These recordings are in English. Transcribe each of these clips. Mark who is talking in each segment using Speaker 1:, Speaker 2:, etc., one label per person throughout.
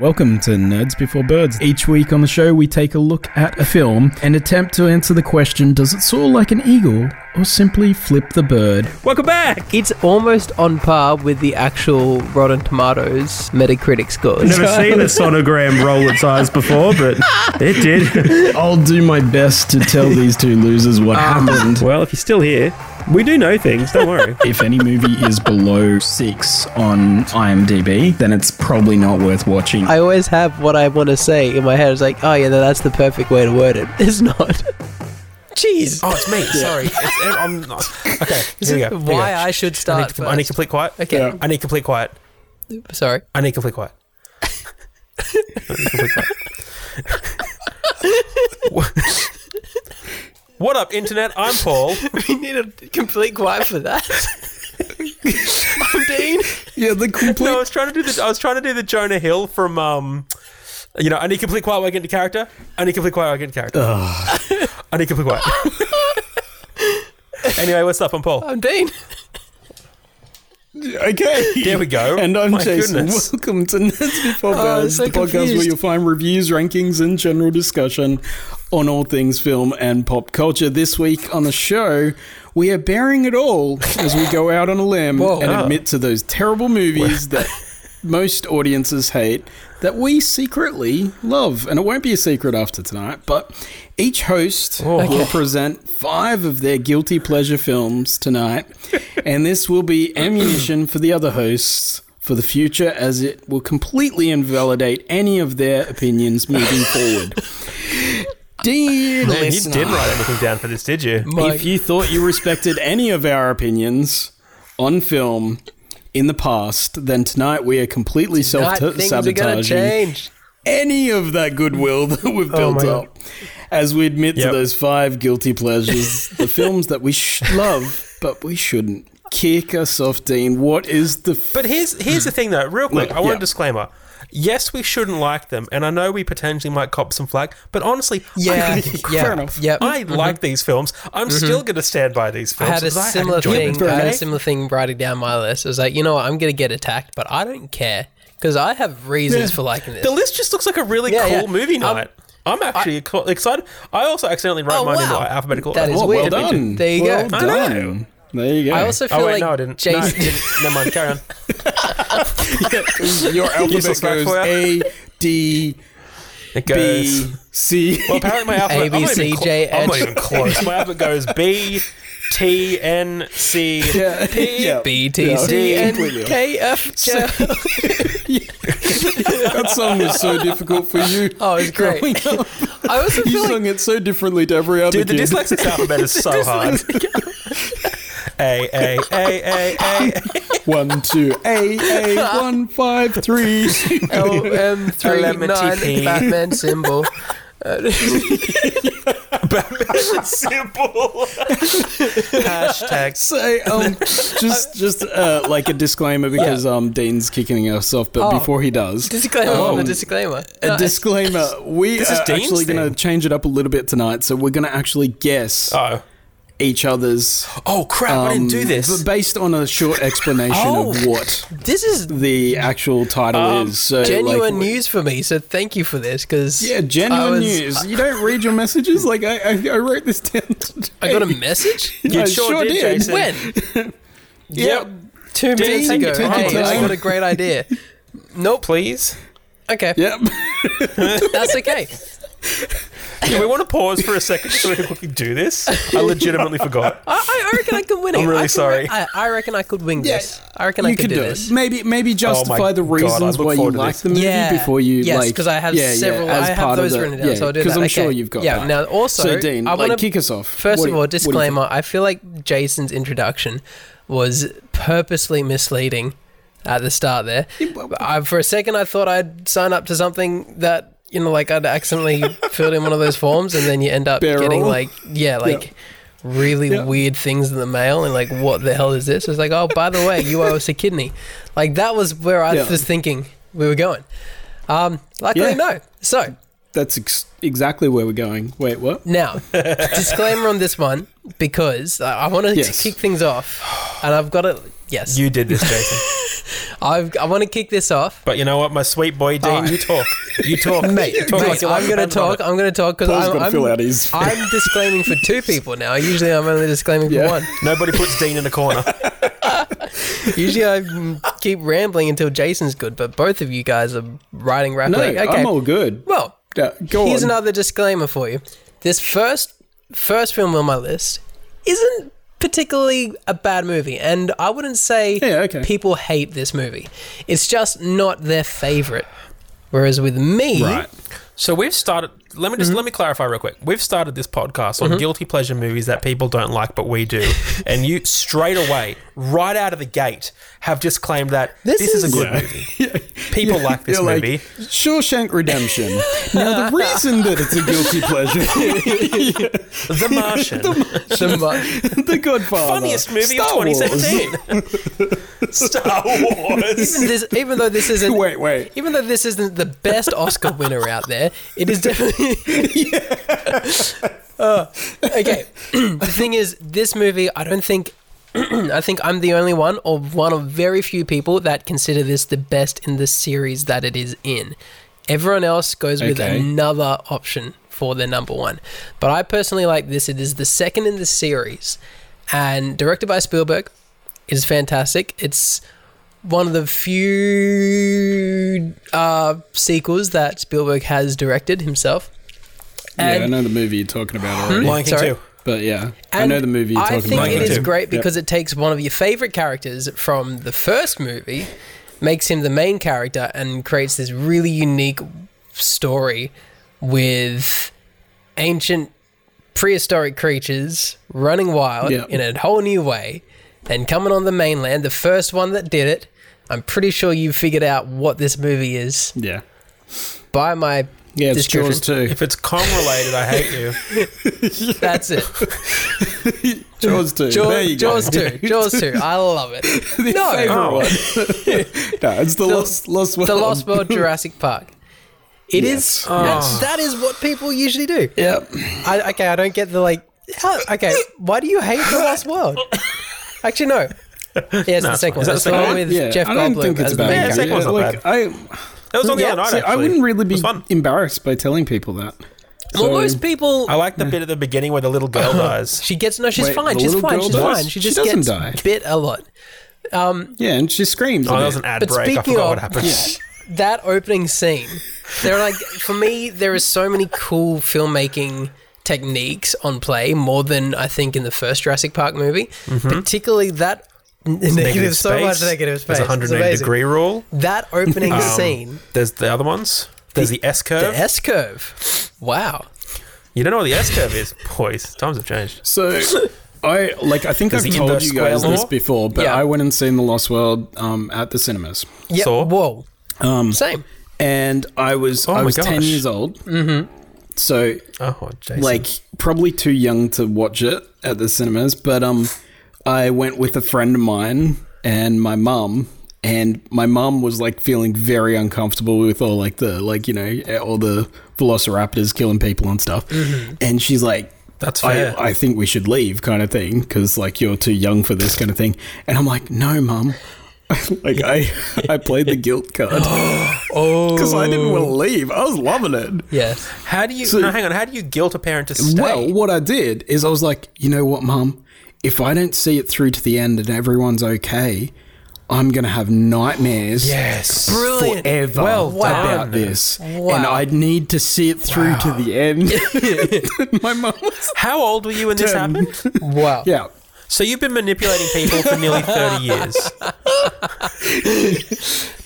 Speaker 1: Welcome to Nerds Before Birds. Each week on the show, we take a look at a film and attempt to answer the question does it soar like an eagle or simply flip the bird?
Speaker 2: Welcome back!
Speaker 3: It's almost on par with the actual Rotten Tomatoes Metacritic scores.
Speaker 2: Never seen a sonogram roll its eyes before, but it did.
Speaker 1: I'll do my best to tell these two losers what happened.
Speaker 2: Well, if you're still here, we do know things, don't worry.
Speaker 1: If any movie is below six on IMDb, then it's probably not worth watching.
Speaker 3: I always have what I want to say in my head. It's like, oh yeah, no, that's the perfect way to word it. It's not. Jeez.
Speaker 4: Oh, it's me. Sorry. It's, I'm not. Okay.
Speaker 3: This
Speaker 4: Here we
Speaker 3: is
Speaker 4: go. Here we
Speaker 3: why
Speaker 4: go.
Speaker 3: I should start
Speaker 4: I need, com- I need
Speaker 3: first.
Speaker 4: complete quiet.
Speaker 3: Okay. Yeah.
Speaker 4: I need complete quiet.
Speaker 3: Sorry.
Speaker 4: I need complete quiet. I need complete quiet. what up, internet? I'm Paul.
Speaker 3: We need a complete quiet for that. I'm Dean.
Speaker 1: Yeah, the
Speaker 4: No, I
Speaker 1: complete.
Speaker 4: was trying to do the. I was trying to do the Jonah Hill from. Um, you know, I need complete quiet. While I get into character. I need complete quiet. While I get into character. I need complete quiet. anyway, what's up? I'm Paul.
Speaker 3: I'm Dean.
Speaker 1: Okay.
Speaker 4: There we go.
Speaker 1: And I'm
Speaker 4: My
Speaker 1: Jason.
Speaker 4: goodness.
Speaker 1: Welcome to Nerds Before
Speaker 3: Oh, I'm
Speaker 1: Birds,
Speaker 3: so
Speaker 1: the podcast where
Speaker 3: confused.
Speaker 1: you'll find reviews, rankings, and general discussion on all things film and pop culture. This week on the show, we are bearing it all as we go out on a limb
Speaker 3: Whoa.
Speaker 1: and
Speaker 4: Ah.
Speaker 1: admit to those terrible movies that most audiences hate that we secretly love. And it won't be a secret after tonight, but each host will present five of their guilty pleasure films tonight. and this will be ammunition for the other hosts for the future, as it will completely invalidate any of their opinions moving forward. Dear
Speaker 4: Man, you
Speaker 1: listener,
Speaker 4: didn't write anything down for this, did you?
Speaker 3: My-
Speaker 1: if you thought you respected any of our opinions on film in the past, then tonight we are completely self
Speaker 3: God, things are gonna
Speaker 1: sabotaging
Speaker 3: change. Oh
Speaker 1: any of that goodwill that we've built up as we admit to
Speaker 4: Yep.
Speaker 1: those five guilty pleasures, the films that we sh- love but we shouldn't. Kick us off, Dean. What is the f-
Speaker 4: But here's here's the
Speaker 3: Hmm.
Speaker 4: thing though, real quick.
Speaker 1: Look,
Speaker 4: I want
Speaker 1: yeah.
Speaker 4: a disclaimer. Yes, we shouldn't like them, and I know we potentially might cop some flag. But honestly,
Speaker 3: Yeah.
Speaker 1: Fair
Speaker 3: yeah.
Speaker 1: enough.
Speaker 3: Yeah.
Speaker 4: I, I like these films. I'm still going to stand by these
Speaker 3: I
Speaker 4: films.
Speaker 3: had a
Speaker 4: 'cause I
Speaker 3: similar
Speaker 4: enjoyed them.
Speaker 3: thing. I had a
Speaker 1: Okay.
Speaker 3: similar thing writing down my list. I was like, you know what? I'm gonna get attacked, but I don't care because I have reasons for liking this.
Speaker 4: The list just looks like a really
Speaker 3: Yeah,
Speaker 4: cool
Speaker 3: yeah.
Speaker 4: movie
Speaker 3: Um,
Speaker 4: night. I'm actually co- excited. I also accidentally wrote
Speaker 3: Oh,
Speaker 4: mine
Speaker 3: wow.
Speaker 4: in the alphabetical.
Speaker 3: That is
Speaker 1: Oh,
Speaker 4: order.
Speaker 1: well
Speaker 3: weird.
Speaker 1: done.
Speaker 3: There you
Speaker 1: well
Speaker 3: go.
Speaker 4: I know.
Speaker 1: Done. There you go.
Speaker 3: I also feel
Speaker 4: Oh wait,
Speaker 3: like
Speaker 4: no, I didn't. No, I
Speaker 3: Jason.
Speaker 4: didn't. Never mind. Carry on.
Speaker 1: Your alphabet
Speaker 4: Useless
Speaker 1: goes
Speaker 4: backfire.
Speaker 1: A D
Speaker 4: It goes.
Speaker 1: B C.
Speaker 4: Well, apparently my alphabet. I'm not even
Speaker 3: ABC,
Speaker 4: clo-
Speaker 3: J,
Speaker 4: I'm not
Speaker 3: N.
Speaker 4: even close. My alphabet goes B, T, N, C,
Speaker 1: Yeah.
Speaker 4: P,
Speaker 1: Yeah.
Speaker 3: B T C
Speaker 1: Yeah,
Speaker 3: N
Speaker 1: completely.
Speaker 3: K F J.
Speaker 1: That song was so difficult for you.
Speaker 3: Oh, it's great.
Speaker 1: growing up.
Speaker 3: I also
Speaker 1: You
Speaker 3: feel like
Speaker 1: sung it so differently to every other
Speaker 4: Dude, the
Speaker 1: kid.
Speaker 4: dyslexic alphabet is so hard. A A A A A
Speaker 1: One, two, A, A, one, five, three.
Speaker 3: L M three nine
Speaker 4: LMTP.
Speaker 3: Batman symbol.
Speaker 4: Batman simple. Hashtag.
Speaker 1: Say, um, just, just uh, like a disclaimer because um, Dean's kicking us off, but
Speaker 3: Oh.
Speaker 1: before he does,
Speaker 3: Disclaimer on the
Speaker 1: Um,
Speaker 3: disclaimer.
Speaker 1: a
Speaker 3: No,
Speaker 1: disclaimer. We
Speaker 4: is
Speaker 1: are
Speaker 4: Dean's
Speaker 1: actually going to
Speaker 4: thing.
Speaker 1: change it up a little bit tonight, so we're going to actually guess
Speaker 4: Oh.
Speaker 1: each other's.
Speaker 4: Oh crap! I didn't do
Speaker 1: um,
Speaker 4: this.
Speaker 1: b- based on a short explanation of
Speaker 4: Oh. Um,
Speaker 1: what
Speaker 3: this is
Speaker 1: the actual title is. So,
Speaker 3: genuine
Speaker 1: like,
Speaker 3: news for me, so thank you for this because
Speaker 1: Yeah, genuine news. You don't read your messages. Like I, I, I wrote this down. Today.
Speaker 3: I got a message.
Speaker 4: You
Speaker 1: I
Speaker 4: sure did, Jason.
Speaker 3: when?
Speaker 1: Yeah,
Speaker 3: Two minutes
Speaker 1: take
Speaker 3: ago.
Speaker 1: your
Speaker 3: Hey, I
Speaker 1: time.
Speaker 3: got a great idea. Nope.
Speaker 4: Please.
Speaker 3: Okay,
Speaker 1: yep.
Speaker 3: that's okay.
Speaker 4: Do we want to pause for a second so we can do this? I legitimately forgot.
Speaker 3: I, I I reckon I could win it.
Speaker 4: I'm really
Speaker 3: I can-
Speaker 4: sorry.
Speaker 3: I, I reckon I could win
Speaker 1: Yeah,
Speaker 3: this. I reckon I
Speaker 1: you
Speaker 3: could
Speaker 1: could
Speaker 3: do,
Speaker 1: do
Speaker 3: this.
Speaker 1: it. Maybe, maybe justify
Speaker 4: Oh my
Speaker 1: the
Speaker 4: God, I
Speaker 1: reasons
Speaker 4: look
Speaker 1: why you
Speaker 4: forward to
Speaker 1: like
Speaker 4: this.
Speaker 1: the movie before you
Speaker 3: yes,
Speaker 1: like.
Speaker 3: because I have
Speaker 1: yeah, yeah,
Speaker 3: several.
Speaker 1: as
Speaker 3: I have
Speaker 1: part of
Speaker 3: those
Speaker 1: the-
Speaker 3: written down,
Speaker 1: yeah,
Speaker 3: so I'll do that.
Speaker 1: 'cause I'm
Speaker 3: Okay.
Speaker 1: sure you've got
Speaker 3: Yeah.
Speaker 1: that.
Speaker 3: Now, also,
Speaker 1: So, Dean,
Speaker 3: I
Speaker 1: like,
Speaker 3: want to
Speaker 1: kick us off.
Speaker 3: First
Speaker 1: What do
Speaker 3: of
Speaker 1: you-
Speaker 3: all,
Speaker 1: what do you think?
Speaker 3: disclaimer: I feel like Jason's introduction was purposely misleading at the start. There, I, for a second, I thought I'd sign up to something that you know, like I'd accidentally filled in one of those forms, and then you end up
Speaker 1: Barrel.
Speaker 3: getting like, yeah, like. Really
Speaker 1: Yeah.
Speaker 3: weird things in the mail, and like, what the hell is this? It's like, oh, by the way, you owe us a kidney. Like, that was where I
Speaker 1: Yeah.
Speaker 3: was thinking we were going. Um, luckily,
Speaker 1: Yeah.
Speaker 3: no. So,
Speaker 1: That's ex- exactly where we're going. Wait, what?
Speaker 3: now, disclaimer on this one because I, I want to
Speaker 1: Yes.
Speaker 3: kick things off, and I've got to yes,
Speaker 4: You did this, Jason.
Speaker 3: I've, I want to kick this off.
Speaker 4: But you know what, my sweet boy Dean,
Speaker 1: Alright.
Speaker 4: you talk. You talk.
Speaker 3: Oh. Mate,
Speaker 4: You talk
Speaker 3: mate,
Speaker 4: like you like
Speaker 3: I'm going to
Speaker 4: it. I love
Speaker 3: talk.
Speaker 4: it.
Speaker 3: I'm going to talk because
Speaker 1: Paul's
Speaker 3: I'm,
Speaker 1: gotta
Speaker 3: I'm,
Speaker 1: fill out his-
Speaker 3: I'm disclaiming for two people now. Usually I'm only disclaiming for
Speaker 1: Yeah.
Speaker 3: one.
Speaker 4: Nobody puts Dean in a corner.
Speaker 3: Usually I mm, keep rambling until Jason's good, but both of you guys are riding
Speaker 1: No,
Speaker 3: rapidly. okay.
Speaker 1: I'm all good.
Speaker 3: well,
Speaker 1: Yeah, go
Speaker 3: here's
Speaker 1: on.
Speaker 3: another disclaimer for you. This first first film on my list isn't particularly a bad movie, and I wouldn't say
Speaker 1: Yeah, okay.
Speaker 3: people hate this movie. It's just not their favorite. Whereas with me,
Speaker 1: right.
Speaker 4: So we've started. Let me just
Speaker 1: Mm-hmm.
Speaker 4: let me clarify real quick. We've started this podcast on guilty pleasure movies that people don't like, but we do. and you straight away, right out of the gate, have just claimed that
Speaker 3: This
Speaker 4: this, is,
Speaker 3: is-
Speaker 4: a good movie. People like this
Speaker 1: You're like,
Speaker 4: movie.
Speaker 1: Shawshank Redemption. now, the reason that it's a guilty pleasure,
Speaker 4: The Martian, the
Speaker 3: the mo-
Speaker 1: The Godfather,
Speaker 4: funniest movie
Speaker 1: Star
Speaker 4: of
Speaker 1: Wars.
Speaker 4: 2017. Star Wars.
Speaker 3: even, this, even though this isn't
Speaker 1: Wait, wait.
Speaker 3: even though this isn't the best Oscar winner out there, it is definitely. Uh, okay, the thing is, this movie, I don't think. I think I'm the only one, or one of very few people, that consider this the best in the series that it is in. Everyone else goes with
Speaker 1: Okay.
Speaker 3: another option for their number one. But I personally like this. It is the second in the series, and directed by Spielberg, is fantastic. It's one of the few uh, sequels that Spielberg has directed himself.
Speaker 1: Yeah, I
Speaker 3: And-
Speaker 1: know the movie you're talking about already.
Speaker 4: Lion King
Speaker 3: Sorry.
Speaker 4: 2.
Speaker 1: But yeah, I know
Speaker 3: And
Speaker 1: the movie you're
Speaker 3: I
Speaker 1: talking
Speaker 3: think
Speaker 1: about.
Speaker 3: it is
Speaker 4: too.
Speaker 3: great because it takes one of your favorite characters from the first movie, makes him the main character, and creates this really unique story with ancient prehistoric creatures running wild
Speaker 1: Yeah.
Speaker 3: in a whole new way and coming on the mainland. The first one that did it. I'm pretty sure you figured out what this movie is
Speaker 1: Yeah.
Speaker 3: by my
Speaker 1: Yeah, it's
Speaker 3: description.
Speaker 1: Jaws too.
Speaker 4: If it's Kong related, I hate you.
Speaker 3: That's it.
Speaker 1: Jaws too. there you
Speaker 3: Jaws,
Speaker 1: go.
Speaker 3: Jaws 2. Jaws 2. I love it. no.
Speaker 1: Favorite
Speaker 4: Oh.
Speaker 1: one. no, it's the, Lost Lost World.
Speaker 3: The Lost World Jurassic Park. It
Speaker 1: Yes.
Speaker 3: is uh,
Speaker 4: Yes.
Speaker 3: that is what people usually do.
Speaker 1: Yep.
Speaker 3: I, okay, I don't get the like. How, okay, why do you hate the Lost World? Actually, no. Yeah, it's the second one. It's
Speaker 4: Is that the
Speaker 3: the one
Speaker 4: second
Speaker 3: with
Speaker 1: Yeah,
Speaker 3: Jeff
Speaker 1: I don't
Speaker 3: Goldblum
Speaker 1: think it's
Speaker 3: as the
Speaker 1: bad.
Speaker 3: main
Speaker 4: Yeah,
Speaker 1: Yeah,
Speaker 4: it's
Speaker 3: character.
Speaker 4: second one's not
Speaker 1: like,
Speaker 4: bad.
Speaker 1: I,
Speaker 4: That was on the
Speaker 3: Yeah,
Speaker 4: other night.
Speaker 1: see, I
Speaker 4: actually.
Speaker 1: wouldn't really
Speaker 4: It was
Speaker 1: be
Speaker 4: fun.
Speaker 1: embarrassed by telling people that.
Speaker 3: Well, most people,
Speaker 4: I like the bit at the beginning where the little girl
Speaker 1: Uh-huh.
Speaker 4: dies.
Speaker 3: she gets no. She's
Speaker 1: Wait,
Speaker 3: fine.
Speaker 1: the
Speaker 3: She's
Speaker 1: little
Speaker 3: fine.
Speaker 1: girl
Speaker 3: She's
Speaker 1: does?
Speaker 3: fine. She
Speaker 1: She
Speaker 3: just
Speaker 1: doesn't
Speaker 3: gets
Speaker 1: die.
Speaker 3: bit a lot.
Speaker 1: Yeah, and she screams.
Speaker 4: Oh,
Speaker 1: a
Speaker 4: that
Speaker 1: bit.
Speaker 4: was an ad
Speaker 3: But
Speaker 4: break. I
Speaker 3: speaking
Speaker 4: forgot
Speaker 3: of,
Speaker 4: what happened.
Speaker 3: that opening scene, they're like for me, there is so many cool filmmaking techniques on play more than I think in the first Jurassic Park movie, particularly that negative, Mm-hmm. negative so much negative space.
Speaker 4: There's a
Speaker 3: It's
Speaker 4: 180
Speaker 3: amazing.
Speaker 4: degree rule.
Speaker 3: That opening
Speaker 4: Um,
Speaker 3: scene,
Speaker 4: There's the other ones. There's the, S
Speaker 3: the
Speaker 4: curve.
Speaker 3: S curve. Wow.
Speaker 4: you don't know what the S curve is, boys. Times have changed.
Speaker 1: So I like I think
Speaker 4: Is
Speaker 1: I've
Speaker 4: the
Speaker 1: told
Speaker 4: inverse
Speaker 1: you guys
Speaker 4: square
Speaker 1: this
Speaker 4: law?
Speaker 1: before, but
Speaker 3: Yeah.
Speaker 1: I went and seen The Lost World um, at the cinemas.
Speaker 3: Yeah.
Speaker 4: Saw?
Speaker 3: Whoa.
Speaker 1: Um,
Speaker 3: Same.
Speaker 1: And I was I
Speaker 4: Oh my
Speaker 1: was ten
Speaker 4: gosh.
Speaker 1: years old. Mm-hmm. So
Speaker 4: Oh, Jason.
Speaker 1: like probably too young to watch it at the cinemas, but um I went with a friend of mine and my mum and my mum was like feeling very uncomfortable with all like the like you know all the velociraptors killing people and stuff. And she's like
Speaker 4: Mm-hmm. That's fair.
Speaker 1: I, I think we should leave kind of thing because like you're too young for this kind of thing. And I'm like, "No, mum." like I I played the guilt card
Speaker 3: Oh.
Speaker 1: cuz I didn't want to leave. I was loving it.
Speaker 3: Yes.
Speaker 4: how do you? no, hang on. How do you guilt a parent to stay?
Speaker 1: Well, what I did is I was like, you know what, mum? If I don't see it through to the end and everyone's okay, I'm going to have nightmares
Speaker 4: yes.
Speaker 3: Brilliant.
Speaker 1: forever
Speaker 4: Well
Speaker 1: about
Speaker 4: done.
Speaker 1: this.
Speaker 3: Wow.
Speaker 1: And I'd need to see it through to the end. My mum was
Speaker 4: How old were you when this
Speaker 1: Ten.
Speaker 4: happened?
Speaker 3: Wow.
Speaker 1: Yeah.
Speaker 4: So you've been manipulating people for nearly 30 years.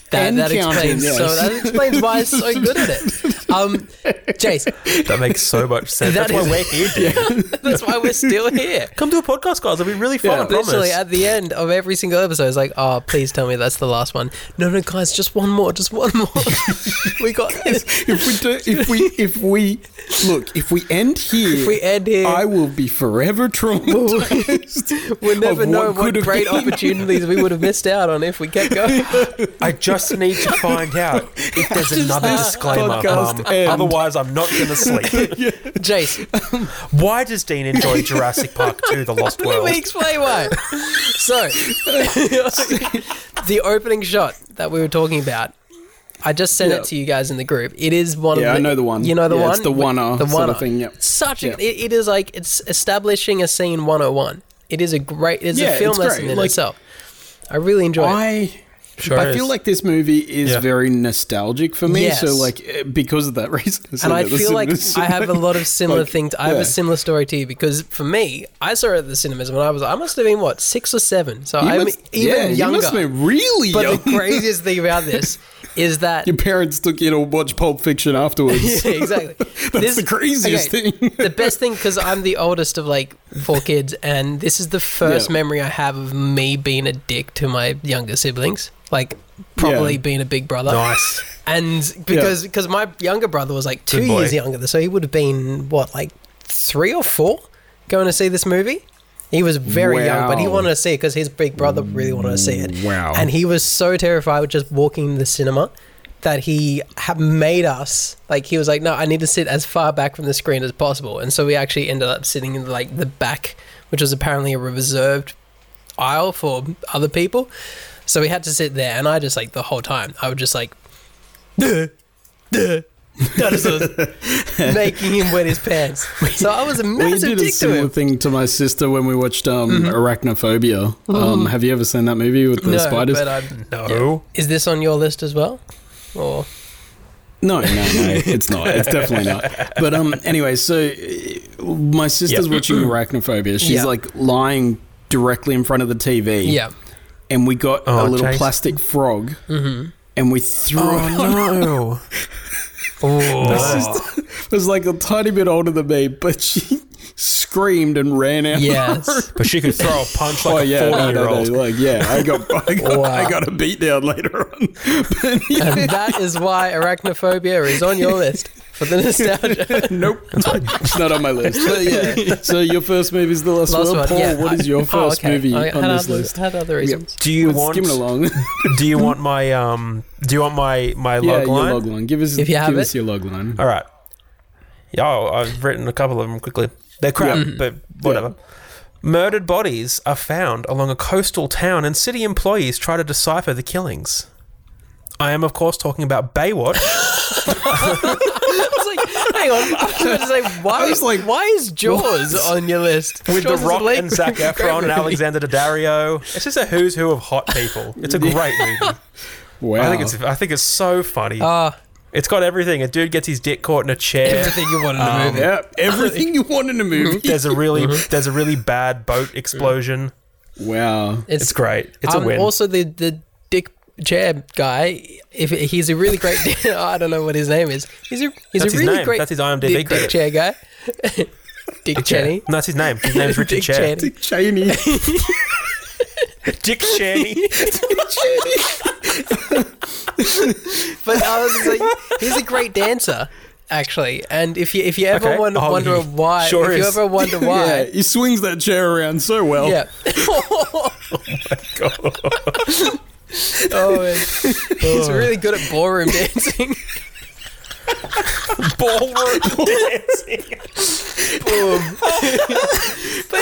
Speaker 3: That,
Speaker 1: And
Speaker 3: that
Speaker 1: counting,
Speaker 3: explains so
Speaker 1: yes.
Speaker 3: that explains why it's so good at it. Um Jace,
Speaker 4: That makes so much sense.
Speaker 3: That
Speaker 4: That's why
Speaker 3: is-
Speaker 4: we're here, dude.
Speaker 3: that's why we're still here.
Speaker 4: Come to a podcast, guys. It'll be really fun. I promise.
Speaker 3: Literally at the end of every single episode, it's like, oh, please tell me that's the last one. No, no, guys, just one more, just one more. we got this.
Speaker 1: If we do, if we, if we, look, if we end here,
Speaker 3: If we end here,
Speaker 1: I will be forever traumatized.
Speaker 3: we'll never
Speaker 1: of
Speaker 3: know
Speaker 1: what
Speaker 3: what
Speaker 1: could have
Speaker 3: great
Speaker 1: been.
Speaker 3: opportunities we would have missed out on if we kept going.
Speaker 4: I just need to find out if there's another
Speaker 1: this
Speaker 4: disclaimer.
Speaker 1: podcast
Speaker 4: Mum.
Speaker 1: end.
Speaker 4: Otherwise, I'm not going to sleep.
Speaker 3: Jace,
Speaker 4: Why does Dean enjoy Jurassic Park 2 The Lost
Speaker 3: let
Speaker 4: World?
Speaker 3: me explain why. So, the opening shot that we were talking about. I just sent
Speaker 1: Yeah.
Speaker 3: it to you guys in the group. It is one
Speaker 1: Yeah,
Speaker 3: of
Speaker 1: I
Speaker 3: the,
Speaker 1: know the one.
Speaker 3: You know the
Speaker 1: Yeah,
Speaker 3: one?
Speaker 1: it's the
Speaker 3: Wi-
Speaker 1: one-er
Speaker 3: the
Speaker 1: sort of
Speaker 3: one-er.
Speaker 1: thing, yep.
Speaker 3: Such a
Speaker 1: Yep.
Speaker 3: it, it is like it's establishing a scene 101. It is a great it's
Speaker 1: Yeah,
Speaker 3: a film
Speaker 1: it's
Speaker 3: lesson
Speaker 1: great.
Speaker 3: in
Speaker 1: Like-
Speaker 3: itself. I really enjoy it.
Speaker 1: I
Speaker 4: Sure
Speaker 1: I
Speaker 4: is.
Speaker 1: feel like this movie is
Speaker 4: Yeah.
Speaker 1: very nostalgic for me.
Speaker 3: Yes.
Speaker 1: So like eh, because of that reason,
Speaker 3: and I feel like I have a lot of similar
Speaker 1: Like,
Speaker 3: things. I have
Speaker 1: yeah.
Speaker 3: a similar story to you because for me, I saw it at the cinemas when I was I must have been what six or seven, so
Speaker 1: You
Speaker 3: I'm
Speaker 1: must-
Speaker 3: even
Speaker 1: yeah,
Speaker 3: younger.
Speaker 1: You must have been really
Speaker 3: but
Speaker 1: young.
Speaker 3: the craziest thing about this is that
Speaker 1: Your parents took you to watch Pulp Fiction afterwards.
Speaker 3: Yeah, exactly.
Speaker 1: That's the craziest thing.
Speaker 3: the best thing because I'm the oldest of like four kids, and this is the first
Speaker 1: Yeah.
Speaker 3: memory I have of me being a dick to my younger siblings. Like probably
Speaker 1: Yeah.
Speaker 3: being a big brother.
Speaker 4: Nice.
Speaker 3: And because because my younger brother was like two
Speaker 4: Good boy.
Speaker 3: years younger, so he would have been what like three or four going to see this movie. He was very young, but he
Speaker 1: Wow.
Speaker 3: wanted to see it because his big brother really wanted to see it.
Speaker 1: Mm, Wow.
Speaker 3: And he was so terrified with just walking in the cinema that he had made us like he was like, no, I need to sit as far back from the screen as possible. And so we actually ended up sitting in like the back, which was apparently a reserved aisle for other people. So we had to sit there, and I just like the whole time I would just like, duh, duh, duh, just sort of making him wet his pants. So I was a
Speaker 1: We
Speaker 3: massive
Speaker 1: did a
Speaker 3: dick to
Speaker 1: similar
Speaker 3: him.
Speaker 1: thing to my sister when we watched um, Arachnophobia. Um, have you ever seen that movie with the
Speaker 3: Mm-hmm. No,
Speaker 1: spiders?
Speaker 3: but i
Speaker 4: No.
Speaker 3: is this on your list as well? Or
Speaker 1: No, no, no, it's not. It's definitely not. But um, anyway, so uh, my sister's
Speaker 4: Yeah.
Speaker 1: watching Arachnophobia. She's
Speaker 3: Yeah.
Speaker 1: like lying directly in front of the TV.
Speaker 3: yeah,
Speaker 1: And we got a
Speaker 4: Oh,
Speaker 1: little
Speaker 4: Jason.
Speaker 1: plastic frog.
Speaker 3: Mm-hmm.
Speaker 1: And we threw it on
Speaker 4: no. oh.
Speaker 1: was like a tiny bit older than me, but she screamed and ran out.
Speaker 3: yes.
Speaker 4: But she could throw a punch
Speaker 1: Oh
Speaker 4: like
Speaker 1: yeah,
Speaker 4: a
Speaker 1: no,
Speaker 4: 40
Speaker 1: no,
Speaker 4: year
Speaker 1: no,
Speaker 4: old.
Speaker 1: like yeah, I got I got,
Speaker 3: Wow.
Speaker 1: I got a beat down later on. But yeah,
Speaker 3: And that is why arachnophobia is on your list for the nostalgia.
Speaker 1: nope, it's not on my list. But yeah, so your first movie is the last,
Speaker 3: Last
Speaker 1: one.
Speaker 3: one.
Speaker 1: Paul,
Speaker 3: yeah,
Speaker 1: what is
Speaker 3: I-
Speaker 1: your first
Speaker 3: oh, okay.
Speaker 1: movie
Speaker 3: I
Speaker 1: on
Speaker 3: had
Speaker 1: this
Speaker 3: other-
Speaker 1: list?
Speaker 3: Had other reasons.
Speaker 4: Do you
Speaker 1: Let's
Speaker 4: want?
Speaker 1: skim along.
Speaker 4: Do you want my um? Do you want my my
Speaker 1: yeah,
Speaker 4: log line?
Speaker 1: your log line. Give us
Speaker 3: If you have
Speaker 1: give
Speaker 3: it.
Speaker 1: us your log line.
Speaker 4: All right. Yeah, I'll- I've written a couple of them quickly. They're crap, but whatever. Murdered bodies are found along a coastal town, and city employees try to decipher the killings. I am, of course, talking about Baywatch.
Speaker 3: I was like, hang on. I was about to say, why,
Speaker 1: was like,
Speaker 3: why is Jaws on your list?
Speaker 4: with
Speaker 3: Jaws is
Speaker 4: The Rock
Speaker 3: late-
Speaker 4: and Zac Efron and Alexander Daddario. It's just a who's who of hot people. It's a great movie.
Speaker 1: Wow,
Speaker 4: I think it's I think it's so funny.
Speaker 3: Ah,
Speaker 4: it's got everything. A dude gets his dick caught in a chair.
Speaker 3: everything you wanted in a movie.
Speaker 1: Um, yeah, everything you want in a movie.
Speaker 4: There's a really there's a really bad boat explosion.
Speaker 1: wow,
Speaker 4: It's great. It's
Speaker 3: um,
Speaker 4: a win.
Speaker 3: Also, the the dick chair guy. If he's a really great, I don't know what his name is. He's a he's
Speaker 4: That's
Speaker 3: a
Speaker 4: his
Speaker 3: really
Speaker 4: name.
Speaker 3: great.
Speaker 4: That's his IMDb
Speaker 3: dick, dick
Speaker 4: credit.
Speaker 3: chair guy. Dick Cheney.
Speaker 4: No, that's his name. His name's Richard
Speaker 3: Dick Cheney.
Speaker 4: Cher.
Speaker 1: Dick Cheney.
Speaker 4: Dick Cheney.
Speaker 3: But I was just like, he's a great dancer, actually. And if you if you ever
Speaker 4: Okay.
Speaker 3: wonder,
Speaker 4: Oh,
Speaker 3: wonder
Speaker 4: he
Speaker 3: why,
Speaker 4: sure
Speaker 3: if you
Speaker 4: is.
Speaker 3: ever wonder
Speaker 1: Yeah,
Speaker 3: why,
Speaker 1: he swings that chair around so well.
Speaker 3: yeah.
Speaker 4: Oh,
Speaker 3: oh, man. he's really good at ballroom dancing.
Speaker 4: Ballroom dancing.
Speaker 3: But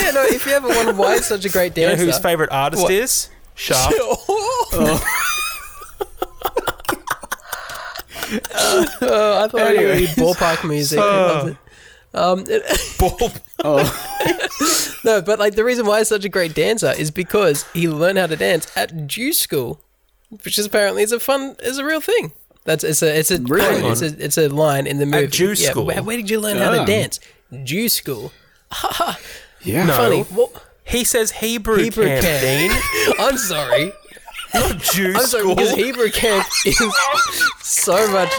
Speaker 3: yeah, no, if you ever wonder why he's such a great
Speaker 4: You know
Speaker 3: dancer,
Speaker 4: whose favorite artist
Speaker 3: What?
Speaker 4: is? Shaft.
Speaker 3: Oh, I thought
Speaker 1: Anyway.
Speaker 3: I knew ballpark music. um, it-
Speaker 4: Ball.
Speaker 3: no, but like the reason why he's such a great dancer is because he learned how to dance at Jew school, which is apparently is a fun is a real thing. That's it's a it's a
Speaker 1: Really?
Speaker 3: it's a, it's a line in the movie.
Speaker 4: Jew
Speaker 3: Yeah,
Speaker 4: school.
Speaker 3: where, where did you learn how
Speaker 1: Yeah.
Speaker 3: to dance? Jew school.
Speaker 1: yeah.
Speaker 3: Funny. What?
Speaker 4: He says Hebrew,
Speaker 3: Hebrew
Speaker 4: camp,
Speaker 3: camp.
Speaker 4: Dean.
Speaker 3: I'm sorry.
Speaker 4: Not Jew
Speaker 3: I'm sorry
Speaker 4: school.
Speaker 3: because Hebrew camp is so much.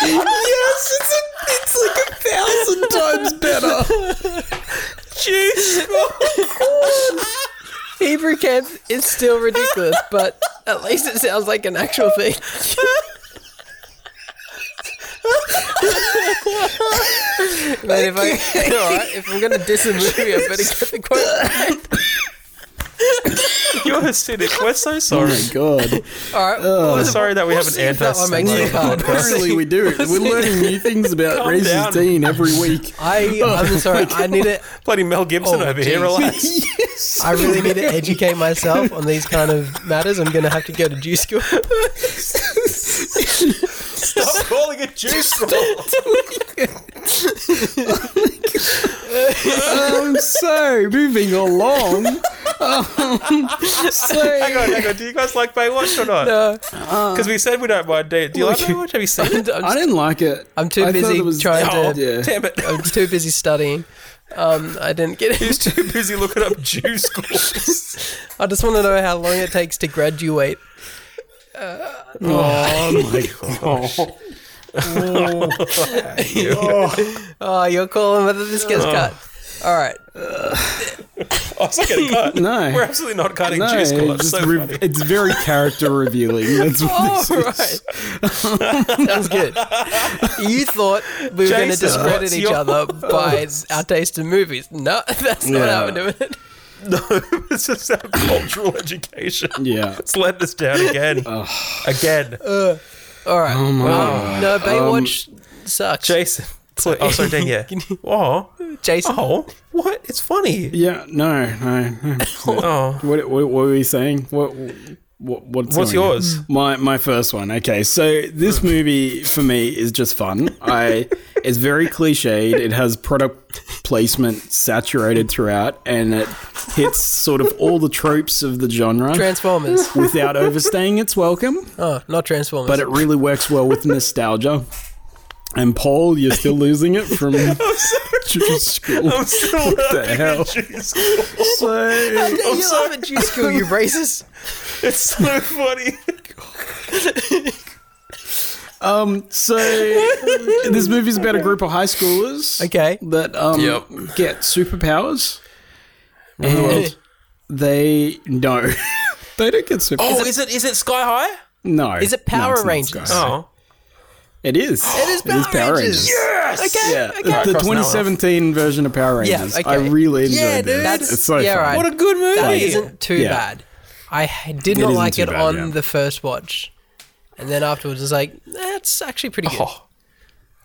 Speaker 1: Yes, it's, a, it's like a thousand times better.
Speaker 4: Jew school.
Speaker 3: Hebrew camp is still ridiculous, but at least it sounds like an actual thing. But if I, all right, if I'm gonna diss a movie, I better get the quote. right.
Speaker 4: You're Hasidic. We're so
Speaker 1: Oh
Speaker 4: sorry.
Speaker 1: my god.
Speaker 3: All right.
Speaker 1: Uh,
Speaker 4: We're sorry that we have an
Speaker 3: see if that one makes it
Speaker 4: anti-Semite
Speaker 3: hard.
Speaker 4: podcast.
Speaker 1: Apparently we do. We're learning new things about
Speaker 4: Calm
Speaker 1: Racist
Speaker 4: down.
Speaker 1: Dean every week.
Speaker 3: I, I'm sorry. I need it.
Speaker 4: Bloody Mel Gibson
Speaker 3: Oh,
Speaker 4: over here.
Speaker 3: jeez.
Speaker 4: Relax.
Speaker 3: I really need to educate myself on these kind of matters. I'm going to have to go to Jew school.
Speaker 4: Stop calling it juice roll.
Speaker 1: um, so moving along. Um,
Speaker 4: hang
Speaker 1: so
Speaker 4: on, hang on. Do you guys like Baywatch or not?
Speaker 3: No,
Speaker 4: Because we said we don't mind. Do you, do you like Baywatch? Have you seen it?
Speaker 1: I didn't like it.
Speaker 3: I'm too
Speaker 1: I thought
Speaker 3: busy
Speaker 1: it was-
Speaker 3: trying to-
Speaker 1: Oh, yeah.
Speaker 4: Damn it.
Speaker 3: I'm too busy studying. Um, I didn't get
Speaker 4: He's
Speaker 3: it.
Speaker 4: too busy looking up Jew schools.
Speaker 3: I just want to know how long it takes to graduate.
Speaker 1: Oh my gosh.
Speaker 3: Oh, you're calling whether this gets
Speaker 1: Oh.
Speaker 3: cut. All right.
Speaker 4: I was not getting cut.
Speaker 1: No.
Speaker 4: We're absolutely not cutting
Speaker 1: No,
Speaker 4: Jew school. That's
Speaker 1: just
Speaker 4: so
Speaker 1: re-
Speaker 4: funny.
Speaker 1: it's very character revealing. That's what
Speaker 3: All
Speaker 1: this
Speaker 3: right.
Speaker 1: is.
Speaker 3: Sounds good. You thought we were going to
Speaker 4: Jason,
Speaker 3: discredit
Speaker 4: what's
Speaker 3: each
Speaker 4: yours?
Speaker 3: other by our taste in movies. No, that's not how we're
Speaker 1: Yeah.
Speaker 3: doing it.
Speaker 4: No, it's just our cultural education.
Speaker 1: Yeah.
Speaker 4: It's letting us down again. Again.
Speaker 3: All right.
Speaker 1: Oh my Um,
Speaker 3: Um, no, Baywatch sucks.
Speaker 4: Jason. Sorry. Oh, sorry, Dan, yeah. Oh,
Speaker 3: Jason.
Speaker 4: oh, what? It's funny.
Speaker 1: Yeah. No. No. no.
Speaker 4: Oh,
Speaker 1: What, what, what were we saying? What, what what's,
Speaker 4: what's
Speaker 1: going on?
Speaker 4: yours?
Speaker 3: Hmm.
Speaker 4: Hmm.
Speaker 1: My my first one. Okay, so this movie for me is just fun. I it's very cliched. It has product placement saturated throughout, and it hits sort of all the tropes of the genre
Speaker 3: Transformers.
Speaker 1: without overstaying its welcome.
Speaker 3: Oh, not Transformers.
Speaker 1: But it really works well with nostalgia. And Paul, you're still losing it from Jewish school.
Speaker 4: I'm still
Speaker 1: the
Speaker 4: laughing
Speaker 1: hell?
Speaker 4: at Jew school.
Speaker 1: So
Speaker 3: Yeah, you love a Jew school, you racist.
Speaker 4: It's so funny.
Speaker 1: Um, so this movie's about a group of high schoolers
Speaker 3: Okay.
Speaker 1: that um
Speaker 4: Yep.
Speaker 1: get superpowers. And they no, they don't get super.
Speaker 4: Oh, is it is it Sky High?
Speaker 1: no,
Speaker 3: is it Power
Speaker 1: No, it's not
Speaker 3: Rangers?
Speaker 1: Sky.
Speaker 4: Oh,
Speaker 1: It is. It
Speaker 3: is Power Rangers.
Speaker 4: yes.
Speaker 3: Okay.
Speaker 1: Yeah,
Speaker 3: okay.
Speaker 1: the
Speaker 4: Crossing that one off.
Speaker 1: 2017 version of Power
Speaker 3: Yeah,
Speaker 1: Rangers.
Speaker 3: okay.
Speaker 1: I really enjoyed
Speaker 3: Yeah,
Speaker 1: it.
Speaker 3: dude. That's-
Speaker 1: It's so
Speaker 3: yeah,
Speaker 1: fun.
Speaker 3: right.
Speaker 4: What a good
Speaker 3: That
Speaker 4: movie.
Speaker 3: isn't too
Speaker 1: Yeah.
Speaker 3: bad. I h- did
Speaker 1: It
Speaker 3: not
Speaker 1: isn't
Speaker 3: like
Speaker 1: too
Speaker 3: it
Speaker 1: bad,
Speaker 3: on
Speaker 1: yeah.
Speaker 3: the first watch. And then afterwards, I was like, that's actually pretty good.
Speaker 4: Oh,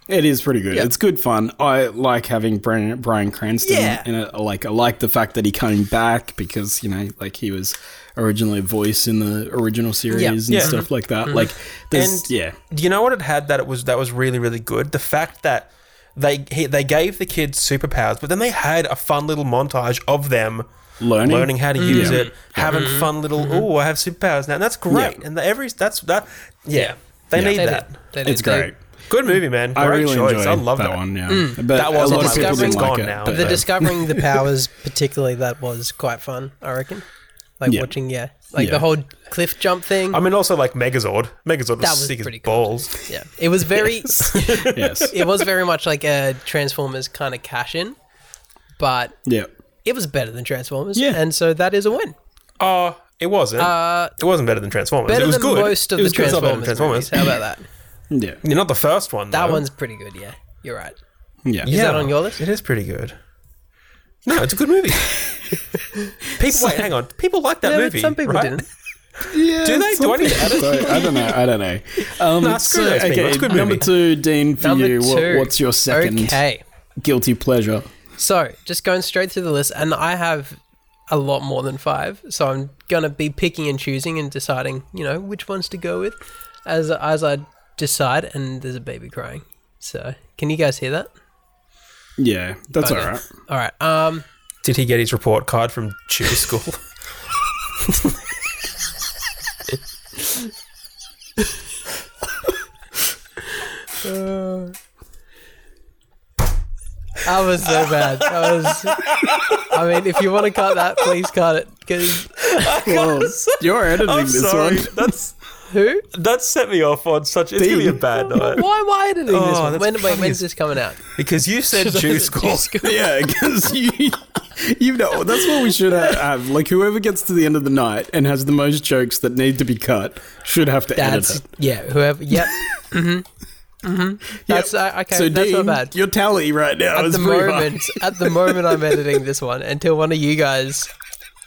Speaker 1: It is pretty good.
Speaker 3: Yeah.
Speaker 1: It's good fun. I like having Brian, Brian Cranston
Speaker 3: Yeah.
Speaker 1: in it. I like I like the fact that he came back because you know like he was originally a voice in the original series
Speaker 3: Yeah.
Speaker 1: and
Speaker 4: Yeah. Mm-hmm.
Speaker 1: stuff like that. Like there's
Speaker 4: And-
Speaker 1: yeah
Speaker 4: you know what it had that it was that was really really good. The fact that they he, they gave the kids superpowers, but then they had a fun little montage of them
Speaker 1: learning
Speaker 4: learning how to use
Speaker 1: Yeah. Mm-hmm.
Speaker 4: it, having
Speaker 3: Mm-hmm.
Speaker 4: fun little. Oh, I have superpowers now, and that's great.
Speaker 1: Yeah.
Speaker 4: And the, every that's that. Yeah,
Speaker 3: Yeah.
Speaker 4: they
Speaker 1: Yeah.
Speaker 4: need
Speaker 3: They
Speaker 4: that.
Speaker 3: did. They did.
Speaker 1: It's
Speaker 3: They-
Speaker 1: great.
Speaker 4: Good movie, man. Great
Speaker 1: I really
Speaker 4: choice.
Speaker 1: enjoyed
Speaker 4: I love that,
Speaker 1: that,
Speaker 4: one.
Speaker 1: one. Yeah, but
Speaker 4: That
Speaker 1: a
Speaker 4: was
Speaker 1: lot
Speaker 3: on
Speaker 1: of people
Speaker 3: Discovery's
Speaker 1: didn't like
Speaker 4: gone
Speaker 1: it.
Speaker 4: now,
Speaker 1: but- um,
Speaker 4: but
Speaker 3: Mm. The discovering the powers, particularly, that was quite fun, I reckon. Like
Speaker 1: Yeah.
Speaker 3: watching, yeah. Like
Speaker 1: Yeah.
Speaker 3: the whole cliff jump thing.
Speaker 4: I mean, also like Megazord. Megazord was,
Speaker 3: That was
Speaker 4: sick as
Speaker 3: pretty cool.
Speaker 4: balls.
Speaker 3: yeah. It was very.
Speaker 1: yes,
Speaker 3: it was very much like a Transformers kind of cash in, but
Speaker 1: yeah.
Speaker 3: it was better than Transformers.
Speaker 1: Yeah.
Speaker 3: And so that is a win.
Speaker 4: Oh, it wasn't.
Speaker 3: Uh,
Speaker 4: it wasn't better than Transformers.
Speaker 3: better
Speaker 4: it was
Speaker 3: than
Speaker 4: good.
Speaker 3: most of
Speaker 4: It
Speaker 3: the
Speaker 4: was good. It's not better than
Speaker 3: Transformers, movies. How about that?
Speaker 1: Yeah,
Speaker 4: You're not the first one.
Speaker 3: That
Speaker 4: though.
Speaker 1: Um,
Speaker 3: one's pretty good, yeah. You're right.
Speaker 1: yeah,
Speaker 3: Is that on your list?
Speaker 4: It is pretty good. No, it's a good movie. people, wait, hang on. People like that
Speaker 3: Yeah, but
Speaker 4: movie.
Speaker 3: some people
Speaker 4: right?
Speaker 3: didn't.
Speaker 1: yeah.
Speaker 4: Do they? Do I need to add it?
Speaker 1: So, I don't know. I don't know. Um,
Speaker 4: Nah, screw
Speaker 1: so,
Speaker 4: those people.
Speaker 1: okay,
Speaker 4: It's a good
Speaker 1: number
Speaker 4: movie.
Speaker 1: two, Dean, for
Speaker 3: Number
Speaker 1: you. what-
Speaker 3: two.
Speaker 1: what's your second
Speaker 3: Okay.
Speaker 1: guilty pleasure?
Speaker 3: So, just going straight through the list, and I have a lot more than five, so I'm gonna be picking and choosing and deciding, you know, which ones to go with, as as I decide. And there's a baby crying, so can you guys hear that?
Speaker 1: Yeah, that's all right.
Speaker 3: All right. Um.
Speaker 4: Did he get his report card from Jew school?
Speaker 3: That was so bad. That was. I mean, if you want to cut that, please cut it. Because
Speaker 1: Well, you're editing
Speaker 4: I'm
Speaker 1: this
Speaker 4: sorry.
Speaker 1: one.
Speaker 4: That's
Speaker 3: who?
Speaker 4: that set me off on such. It's gonna be a bad night
Speaker 3: Why am I editing
Speaker 4: Oh,
Speaker 3: this? One?
Speaker 4: that's
Speaker 3: When, wait, when's
Speaker 4: funniest.
Speaker 3: this coming out?
Speaker 4: because you said Jew school.
Speaker 1: Yeah, because you, you know, that's what we should have, have. Like, whoever gets to the end of the night and has the most jokes that need to be cut should have to
Speaker 3: That's
Speaker 1: edit
Speaker 3: yeah. Whoever. Yep. Mm-hmm. Mm-hmm. That's uh,
Speaker 1: it.
Speaker 3: okay.
Speaker 1: So,
Speaker 3: that's
Speaker 1: Dean,
Speaker 3: not bad.
Speaker 1: your tally right now
Speaker 3: at
Speaker 1: is
Speaker 3: the
Speaker 1: pretty high.
Speaker 3: moment, at the moment, I'm editing this one until one of you guys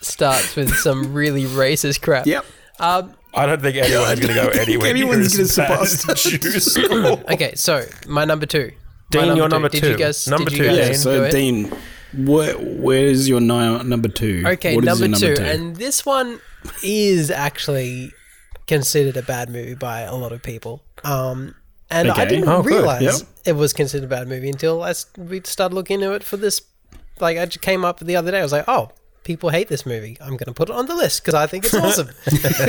Speaker 3: starts with some really racist crap.
Speaker 1: Yep.
Speaker 3: Um,
Speaker 4: I don't think anyone's gonna go anywhere.
Speaker 1: anyone's
Speaker 4: near as
Speaker 1: gonna
Speaker 4: bad
Speaker 1: surpass
Speaker 4: as Jew school.
Speaker 3: okay, so my number two. My
Speaker 4: Dean, you're number
Speaker 3: Did you
Speaker 4: two.
Speaker 3: guys?
Speaker 4: Number
Speaker 3: did
Speaker 4: two,
Speaker 3: You guys
Speaker 1: Yeah,
Speaker 4: Dean.
Speaker 3: do
Speaker 1: so
Speaker 3: it?
Speaker 1: Dean, Where, where's your ni- number two?
Speaker 3: Okay,
Speaker 1: What is
Speaker 3: number,
Speaker 1: your
Speaker 3: two, and this one is actually considered a bad movie by a lot of people. Um, and I
Speaker 1: Okay.
Speaker 3: didn't
Speaker 4: Oh, good.
Speaker 3: realize
Speaker 1: Yep.
Speaker 3: it was considered a bad movie until I s- we started looking into it for this. Like, I just came up the other day. I was like, oh. People hate this movie. I'm going to put it on the list because I think it's awesome.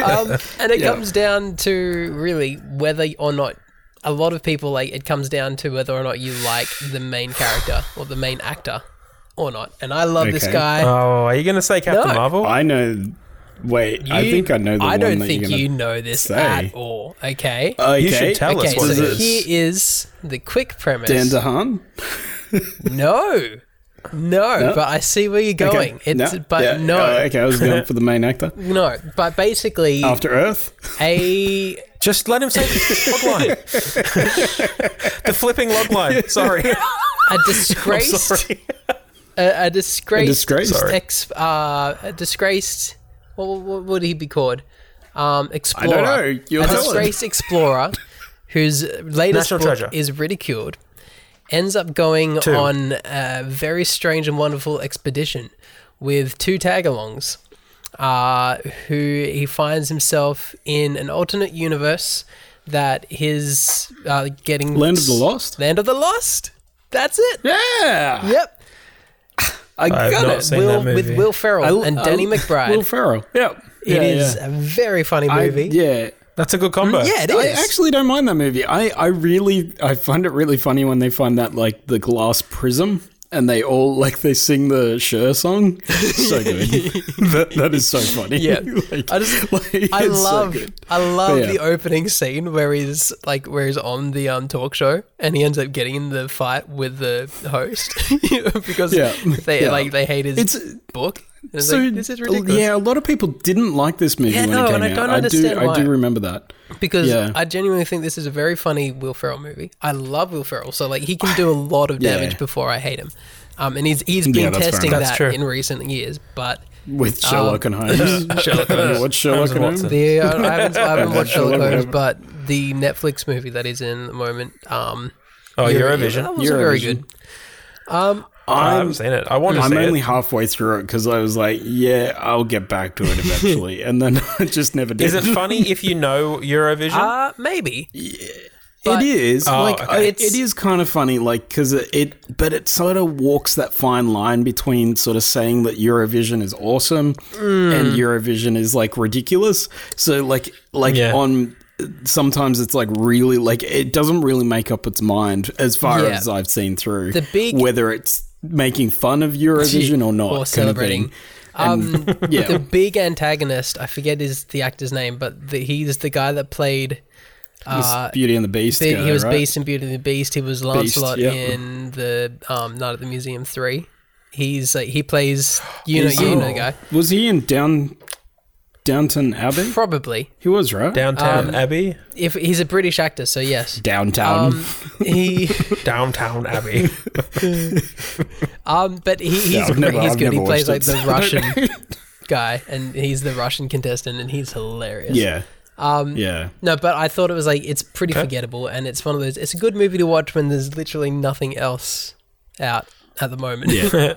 Speaker 3: um, and it
Speaker 1: Yeah.
Speaker 3: comes down to really whether or not a lot of people like it comes down to whether or not you like the main character or the main actor or not. And I love this
Speaker 1: Okay.
Speaker 3: guy.
Speaker 4: Oh, are you going to say Captain
Speaker 3: No.
Speaker 4: Marvel?
Speaker 1: I know. Wait, I
Speaker 3: You-
Speaker 1: think I know the
Speaker 3: I
Speaker 1: one
Speaker 3: don't
Speaker 1: that
Speaker 3: think
Speaker 1: you're gonna
Speaker 3: you know this
Speaker 1: say.
Speaker 3: at all. Okay.
Speaker 1: Okay.
Speaker 4: You should Uh, tell
Speaker 3: okay.
Speaker 4: us what
Speaker 3: So
Speaker 1: is
Speaker 4: it is.
Speaker 1: this?
Speaker 3: here is the quick premise.
Speaker 1: Dan DeHaan.
Speaker 3: No. No, but I see where you're going.
Speaker 1: Okay.
Speaker 3: It's
Speaker 1: No.
Speaker 3: but
Speaker 1: Yeah.
Speaker 3: no,
Speaker 1: Oh, okay, Oh. I was going for the main actor.
Speaker 3: no. But basically,
Speaker 1: After Earth.
Speaker 3: a
Speaker 4: Just let him say the log line. the flipping log line. Sorry.
Speaker 1: Oh,
Speaker 3: a
Speaker 4: I'm
Speaker 3: disgraced
Speaker 4: sorry.
Speaker 3: a, a disgraced
Speaker 1: disgraced? Sorry.
Speaker 3: ex uh, a disgraced. What, what would he be called? Um, explorer.
Speaker 1: know. You're
Speaker 3: a
Speaker 1: telling.
Speaker 3: disgraced explorer whose latest
Speaker 4: National
Speaker 3: book
Speaker 4: treasure.
Speaker 3: is ridiculed ends up going on a very strange and wonderful expedition with two tag-alongs uh, who he finds himself in an alternate universe that his uh, getting
Speaker 1: Land of the Lost?
Speaker 3: land of the lost that's it
Speaker 1: Yeah.
Speaker 3: yep
Speaker 1: I
Speaker 4: I've
Speaker 1: got
Speaker 4: not
Speaker 1: it.
Speaker 4: seen
Speaker 3: will,
Speaker 4: that movie.
Speaker 3: with will ferrell
Speaker 1: I-
Speaker 3: and
Speaker 1: I-
Speaker 3: danny mcbride
Speaker 1: Will Ferrell. Yeah.
Speaker 3: It is a very funny
Speaker 1: I,
Speaker 3: movie
Speaker 1: yeah.
Speaker 4: That's a good combo.
Speaker 3: yeah it is
Speaker 1: I actually don't mind that movie. I, I really I find it really funny when they find that like the glass prism and they all like they sing the Sure song. So good. that, that is so funny.
Speaker 3: Yeah.
Speaker 1: Like,
Speaker 3: I just-
Speaker 1: like,
Speaker 3: I
Speaker 1: it's so
Speaker 3: love
Speaker 1: good.
Speaker 3: I love
Speaker 1: But yeah.
Speaker 3: the opening scene where he's like where he's on the um talk show and he ends up getting in the fight with the host you know, because
Speaker 1: Yeah.
Speaker 3: they
Speaker 1: Yeah.
Speaker 3: like they hate his
Speaker 1: It's-
Speaker 3: book. And it's
Speaker 1: so
Speaker 3: like, this is ridiculous.
Speaker 1: yeah, a lot of people didn't like this movie
Speaker 3: Yeah,
Speaker 1: when
Speaker 3: no,
Speaker 1: it came
Speaker 3: and I
Speaker 1: out.
Speaker 3: don't
Speaker 1: I do
Speaker 3: understand
Speaker 1: I
Speaker 3: why.
Speaker 1: do remember that.
Speaker 3: because
Speaker 1: yeah.
Speaker 3: I genuinely think this is a very funny Will Ferrell movie. I love Will Ferrell, so like he can do a lot of
Speaker 1: Yeah.
Speaker 3: damage before I hate him. Um, and he's he's
Speaker 1: Yeah,
Speaker 3: been
Speaker 1: that's fair
Speaker 3: testing
Speaker 1: enough.
Speaker 4: That's
Speaker 3: that
Speaker 4: true.
Speaker 3: in recent years, but
Speaker 1: With Sherlock and Holmes. Um, Sherlock and Holmes. What's Sherlock
Speaker 4: Holmes
Speaker 1: and
Speaker 4: and
Speaker 1: Holmes?
Speaker 4: Watson.
Speaker 3: The I I haven't, I haven't watched Sherlock
Speaker 1: Sherlock
Speaker 3: Holmes,
Speaker 1: Holmes.
Speaker 3: but the Netflix movie that he's in at the moment. Um,
Speaker 4: Oh,
Speaker 3: Euro-
Speaker 4: Eurovision.
Speaker 3: That wasn't very good.
Speaker 1: Eurovision.
Speaker 4: I
Speaker 1: I'm
Speaker 4: haven't seen it. I want to
Speaker 1: I'm
Speaker 4: see
Speaker 1: only
Speaker 4: it.
Speaker 1: halfway through it because I was like, yeah, I'll get back to it eventually, and then I just never did.
Speaker 4: Is it funny if you know Eurovision?
Speaker 1: Ah,
Speaker 3: Uh, maybe.
Speaker 1: It
Speaker 3: But-
Speaker 1: is
Speaker 4: Oh,
Speaker 1: like
Speaker 4: okay.
Speaker 1: I-
Speaker 3: It's-
Speaker 1: it is kind of funny, like because it, it, but it sort of walks that fine line between sort of saying that Eurovision is awesome
Speaker 3: Hmm.
Speaker 1: and Eurovision is like ridiculous. So like like
Speaker 4: Yeah.
Speaker 1: on sometimes it's like really like it doesn't really make up its mind as far
Speaker 3: Yeah.
Speaker 1: as I've seen through
Speaker 3: The big-
Speaker 1: whether it's making fun of Eurovision or not
Speaker 3: Or
Speaker 1: kind of
Speaker 3: celebrating.
Speaker 1: thing.
Speaker 3: Um,
Speaker 1: yeah.
Speaker 3: the big antagonist, I forget is the actor's name, but the, he's the guy that played. Uh,
Speaker 1: Beauty and the Beast.
Speaker 3: Be-
Speaker 1: guy,
Speaker 3: he was
Speaker 1: right?
Speaker 3: Beast in Beauty and the Beast. He was Lancelot
Speaker 1: yeah.
Speaker 3: in the um, Night at the Museum Three. He's like he plays you know
Speaker 1: He's-
Speaker 3: you know
Speaker 1: oh.
Speaker 3: the guy
Speaker 1: Was he in Down Downton Abbey?
Speaker 3: probably
Speaker 1: He was right.
Speaker 4: Downtown
Speaker 3: um,
Speaker 4: Abbey.
Speaker 3: if he's a British actor so yes
Speaker 1: Downtown.
Speaker 3: um, he
Speaker 4: Downtown Abbey.
Speaker 3: Um, but he, he's
Speaker 1: Yeah, I've never-
Speaker 3: he's
Speaker 1: I've
Speaker 3: good. He
Speaker 1: never
Speaker 3: plays like
Speaker 1: watched
Speaker 3: the
Speaker 1: it.
Speaker 3: Russian guy, and he's the Russian contestant, and he's hilarious.
Speaker 1: yeah. Um, yeah.
Speaker 3: No, but I thought it was like it's pretty forgettable, and it's one of those. It's a good movie to watch when there's literally nothing else out at the moment.
Speaker 1: Yeah.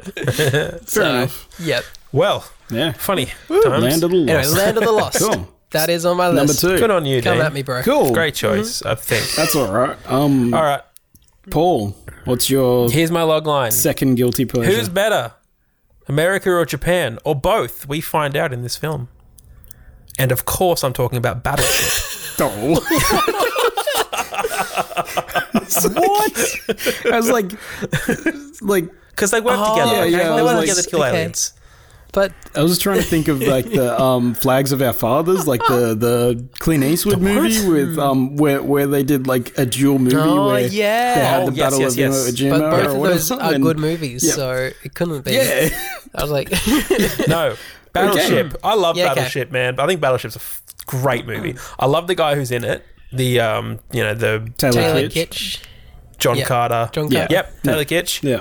Speaker 3: so,
Speaker 1: enough.
Speaker 3: Yep.
Speaker 4: well,
Speaker 1: Yeah.
Speaker 4: funny times.
Speaker 1: Land of the
Speaker 3: Anyway,
Speaker 1: Lost.
Speaker 3: Land of the Lost.
Speaker 1: Cool.
Speaker 3: That is on my
Speaker 1: Number
Speaker 3: list.
Speaker 1: two.
Speaker 4: Good on you,
Speaker 3: Come
Speaker 4: Dean.
Speaker 3: at me, bro.
Speaker 1: Cool.
Speaker 4: Great
Speaker 3: Mm-hmm.
Speaker 4: choice, I think.
Speaker 1: That's all right. Um,
Speaker 4: All right.
Speaker 1: Paul, what's your
Speaker 4: Here's my log line.
Speaker 1: second guilty pleasure?
Speaker 4: Who's better, America or Japan, or both? We find out in this film. And of course, I'm talking about Battleship.
Speaker 1: Oh. what? I was like, like
Speaker 4: Because they work
Speaker 3: Oh,
Speaker 4: together.
Speaker 1: yeah,
Speaker 4: okay?
Speaker 1: yeah,
Speaker 4: They
Speaker 1: I was
Speaker 4: work
Speaker 1: like-
Speaker 4: together to kill
Speaker 3: okay.
Speaker 4: aliens.
Speaker 3: But
Speaker 1: I was trying to think of like the um, flags of our fathers, like the the Clint Eastwood movie with um where where they did like a dual movie
Speaker 3: Oh,
Speaker 1: where
Speaker 3: yeah.
Speaker 1: they had
Speaker 4: Oh,
Speaker 1: the
Speaker 4: yes,
Speaker 1: Battle
Speaker 4: yes,
Speaker 1: of
Speaker 4: yes.
Speaker 1: Iwo Jima
Speaker 3: but both
Speaker 1: or
Speaker 3: of
Speaker 1: whatever.
Speaker 3: those are
Speaker 1: and-
Speaker 3: good movies,
Speaker 1: yeah.
Speaker 3: so it couldn't be.
Speaker 1: Yeah,
Speaker 3: I was like,
Speaker 4: No, Battleship. I love
Speaker 3: Yeah, okay.
Speaker 4: Battleship, man. I think Battleship's a f- great movie. I love the guy who's in it. The um, you know, the
Speaker 1: Taylor,
Speaker 3: Taylor
Speaker 1: Kitsch.
Speaker 3: Kitsch,
Speaker 4: John
Speaker 3: Yeah.
Speaker 4: Carter.
Speaker 3: John
Speaker 1: Yeah.
Speaker 3: Carter.
Speaker 4: Yep, Taylor Kitsch.
Speaker 1: Yeah,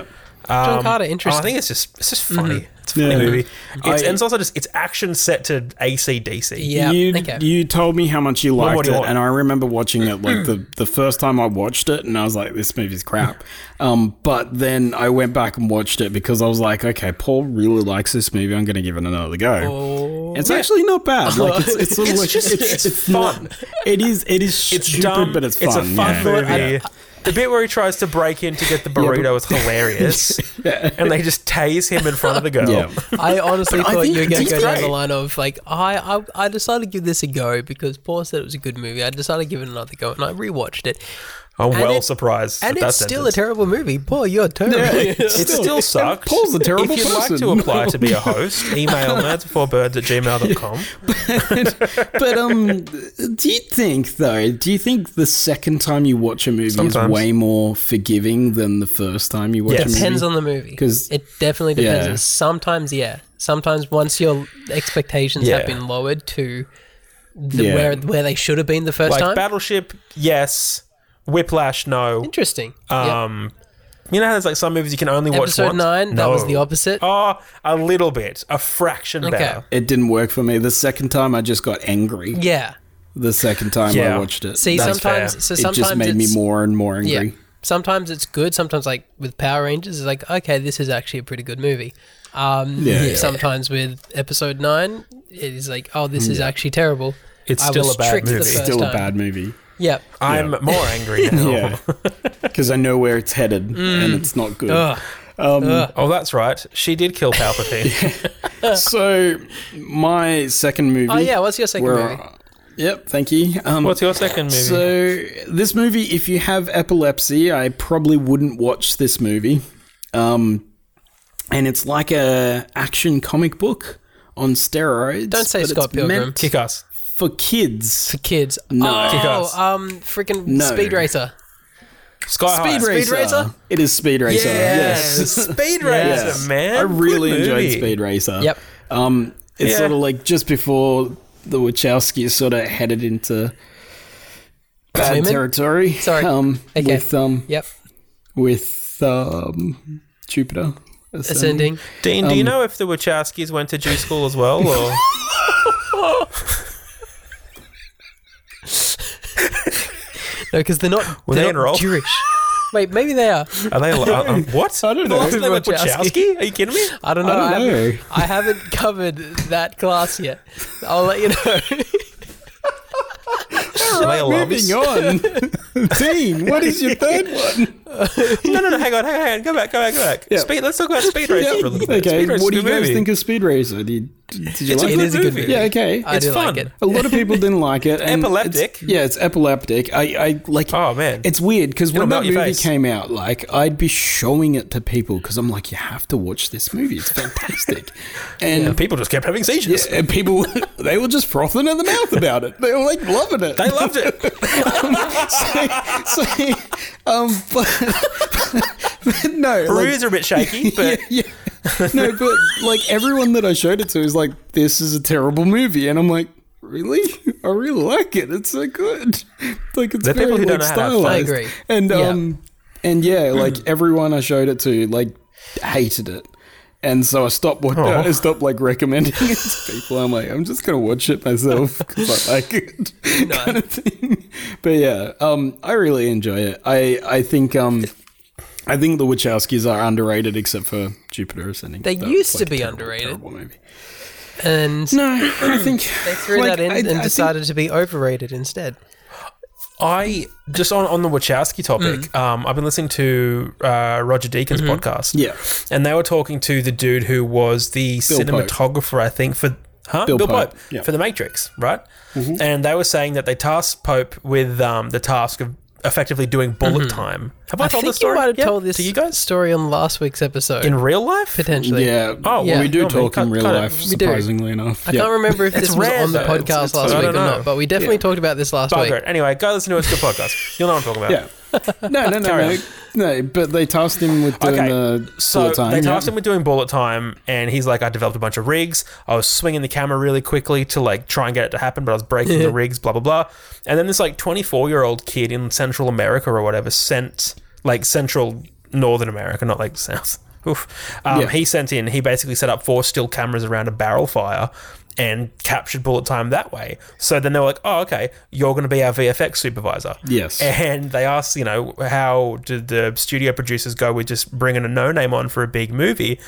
Speaker 4: Um,
Speaker 3: John Carter,
Speaker 4: I
Speaker 3: interesting. Mm-hmm.
Speaker 4: think it's just it's just funny. It's It's a funny
Speaker 1: Yeah.
Speaker 4: movie. It's,
Speaker 1: I-
Speaker 4: and it's also just it's action set to ACDC.
Speaker 3: Yeah.
Speaker 1: You,
Speaker 3: okay.
Speaker 1: you told me how much you
Speaker 4: Well, what
Speaker 1: liked
Speaker 4: do you
Speaker 1: it,
Speaker 4: want?
Speaker 1: and I remember watching it like the, the first time I watched it, and I was like, this movie's crap. Um, but then I went back and watched it because I was like, okay, Paul really likes this movie. I'm going to give it another go.
Speaker 3: Oh.
Speaker 1: It's actually not bad. Like it's, it's, sort of
Speaker 4: It's
Speaker 1: like,
Speaker 4: just-
Speaker 1: it's,
Speaker 4: it's
Speaker 1: it's not-
Speaker 4: fun.
Speaker 1: it is it is
Speaker 4: It's
Speaker 1: stupid,
Speaker 4: dumb,
Speaker 1: but it's fun.
Speaker 4: a fun
Speaker 1: yeah.
Speaker 4: movie. the bit where he tries to break in to get the burrito is hilarious, and they just tase him in front of the girl.
Speaker 1: Yeah.
Speaker 3: I honestly
Speaker 1: But I
Speaker 3: thought
Speaker 1: think
Speaker 3: you were going
Speaker 1: it's
Speaker 3: to go down
Speaker 1: great.
Speaker 3: the line of like, I, I I decided to give this a go because Paul said it was a good movie. I decided to give it another go, and I rewatched it,
Speaker 4: I'm
Speaker 3: And
Speaker 4: well
Speaker 3: it-
Speaker 4: surprised.
Speaker 3: and
Speaker 4: at that
Speaker 3: it's still a
Speaker 4: sentence.
Speaker 3: terrible movie. Paul, you're terrible.
Speaker 4: It still sucks.
Speaker 1: Paul's a terrible
Speaker 4: If you'd
Speaker 1: person.
Speaker 4: like to apply to be a host, email nerdsbeforebirds at gmail.com.
Speaker 1: but um, do you think though? Do you think the second time you watch a movie
Speaker 4: Sometimes.
Speaker 1: is way more forgiving than the first time you watch
Speaker 4: Yes.
Speaker 1: a movie?
Speaker 3: depends on the movie.
Speaker 1: 'Cause-
Speaker 3: it definitely depends.
Speaker 1: yeah.
Speaker 3: Sometimes, yeah. Sometimes once your expectations
Speaker 4: Yeah.
Speaker 3: have been lowered to the,
Speaker 1: Yeah.
Speaker 3: where where they should have been the first
Speaker 4: Like
Speaker 3: time.
Speaker 4: Battleship, yes. Whiplash, no.
Speaker 3: Interesting. Yeah.
Speaker 4: Um, You know how there's like some movies you can only watch
Speaker 3: Episode
Speaker 4: once?
Speaker 3: nine. That was
Speaker 4: No.
Speaker 3: the opposite.
Speaker 4: Oh, a little bit. A fraction
Speaker 3: Okay.
Speaker 4: better.
Speaker 1: it didn't work for me. The second time, I just got angry.
Speaker 3: Yeah.
Speaker 1: The second time
Speaker 4: Yeah.
Speaker 1: I watched it,
Speaker 3: See,
Speaker 4: That's
Speaker 3: sometimes
Speaker 4: fair.
Speaker 3: so
Speaker 1: it
Speaker 3: sometimes
Speaker 1: just made me
Speaker 3: it's-
Speaker 1: more and more angry.
Speaker 3: Yeah. Sometimes it's good. Sometimes, like with Power Rangers, it's like, okay, this is actually a pretty good movie. Um,
Speaker 1: Yeah. Yeah.
Speaker 3: Sometimes with Episode Nine, it is like, oh, this is actually terrible.
Speaker 4: It's
Speaker 3: I
Speaker 4: still
Speaker 3: was
Speaker 4: a bad
Speaker 3: tricked the
Speaker 4: movie.
Speaker 3: first
Speaker 1: Still a
Speaker 3: time.
Speaker 1: bad movie.
Speaker 3: Yep.
Speaker 4: I'm more angry now.
Speaker 1: Yeah, because I know where it's headed and it's not good.
Speaker 3: Mm. Ugh.
Speaker 4: Oh, that's right. She did kill Palpatine.
Speaker 1: So my second movie.
Speaker 3: Oh yeah. What's your second
Speaker 1: where-
Speaker 3: movie?
Speaker 1: Yep, thank you. Um,
Speaker 4: What's your second movie?
Speaker 1: So this movie, if you have epilepsy, I probably wouldn't watch this movie. Um, and it's like a action comic book on steroids.
Speaker 3: Don't say
Speaker 1: but
Speaker 3: Scott
Speaker 1: it's
Speaker 3: Pilgrim.
Speaker 1: meant
Speaker 4: Kick Ass.
Speaker 1: for kids.
Speaker 3: For kids.
Speaker 1: No.
Speaker 4: Kick-Ass.
Speaker 3: Oh, um, freaking
Speaker 1: No. Oh,
Speaker 3: Speed Racer.
Speaker 4: Sky High.
Speaker 1: Speed Racer.
Speaker 3: Racer?
Speaker 1: It is Speed Racer. Yes.
Speaker 4: Speed Racer,
Speaker 1: Yes.
Speaker 4: man.
Speaker 1: I really
Speaker 4: Good
Speaker 1: enjoyed
Speaker 4: movie.
Speaker 1: Speed Racer.
Speaker 3: Yep.
Speaker 1: Um, it's
Speaker 4: Yeah.
Speaker 1: sort of like just before the Wachowskis sort of headed into bad
Speaker 3: Women?
Speaker 1: territory.
Speaker 3: Sorry.
Speaker 1: Um,
Speaker 3: Okay.
Speaker 1: With um,
Speaker 3: Yep.
Speaker 1: with um, Jupiter
Speaker 3: Ascending.
Speaker 4: Dean,
Speaker 1: Um,
Speaker 4: do you know if the Wachowskis went to Jew school as well? Or
Speaker 3: No, because they're not.
Speaker 4: Were
Speaker 3: they're
Speaker 4: they in
Speaker 3: not
Speaker 4: Roll?
Speaker 3: Jewish. Wait, maybe they are.
Speaker 4: are they? al- uh, uh, what?
Speaker 1: I don't know.
Speaker 4: The last name was
Speaker 3: Wachowski.
Speaker 4: Wachowski? Are you kidding me?
Speaker 3: I don't know.
Speaker 1: I don't
Speaker 3: haven't-
Speaker 1: know.
Speaker 3: I haven't covered that class yet. I'll let you know.
Speaker 4: Are they alums?
Speaker 1: Moving on. Dean, what is your third one?
Speaker 4: No, no, no. Hang on, hang on, hang on. Go back, go back, go back.
Speaker 1: Yeah.
Speaker 4: Speed. Let's talk about Speed Racer for a little bit.
Speaker 1: Okay,
Speaker 4: Speed Racer's
Speaker 1: what do
Speaker 4: a
Speaker 1: you
Speaker 4: good
Speaker 1: guys
Speaker 4: movie.
Speaker 1: think of Speed Racer? Did, did you like
Speaker 3: It
Speaker 1: it?
Speaker 3: is a good movie.
Speaker 1: Yeah, okay.
Speaker 3: I
Speaker 4: It's
Speaker 3: do
Speaker 4: fun.
Speaker 3: like it.
Speaker 1: a lot of people didn't like it. and it's-
Speaker 4: Epileptic?
Speaker 1: yeah, it's epileptic. I, I like.
Speaker 4: Oh, man.
Speaker 1: it's weird because
Speaker 4: It'll
Speaker 1: when that
Speaker 4: melt your
Speaker 1: movie
Speaker 4: face.
Speaker 1: came out, like I'd be showing it to people because I'm like, you have to watch this movie. It's fantastic, and
Speaker 4: And people just kept having seizures.
Speaker 1: Yeah, and people they were just frothing at the mouth about it. They were like loving it.
Speaker 4: They loved it.
Speaker 1: so, so, um, but, but no, like,
Speaker 4: Reviews are a bit shaky, but
Speaker 1: yeah, yeah. no, but like everyone that I showed it to is like, this is a terrible movie, and I'm like, really? I really like it. It's so good. Like it's
Speaker 4: There are
Speaker 1: very
Speaker 4: people who
Speaker 1: like,
Speaker 4: don't know how to have fun.
Speaker 1: stylized.
Speaker 3: I agree.
Speaker 1: And
Speaker 3: Yeah.
Speaker 1: um, and yeah, like everyone I showed it to like hated it. And so I stopped. What
Speaker 4: Aw.
Speaker 1: I stopped like recommending it to people. I'm like, I'm just gonna watch it myself because I like it, kind of thing. But yeah, um, I really enjoy it. I I think um, I think the Wachowskis are underrated, except for Jupiter Ascending.
Speaker 3: They
Speaker 1: That
Speaker 3: used
Speaker 1: was,
Speaker 3: to
Speaker 1: a
Speaker 3: be
Speaker 1: terrible,
Speaker 3: underrated.
Speaker 1: terrible movie.
Speaker 3: And
Speaker 1: No, I think
Speaker 3: they threw that in and decided to be overrated instead.
Speaker 4: I just on, on the Wachowski topic.
Speaker 1: Mm.
Speaker 4: Um, I've been listening to uh, Roger Deakins' podcast.
Speaker 1: Mm-hmm. Yeah.
Speaker 4: and they were talking to the dude who was the
Speaker 1: Bill Pope.
Speaker 4: cinematographer, I think, for huh?
Speaker 1: Bill Pope,
Speaker 4: Pope,
Speaker 1: yeah. Mm-hmm.
Speaker 4: for The Matrix, right? And they were saying that they tasked Pope with um, the task of effectively doing bullet time. Have I,
Speaker 3: Mm-hmm. I
Speaker 4: told
Speaker 3: think
Speaker 4: this story?
Speaker 3: you might have
Speaker 4: yet
Speaker 3: told this
Speaker 4: to you guys
Speaker 3: story on last week's episode,
Speaker 4: in real life.
Speaker 3: potentially.
Speaker 1: yeah. Oh,
Speaker 4: yeah.
Speaker 1: we do
Speaker 4: No, but
Speaker 1: talk in
Speaker 4: cut-
Speaker 1: real
Speaker 4: cut it.
Speaker 1: life,
Speaker 3: We do.
Speaker 1: surprisingly enough.
Speaker 3: I can't remember if
Speaker 4: It's
Speaker 3: this was
Speaker 4: rare,
Speaker 3: on the
Speaker 4: though.
Speaker 3: podcast
Speaker 1: It's- it's
Speaker 3: last
Speaker 1: fine.
Speaker 3: week
Speaker 4: I
Speaker 3: or
Speaker 4: don't know.
Speaker 3: not, but we definitely talked about this last
Speaker 4: Bugger
Speaker 3: week.
Speaker 4: it. Anyway, go listen to his good podcast. You'll know what I'm talking about.
Speaker 1: Yeah. No, no, no, no, no. But they tasked him with doing
Speaker 4: Okay,
Speaker 1: the
Speaker 4: So
Speaker 1: full time.
Speaker 4: they tasked him with doing bullet time, and he's like, I developed a bunch of rigs. I was swinging the camera really quickly to like try and get it to happen, but I was breaking the rigs, blah blah blah. And then this like 24 year old kid in Central America or whatever sent like Central Northern America, not like South oof. Um,
Speaker 1: Yeah.
Speaker 4: He sent in, he basically set up four still cameras around a barrel fire and captured bullet time that way. So then they were like, oh, okay, you're going to be our VFX supervisor.
Speaker 1: Yes.
Speaker 4: And they asked, you know, how did the studio producers go with just bringing a no name on for a big movie?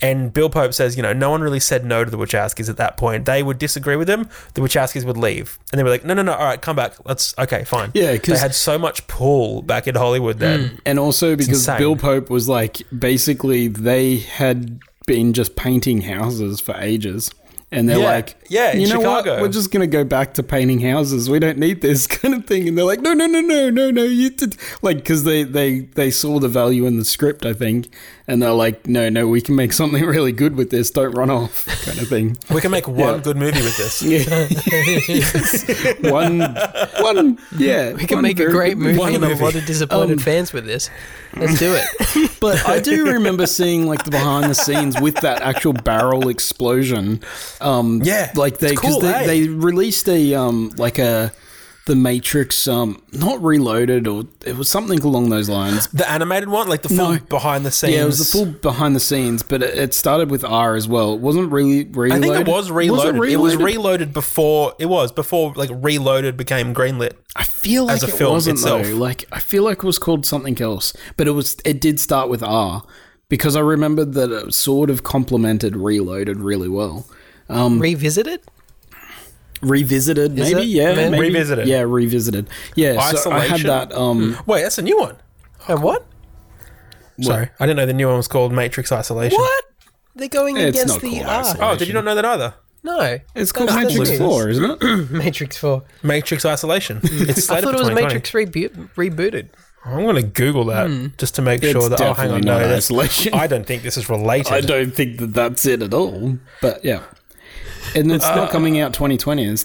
Speaker 4: And Bill Pope says, you know, no one really said no to the Wachowskis at that point. They would disagree with them. The Wachowskis would leave. And they were like, no, no, no. All right, come back. Let's, okay, fine.
Speaker 1: Yeah,
Speaker 4: They
Speaker 1: 'cause-
Speaker 4: had so much pull back in Hollywood then.
Speaker 1: And also because
Speaker 4: insane.
Speaker 1: Bill Pope was like basically they had been just painting houses for ages. And they're
Speaker 4: Yeah.
Speaker 1: like,
Speaker 4: Yeah, in
Speaker 1: you know
Speaker 4: Chicago.
Speaker 1: what? We're just gonna go back to painting houses. We don't need this kind of thing. And they're like, no, no, no, no, no, no. You did like because they they they saw the value in the script, I think, and they're like, no, no, we can make something really good with this. Don't run off, kind of thing.
Speaker 4: We can make one good movie with this.
Speaker 1: Yeah, one, one, yeah.
Speaker 3: We can make a great movie
Speaker 4: one
Speaker 3: and
Speaker 4: movie.
Speaker 3: a lot of disappointed
Speaker 1: Um,
Speaker 3: fans with this. Let's do it.
Speaker 1: But I do remember seeing like the behind the scenes with that actual barrel explosion. Um,
Speaker 4: Yeah,
Speaker 1: like they
Speaker 4: it's
Speaker 1: because
Speaker 4: cool,
Speaker 1: they,
Speaker 4: eh?
Speaker 1: they released a um like a the Matrix um not Reloaded or it was something along those lines.
Speaker 4: The animated one, like the full
Speaker 1: No.
Speaker 4: behind the scenes.
Speaker 1: Yeah, it was the full behind the scenes, but it, it started with R as well. It wasn't really
Speaker 4: I
Speaker 1: reloaded.
Speaker 4: think it was reloaded. it, was
Speaker 1: Reloaded?
Speaker 4: reloaded before. It was before like reloaded became greenlit.
Speaker 1: I feel like
Speaker 4: as a
Speaker 1: it
Speaker 4: film
Speaker 1: wasn't
Speaker 4: itself.
Speaker 1: though. Like I feel like it was called something else, but it was it did start with R because I remember that it sort of complemented Reloaded really well.
Speaker 3: Revisit it?
Speaker 1: Revisited,
Speaker 3: Is
Speaker 1: maybe,
Speaker 3: it?
Speaker 1: yeah,
Speaker 3: Man-
Speaker 1: maybe.
Speaker 4: Revisited.
Speaker 1: yeah, revisited, yeah. So I had
Speaker 4: Isolation?
Speaker 1: that. Um,
Speaker 4: Wait, that's a new one.
Speaker 3: And what?
Speaker 4: Sorry, I didn't know the new one was called Matrix Isolation.
Speaker 3: What? They're going
Speaker 1: It's
Speaker 3: against
Speaker 1: not
Speaker 3: the
Speaker 1: called
Speaker 3: R.
Speaker 1: Isolation.
Speaker 4: Oh, did you not know that either?
Speaker 3: No.
Speaker 1: it's called
Speaker 3: That's
Speaker 1: Matrix
Speaker 3: the news.
Speaker 1: Four, isn't it?
Speaker 3: Matrix 4.
Speaker 4: Matrix Isolation. It's
Speaker 3: I
Speaker 4: slated
Speaker 3: thought it
Speaker 4: for
Speaker 3: was
Speaker 4: 2020.
Speaker 3: Matrix reboot, rebooted.
Speaker 4: I'm going to Google that just to make sure that. Oh, hang
Speaker 1: definitely
Speaker 4: on,
Speaker 1: not
Speaker 4: no, that's,
Speaker 1: Isolation.
Speaker 4: I don't think this is related.
Speaker 1: I don't think that that's it at all. But yeah, and it's not coming out 2020. It's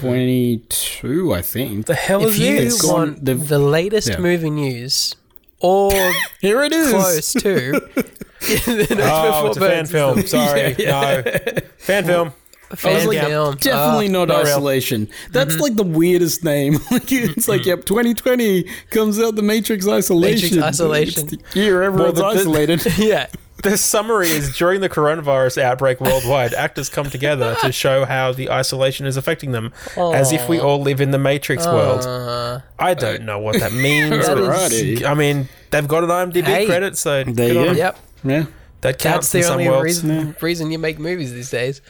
Speaker 1: 2022, I think.
Speaker 4: The hell
Speaker 3: If
Speaker 4: Oh, is
Speaker 3: you
Speaker 4: this?
Speaker 1: gone-
Speaker 3: want
Speaker 1: they've-
Speaker 3: the latest
Speaker 1: yeah.
Speaker 3: movie news or
Speaker 1: Here it is.
Speaker 3: close to,
Speaker 4: Oh, it's a fan film. Sorry, no, fan film.
Speaker 1: I was
Speaker 3: Fan
Speaker 1: like,
Speaker 3: film.
Speaker 1: definitely
Speaker 3: Ah,
Speaker 1: not,
Speaker 4: not real.
Speaker 1: isolation. That's like the weirdest name. like it's like, yep, 2020 comes out the Matrix Isolation.
Speaker 3: Isolation.
Speaker 1: It's the year everyone's
Speaker 4: the- the-
Speaker 1: isolated.
Speaker 3: Uh, yeah.
Speaker 4: The summary is during the coronavirus outbreak worldwide, actors come together to show how the isolation is affecting them, as if we all live in the Matrix world.
Speaker 3: Uh,
Speaker 4: I don't know what that means.
Speaker 1: That
Speaker 4: but
Speaker 1: is-
Speaker 4: I mean, they've got an IMDb
Speaker 3: Hey.
Speaker 4: credit, so good
Speaker 1: There you
Speaker 4: on
Speaker 1: go.
Speaker 4: them.
Speaker 3: yep.
Speaker 1: yeah.
Speaker 4: that counts
Speaker 3: That's the
Speaker 4: in some
Speaker 3: only
Speaker 4: worlds.
Speaker 3: reason, reason you make movies these days.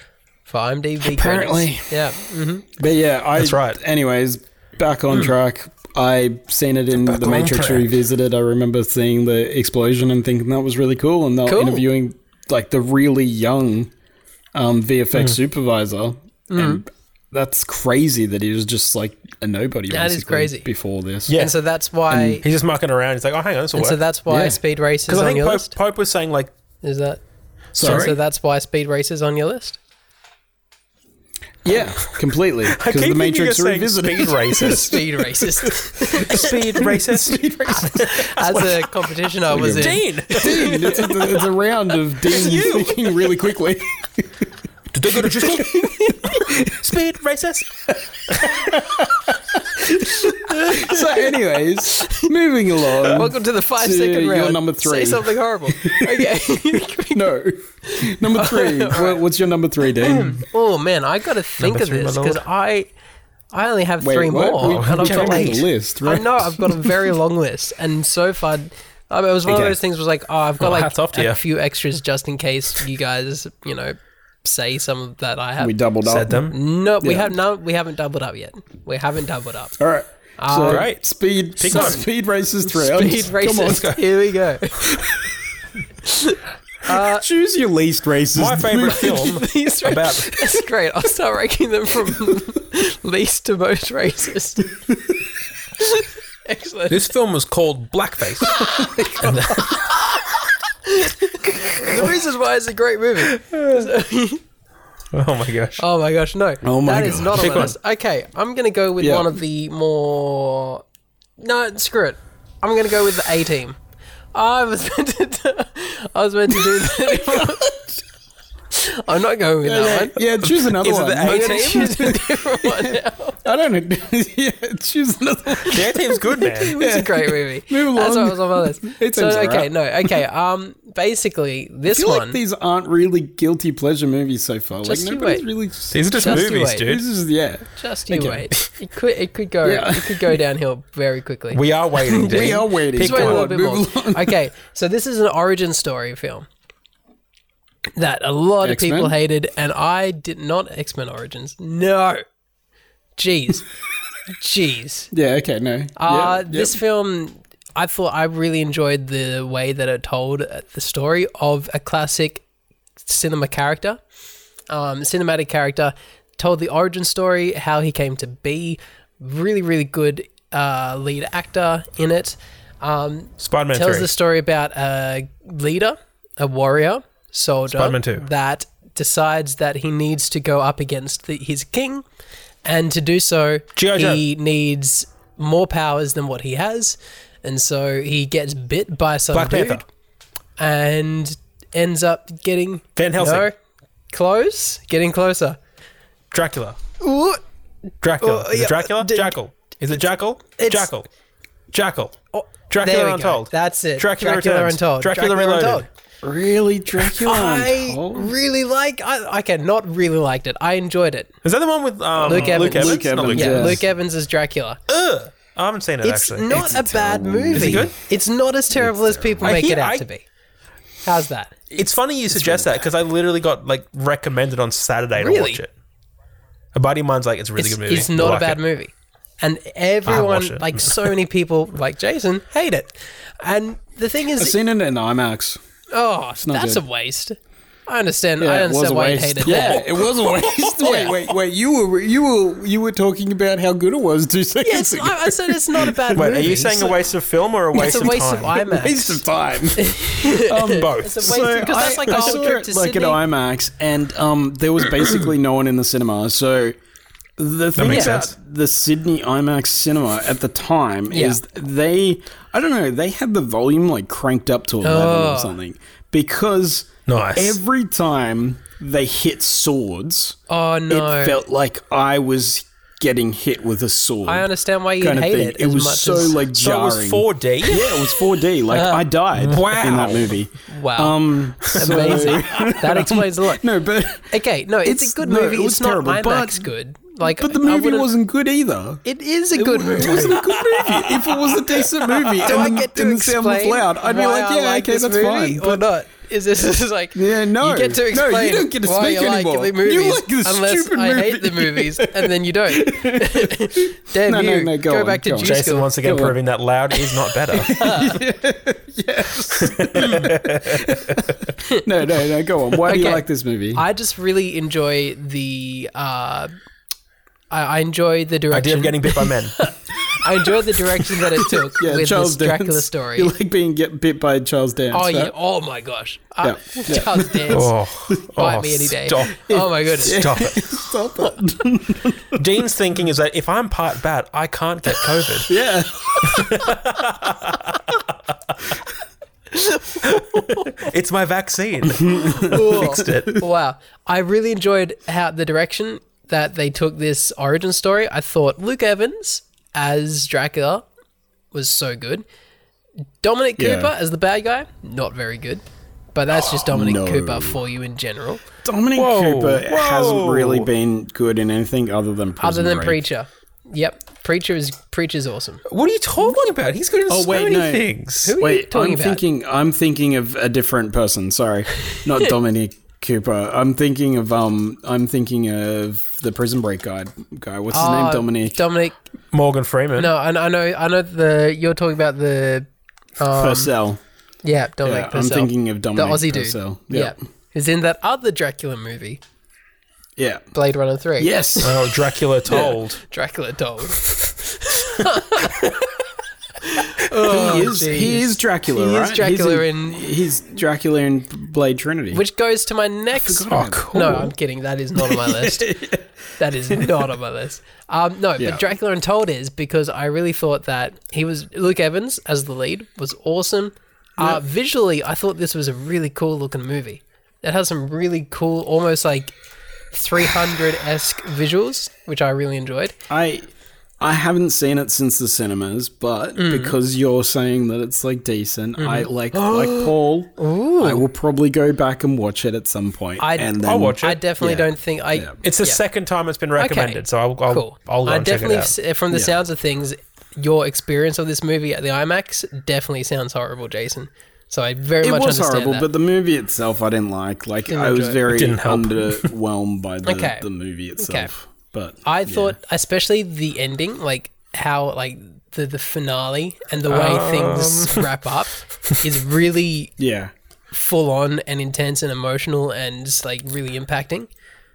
Speaker 3: For IMDb
Speaker 1: Apparently.
Speaker 3: credits. Yeah. mhm.
Speaker 1: But yeah, I,
Speaker 4: That's right. Hmm.
Speaker 1: Anyways, back on track. I seen it in The
Speaker 4: on
Speaker 1: Matrix
Speaker 4: track.
Speaker 1: Revisited. I remember seeing the explosion and thinking that was really cool. And they were
Speaker 3: Cool.
Speaker 1: interviewing like the really young um, VFX
Speaker 4: Hmm.
Speaker 1: supervisor. And that's crazy that he was just like a nobody.
Speaker 3: That is
Speaker 1: basically,
Speaker 3: crazy.
Speaker 1: Before this,
Speaker 4: Yeah.
Speaker 3: And so that's why.
Speaker 4: He's just mucking around. He's like, oh, hang on, this will
Speaker 3: And
Speaker 4: work.
Speaker 3: so that's why
Speaker 1: Yeah.
Speaker 3: Speed Race is
Speaker 4: Because I
Speaker 3: on
Speaker 4: think
Speaker 3: your
Speaker 4: Pope,
Speaker 3: list.
Speaker 4: Pope was saying, like,
Speaker 3: Is that?
Speaker 1: Sorry.
Speaker 3: And so that's why Speed Race is on your list.
Speaker 1: Yeah, completely.
Speaker 4: I
Speaker 1: Because
Speaker 4: keep
Speaker 1: the
Speaker 4: thinking you're
Speaker 1: Matrix
Speaker 4: saying
Speaker 1: revisited.
Speaker 4: speed racist.
Speaker 3: Speed racist.
Speaker 4: speed racist.
Speaker 3: As a competition I was in.
Speaker 4: Dean!
Speaker 1: Dean, it's, a, it's a round of Dean speaking really quickly.
Speaker 4: Did they go to Jewish school? Speed racist.
Speaker 1: So, anyways, moving along.
Speaker 3: Welcome to the five
Speaker 1: to
Speaker 3: second
Speaker 1: your
Speaker 3: round.
Speaker 1: number three.
Speaker 3: Say something horrible. Okay.
Speaker 1: No, number three. What- What's your number three, Dean?
Speaker 3: oh man, I got to think
Speaker 4: Number
Speaker 3: of
Speaker 4: three, my
Speaker 3: this
Speaker 4: lord.
Speaker 3: because I, I only have
Speaker 1: Wait,
Speaker 3: three
Speaker 1: what?
Speaker 3: more, Oh,
Speaker 1: We- we
Speaker 3: and I've got
Speaker 1: haven't
Speaker 3: like
Speaker 1: made the list,
Speaker 3: I
Speaker 1: right?
Speaker 3: know I've got a very long list, and so far, I mean, it was one
Speaker 1: Okay.
Speaker 3: of those things. Was like, oh, I've got
Speaker 4: Well,
Speaker 3: like
Speaker 4: hats off to
Speaker 3: a
Speaker 4: you.
Speaker 3: few extras just in case you guys, you know, say some that I have.
Speaker 1: We doubled up.
Speaker 4: Said them.
Speaker 3: no, we
Speaker 1: Yeah.
Speaker 3: have no, we haven't doubled up yet. We haven't doubled up.
Speaker 1: All right. so,
Speaker 4: Great.
Speaker 1: Speed.
Speaker 4: Pick
Speaker 1: so
Speaker 4: one.
Speaker 1: speed races round.
Speaker 3: Speed racist.
Speaker 1: Come
Speaker 3: Here we go.
Speaker 1: on. Choose your least racist.
Speaker 4: My favourite film
Speaker 3: These ra-
Speaker 4: about
Speaker 3: That's great. I'll start ranking them from least to most racist. Excellent.
Speaker 4: This film was called Blackface.
Speaker 3: The reason why it's a great movie.
Speaker 4: oh my gosh.
Speaker 3: Oh my gosh, no.
Speaker 1: Oh my
Speaker 3: That is
Speaker 1: gosh.
Speaker 3: not on
Speaker 4: Pick
Speaker 3: my
Speaker 4: one.
Speaker 3: list. Okay, I'm gonna go with
Speaker 1: Yeah.
Speaker 3: one of the more. No, screw it. I'm gonna go with the A team. I was meant to. I was meant to do that. I'm not going with
Speaker 1: Yeah,
Speaker 3: that one.
Speaker 1: yeah, choose another
Speaker 4: Is it
Speaker 1: one.
Speaker 4: the
Speaker 1: I
Speaker 3: I'm
Speaker 4: A
Speaker 3: gonna
Speaker 4: team?
Speaker 3: choose a different one now.
Speaker 1: don't know. yeah, choose another one.
Speaker 4: The A team's good, man.
Speaker 3: It's a great movie.
Speaker 1: Move
Speaker 3: That's why I
Speaker 1: along.
Speaker 3: was on my list.
Speaker 1: It
Speaker 3: so,
Speaker 1: seems
Speaker 3: okay,
Speaker 1: alright.
Speaker 3: no, okay. Um, basically,
Speaker 1: I
Speaker 3: this
Speaker 1: feel
Speaker 3: one.
Speaker 1: like these aren't really guilty pleasure movies so far.
Speaker 3: Just you
Speaker 1: like nobody's
Speaker 3: wait.
Speaker 1: really.
Speaker 4: These are just
Speaker 3: Just you
Speaker 4: movies,
Speaker 1: This
Speaker 3: wait.
Speaker 4: dude.
Speaker 1: is yeah.
Speaker 3: just you
Speaker 1: Okay.
Speaker 3: wait. It could it could go
Speaker 1: Yeah.
Speaker 3: it could go downhill very quickly.
Speaker 4: We are waiting, dude.
Speaker 1: We are waiting.
Speaker 3: Just wait a
Speaker 1: Go
Speaker 3: little
Speaker 1: on,
Speaker 3: bit
Speaker 1: move
Speaker 3: more. Okay, so this is an origin story film that a lot
Speaker 1: X-Men?
Speaker 3: of people hated, and I did not X Men Origins. No, jeez, jeez.
Speaker 1: Yeah. Okay. No.
Speaker 3: Uh,
Speaker 1: Yep,
Speaker 3: this
Speaker 1: yep.
Speaker 3: film, I thought I really enjoyed the way that it told uh, the story of a classic cinema character, um, cinematic character, told the origin story, how he came to be. Really, really good uh, lead actor in it. Um,
Speaker 4: Spider-Man
Speaker 3: tells
Speaker 4: 3.
Speaker 3: the story about a leader, a warrior, soldier
Speaker 4: Spider-Man 2.
Speaker 3: that decides that he needs to go up against the, his king, and to do so,
Speaker 4: G.I. Joe.
Speaker 3: he needs more powers than what he has, and so he gets bit by some
Speaker 4: Black
Speaker 3: dude
Speaker 4: Panther.
Speaker 3: and ends up getting
Speaker 4: Van Helsing.
Speaker 3: no, close, getting closer.
Speaker 4: Dracula.
Speaker 3: What?
Speaker 4: Dracula.
Speaker 3: Oh,
Speaker 4: Is
Speaker 3: yeah,
Speaker 4: it Dracula?
Speaker 3: d-
Speaker 4: Jackal. Is it Jackal?
Speaker 3: it's-
Speaker 4: Jackal. Jackal.
Speaker 3: Oh, There
Speaker 4: Dracula
Speaker 3: we go.
Speaker 4: Untold.
Speaker 3: That's it.
Speaker 4: Dracula, Returns.
Speaker 3: Untold.
Speaker 4: Dracula, Reloaded.
Speaker 3: Untold.
Speaker 1: really Dracula.
Speaker 3: I
Speaker 1: Untold?
Speaker 3: really like. I, okay, not really liked it. I enjoyed it.
Speaker 4: Is that the one with um,
Speaker 3: Luke
Speaker 4: Luke
Speaker 3: Evans.
Speaker 4: Evans?
Speaker 1: Luke
Speaker 4: Not
Speaker 1: Evans,
Speaker 4: Luke
Speaker 1: yeah.
Speaker 3: Yeah,
Speaker 4: Evans.
Speaker 3: Luke Evans as Dracula.
Speaker 4: Ugh. I haven't seen it
Speaker 3: it's
Speaker 4: actually.
Speaker 3: not a bad movie.
Speaker 4: it good?
Speaker 3: It's not as terrible as people
Speaker 4: I
Speaker 3: make
Speaker 4: hear-
Speaker 3: it out
Speaker 4: I-
Speaker 3: to be. How's that?
Speaker 4: It's funny you suggest that because I literally got like recommended on Saturday to
Speaker 3: Really?
Speaker 4: watch it. A buddy of mine's like, it's a really
Speaker 3: It's,
Speaker 4: good movie.
Speaker 3: it's
Speaker 4: You'll
Speaker 3: not a
Speaker 4: like
Speaker 3: bad
Speaker 4: it."
Speaker 3: movie. And
Speaker 4: watched
Speaker 3: everyone,
Speaker 4: it.
Speaker 3: like so many people, like Jason, hate it. And the thing
Speaker 1: I've
Speaker 3: is,
Speaker 1: seen it in IMAX.
Speaker 3: oh,
Speaker 1: not
Speaker 3: that's
Speaker 1: good.
Speaker 3: a waste. I understand.
Speaker 1: Yeah,
Speaker 3: I
Speaker 1: it was
Speaker 3: understand
Speaker 1: a
Speaker 3: why you
Speaker 1: waste.
Speaker 3: hated
Speaker 1: yeah,
Speaker 3: that.
Speaker 1: it was a waste. wait, wait, wait. You were you were you were talking about how good it was two seconds
Speaker 3: Yeah, it's,
Speaker 1: ago.
Speaker 3: I, I said it's not a bad
Speaker 4: Wait,
Speaker 3: movie.
Speaker 4: are you saying a waste of film or a waste,
Speaker 3: it's a waste
Speaker 4: of
Speaker 3: of
Speaker 4: time?
Speaker 3: IMAX?
Speaker 1: Waste of time.
Speaker 4: um, both.
Speaker 3: It's a waste because that's like a
Speaker 1: I
Speaker 3: whole
Speaker 1: saw
Speaker 3: trip
Speaker 1: it
Speaker 3: to
Speaker 1: like
Speaker 3: Sydney.
Speaker 1: at IMAX, and um, there was basically no one in the cinema. So the thing
Speaker 4: makes
Speaker 1: about
Speaker 4: sense.
Speaker 1: the Sydney IMAX cinema at the time
Speaker 3: Yeah.
Speaker 1: is they, I don't know, they had the volume like cranked up to eleven or something because
Speaker 4: Nice.
Speaker 1: every time they hit swords,
Speaker 3: oh no!
Speaker 1: it felt like I was getting hit with a sword.
Speaker 3: I understand why you
Speaker 1: kind of
Speaker 3: hate
Speaker 1: thing.
Speaker 3: it.
Speaker 1: It
Speaker 3: as
Speaker 1: was
Speaker 3: much
Speaker 1: so
Speaker 3: as, Uh,
Speaker 1: like
Speaker 4: so it
Speaker 1: jarring.
Speaker 4: was 4D.
Speaker 1: Yeah, it was 4D. Like I died
Speaker 4: Wow.
Speaker 1: in that movie.
Speaker 3: wow,
Speaker 1: Um, so-
Speaker 3: amazing. that explains a lot.
Speaker 1: no, but
Speaker 3: Okay, no, it's,
Speaker 1: It's-
Speaker 3: a good
Speaker 1: no,
Speaker 3: movie.
Speaker 1: it was
Speaker 3: it's not
Speaker 1: terrible,
Speaker 3: IMAX
Speaker 1: but-
Speaker 3: good. Like,
Speaker 1: but the
Speaker 3: I
Speaker 1: movie
Speaker 3: wouldn't-
Speaker 1: wasn't good either.
Speaker 3: It is a good
Speaker 1: It
Speaker 3: movie.
Speaker 1: wasn't a good movie. If it was a decent movie
Speaker 3: Do I
Speaker 1: and,
Speaker 3: get to
Speaker 1: and the
Speaker 3: explain
Speaker 1: sound was loud, I'd be
Speaker 3: why
Speaker 1: like,
Speaker 3: I
Speaker 1: yeah, okay,
Speaker 3: this
Speaker 1: that's
Speaker 3: movie
Speaker 1: fine.
Speaker 3: or
Speaker 1: But
Speaker 3: not? Is this, this is like
Speaker 1: Yeah, no.
Speaker 3: You get to
Speaker 1: No, you
Speaker 3: explain.
Speaker 1: don't get to
Speaker 3: why
Speaker 1: speak
Speaker 3: you
Speaker 1: anymore.
Speaker 3: Like the
Speaker 1: You
Speaker 3: movies,
Speaker 1: like this
Speaker 3: unless
Speaker 1: stupid
Speaker 3: I hate the
Speaker 1: movie.
Speaker 3: movies, and then you don't. Damn
Speaker 1: No, no,
Speaker 3: you!
Speaker 1: no, go
Speaker 3: go
Speaker 1: on,
Speaker 3: back to
Speaker 1: go on.
Speaker 3: G
Speaker 4: Jason
Speaker 3: school.
Speaker 4: once again
Speaker 1: Go on.
Speaker 4: proving that loud is not better.
Speaker 1: no, no, no, go on. Why do you
Speaker 3: Okay.
Speaker 1: like this movie?
Speaker 3: I just really enjoy the. Uh, I, I enjoy the direction.
Speaker 4: Idea of getting bit by men.
Speaker 3: I enjoy the direction that it took
Speaker 1: yeah,
Speaker 3: with
Speaker 1: Charles
Speaker 3: this Dracula
Speaker 1: Dance.
Speaker 3: story.
Speaker 1: You like being get bit by Charles Dance.
Speaker 3: Oh
Speaker 1: right?
Speaker 3: yeah! Oh my gosh! Uh,
Speaker 1: Yeah, yeah.
Speaker 3: Charles Dance,
Speaker 4: Oh,
Speaker 3: bite
Speaker 4: oh,
Speaker 3: me any day.
Speaker 4: Stop,
Speaker 3: Oh my goodness!
Speaker 4: stop it.
Speaker 1: Stop it.
Speaker 4: Dean's thinking is that if I'm part bat, I can't get COVID.
Speaker 1: Yeah.
Speaker 4: It's my vaccine. Fixed it.
Speaker 3: Wow, I really enjoyed how the direction that they took this origin story. I thought Luke Evans as Dracula was so good. Dominic
Speaker 1: Yeah.
Speaker 3: Cooper as the bad guy, not very good. But that's just Dominic
Speaker 1: no.
Speaker 3: Cooper for you in general,
Speaker 1: Dominic Cooper
Speaker 4: whoa.
Speaker 1: hasn't really been good in anything other than
Speaker 3: other
Speaker 1: Prison
Speaker 3: than
Speaker 1: Break.
Speaker 3: Preacher. Yep, Preacher is Preacher's awesome.
Speaker 4: What are you talking about? He's good at
Speaker 1: Oh,
Speaker 4: so
Speaker 1: wait,
Speaker 4: many
Speaker 1: no.
Speaker 4: things.
Speaker 3: Who are you
Speaker 1: Wait, I'm
Speaker 3: talking about?
Speaker 1: thinking. I'm thinking of a different person. Sorry, not Dominic Cooper. I'm thinking of um. I'm thinking of the Prison Break guy. Guy, what's his
Speaker 3: Uh,
Speaker 1: name? Dominic.
Speaker 3: Dominic.
Speaker 4: Morgan Freeman.
Speaker 3: No, I, I know. I know the you're talking about the. Um,
Speaker 1: Purcell.
Speaker 3: yeah, Dominic.
Speaker 1: Yeah, I'm
Speaker 3: Purcell.
Speaker 1: thinking of
Speaker 3: the
Speaker 1: Dominic
Speaker 3: Aussie dude.
Speaker 1: Purcell.
Speaker 3: Yeah. Who's in that other Dracula movie,
Speaker 1: Yeah.
Speaker 3: Blade Runner 3.
Speaker 1: Yes.
Speaker 4: Oh, Dracula told.
Speaker 3: Dracula Dog.
Speaker 1: he is. He
Speaker 3: Oh, jeez.
Speaker 1: is Dracula.
Speaker 3: He is
Speaker 1: right?
Speaker 3: Dracula
Speaker 1: he's
Speaker 3: in-
Speaker 1: He's Dracula in Blade Trinity.
Speaker 3: Which goes to my next. Oh,
Speaker 1: forgot about
Speaker 4: Oh, cool.
Speaker 3: No, I'm kidding. That is not on my list. That is not on my list. Um, no,
Speaker 1: Yeah.
Speaker 3: but Dracula Untold is because I really thought that he was. Luke Evans as the lead was awesome. Uh, visually, I thought this was a really cool looking movie. It has some really cool, almost like 300 esque visuals, which I really enjoyed.
Speaker 1: I I haven't seen it since the cinemas, but
Speaker 3: Mm.
Speaker 1: because you're saying that it's like decent, I
Speaker 3: Mm-hmm.
Speaker 1: like like Paul. I will probably go back and watch it at some point.
Speaker 3: I-
Speaker 1: and then,
Speaker 4: I'll watch it.
Speaker 3: I definitely
Speaker 1: Yeah.
Speaker 3: don't think I.
Speaker 1: Yeah.
Speaker 4: It's the
Speaker 3: Yeah.
Speaker 4: second time it's been recommended, so I'll, I'll,
Speaker 3: cool.
Speaker 4: I'll go
Speaker 3: I
Speaker 4: and check it
Speaker 3: definitely,
Speaker 4: out.
Speaker 3: s- from the
Speaker 1: Yeah.
Speaker 3: sounds of things, your experience of this movie at the IMAX definitely sounds horrible, Jason. So I very
Speaker 1: It
Speaker 3: much
Speaker 1: was
Speaker 3: understand
Speaker 1: horrible,
Speaker 3: that.
Speaker 1: but the movie itself I didn't like. Like
Speaker 3: Didn't
Speaker 1: I was
Speaker 3: enjoy it.
Speaker 1: very
Speaker 4: Didn't help.
Speaker 1: underwhelmed by the,
Speaker 3: Okay.
Speaker 1: the movie itself. But
Speaker 3: I thought, especially the ending, like how like the the finale and the way
Speaker 4: Um.
Speaker 3: things wrap up is really
Speaker 1: yeah.
Speaker 3: full on and intense and emotional and just, like really impacting.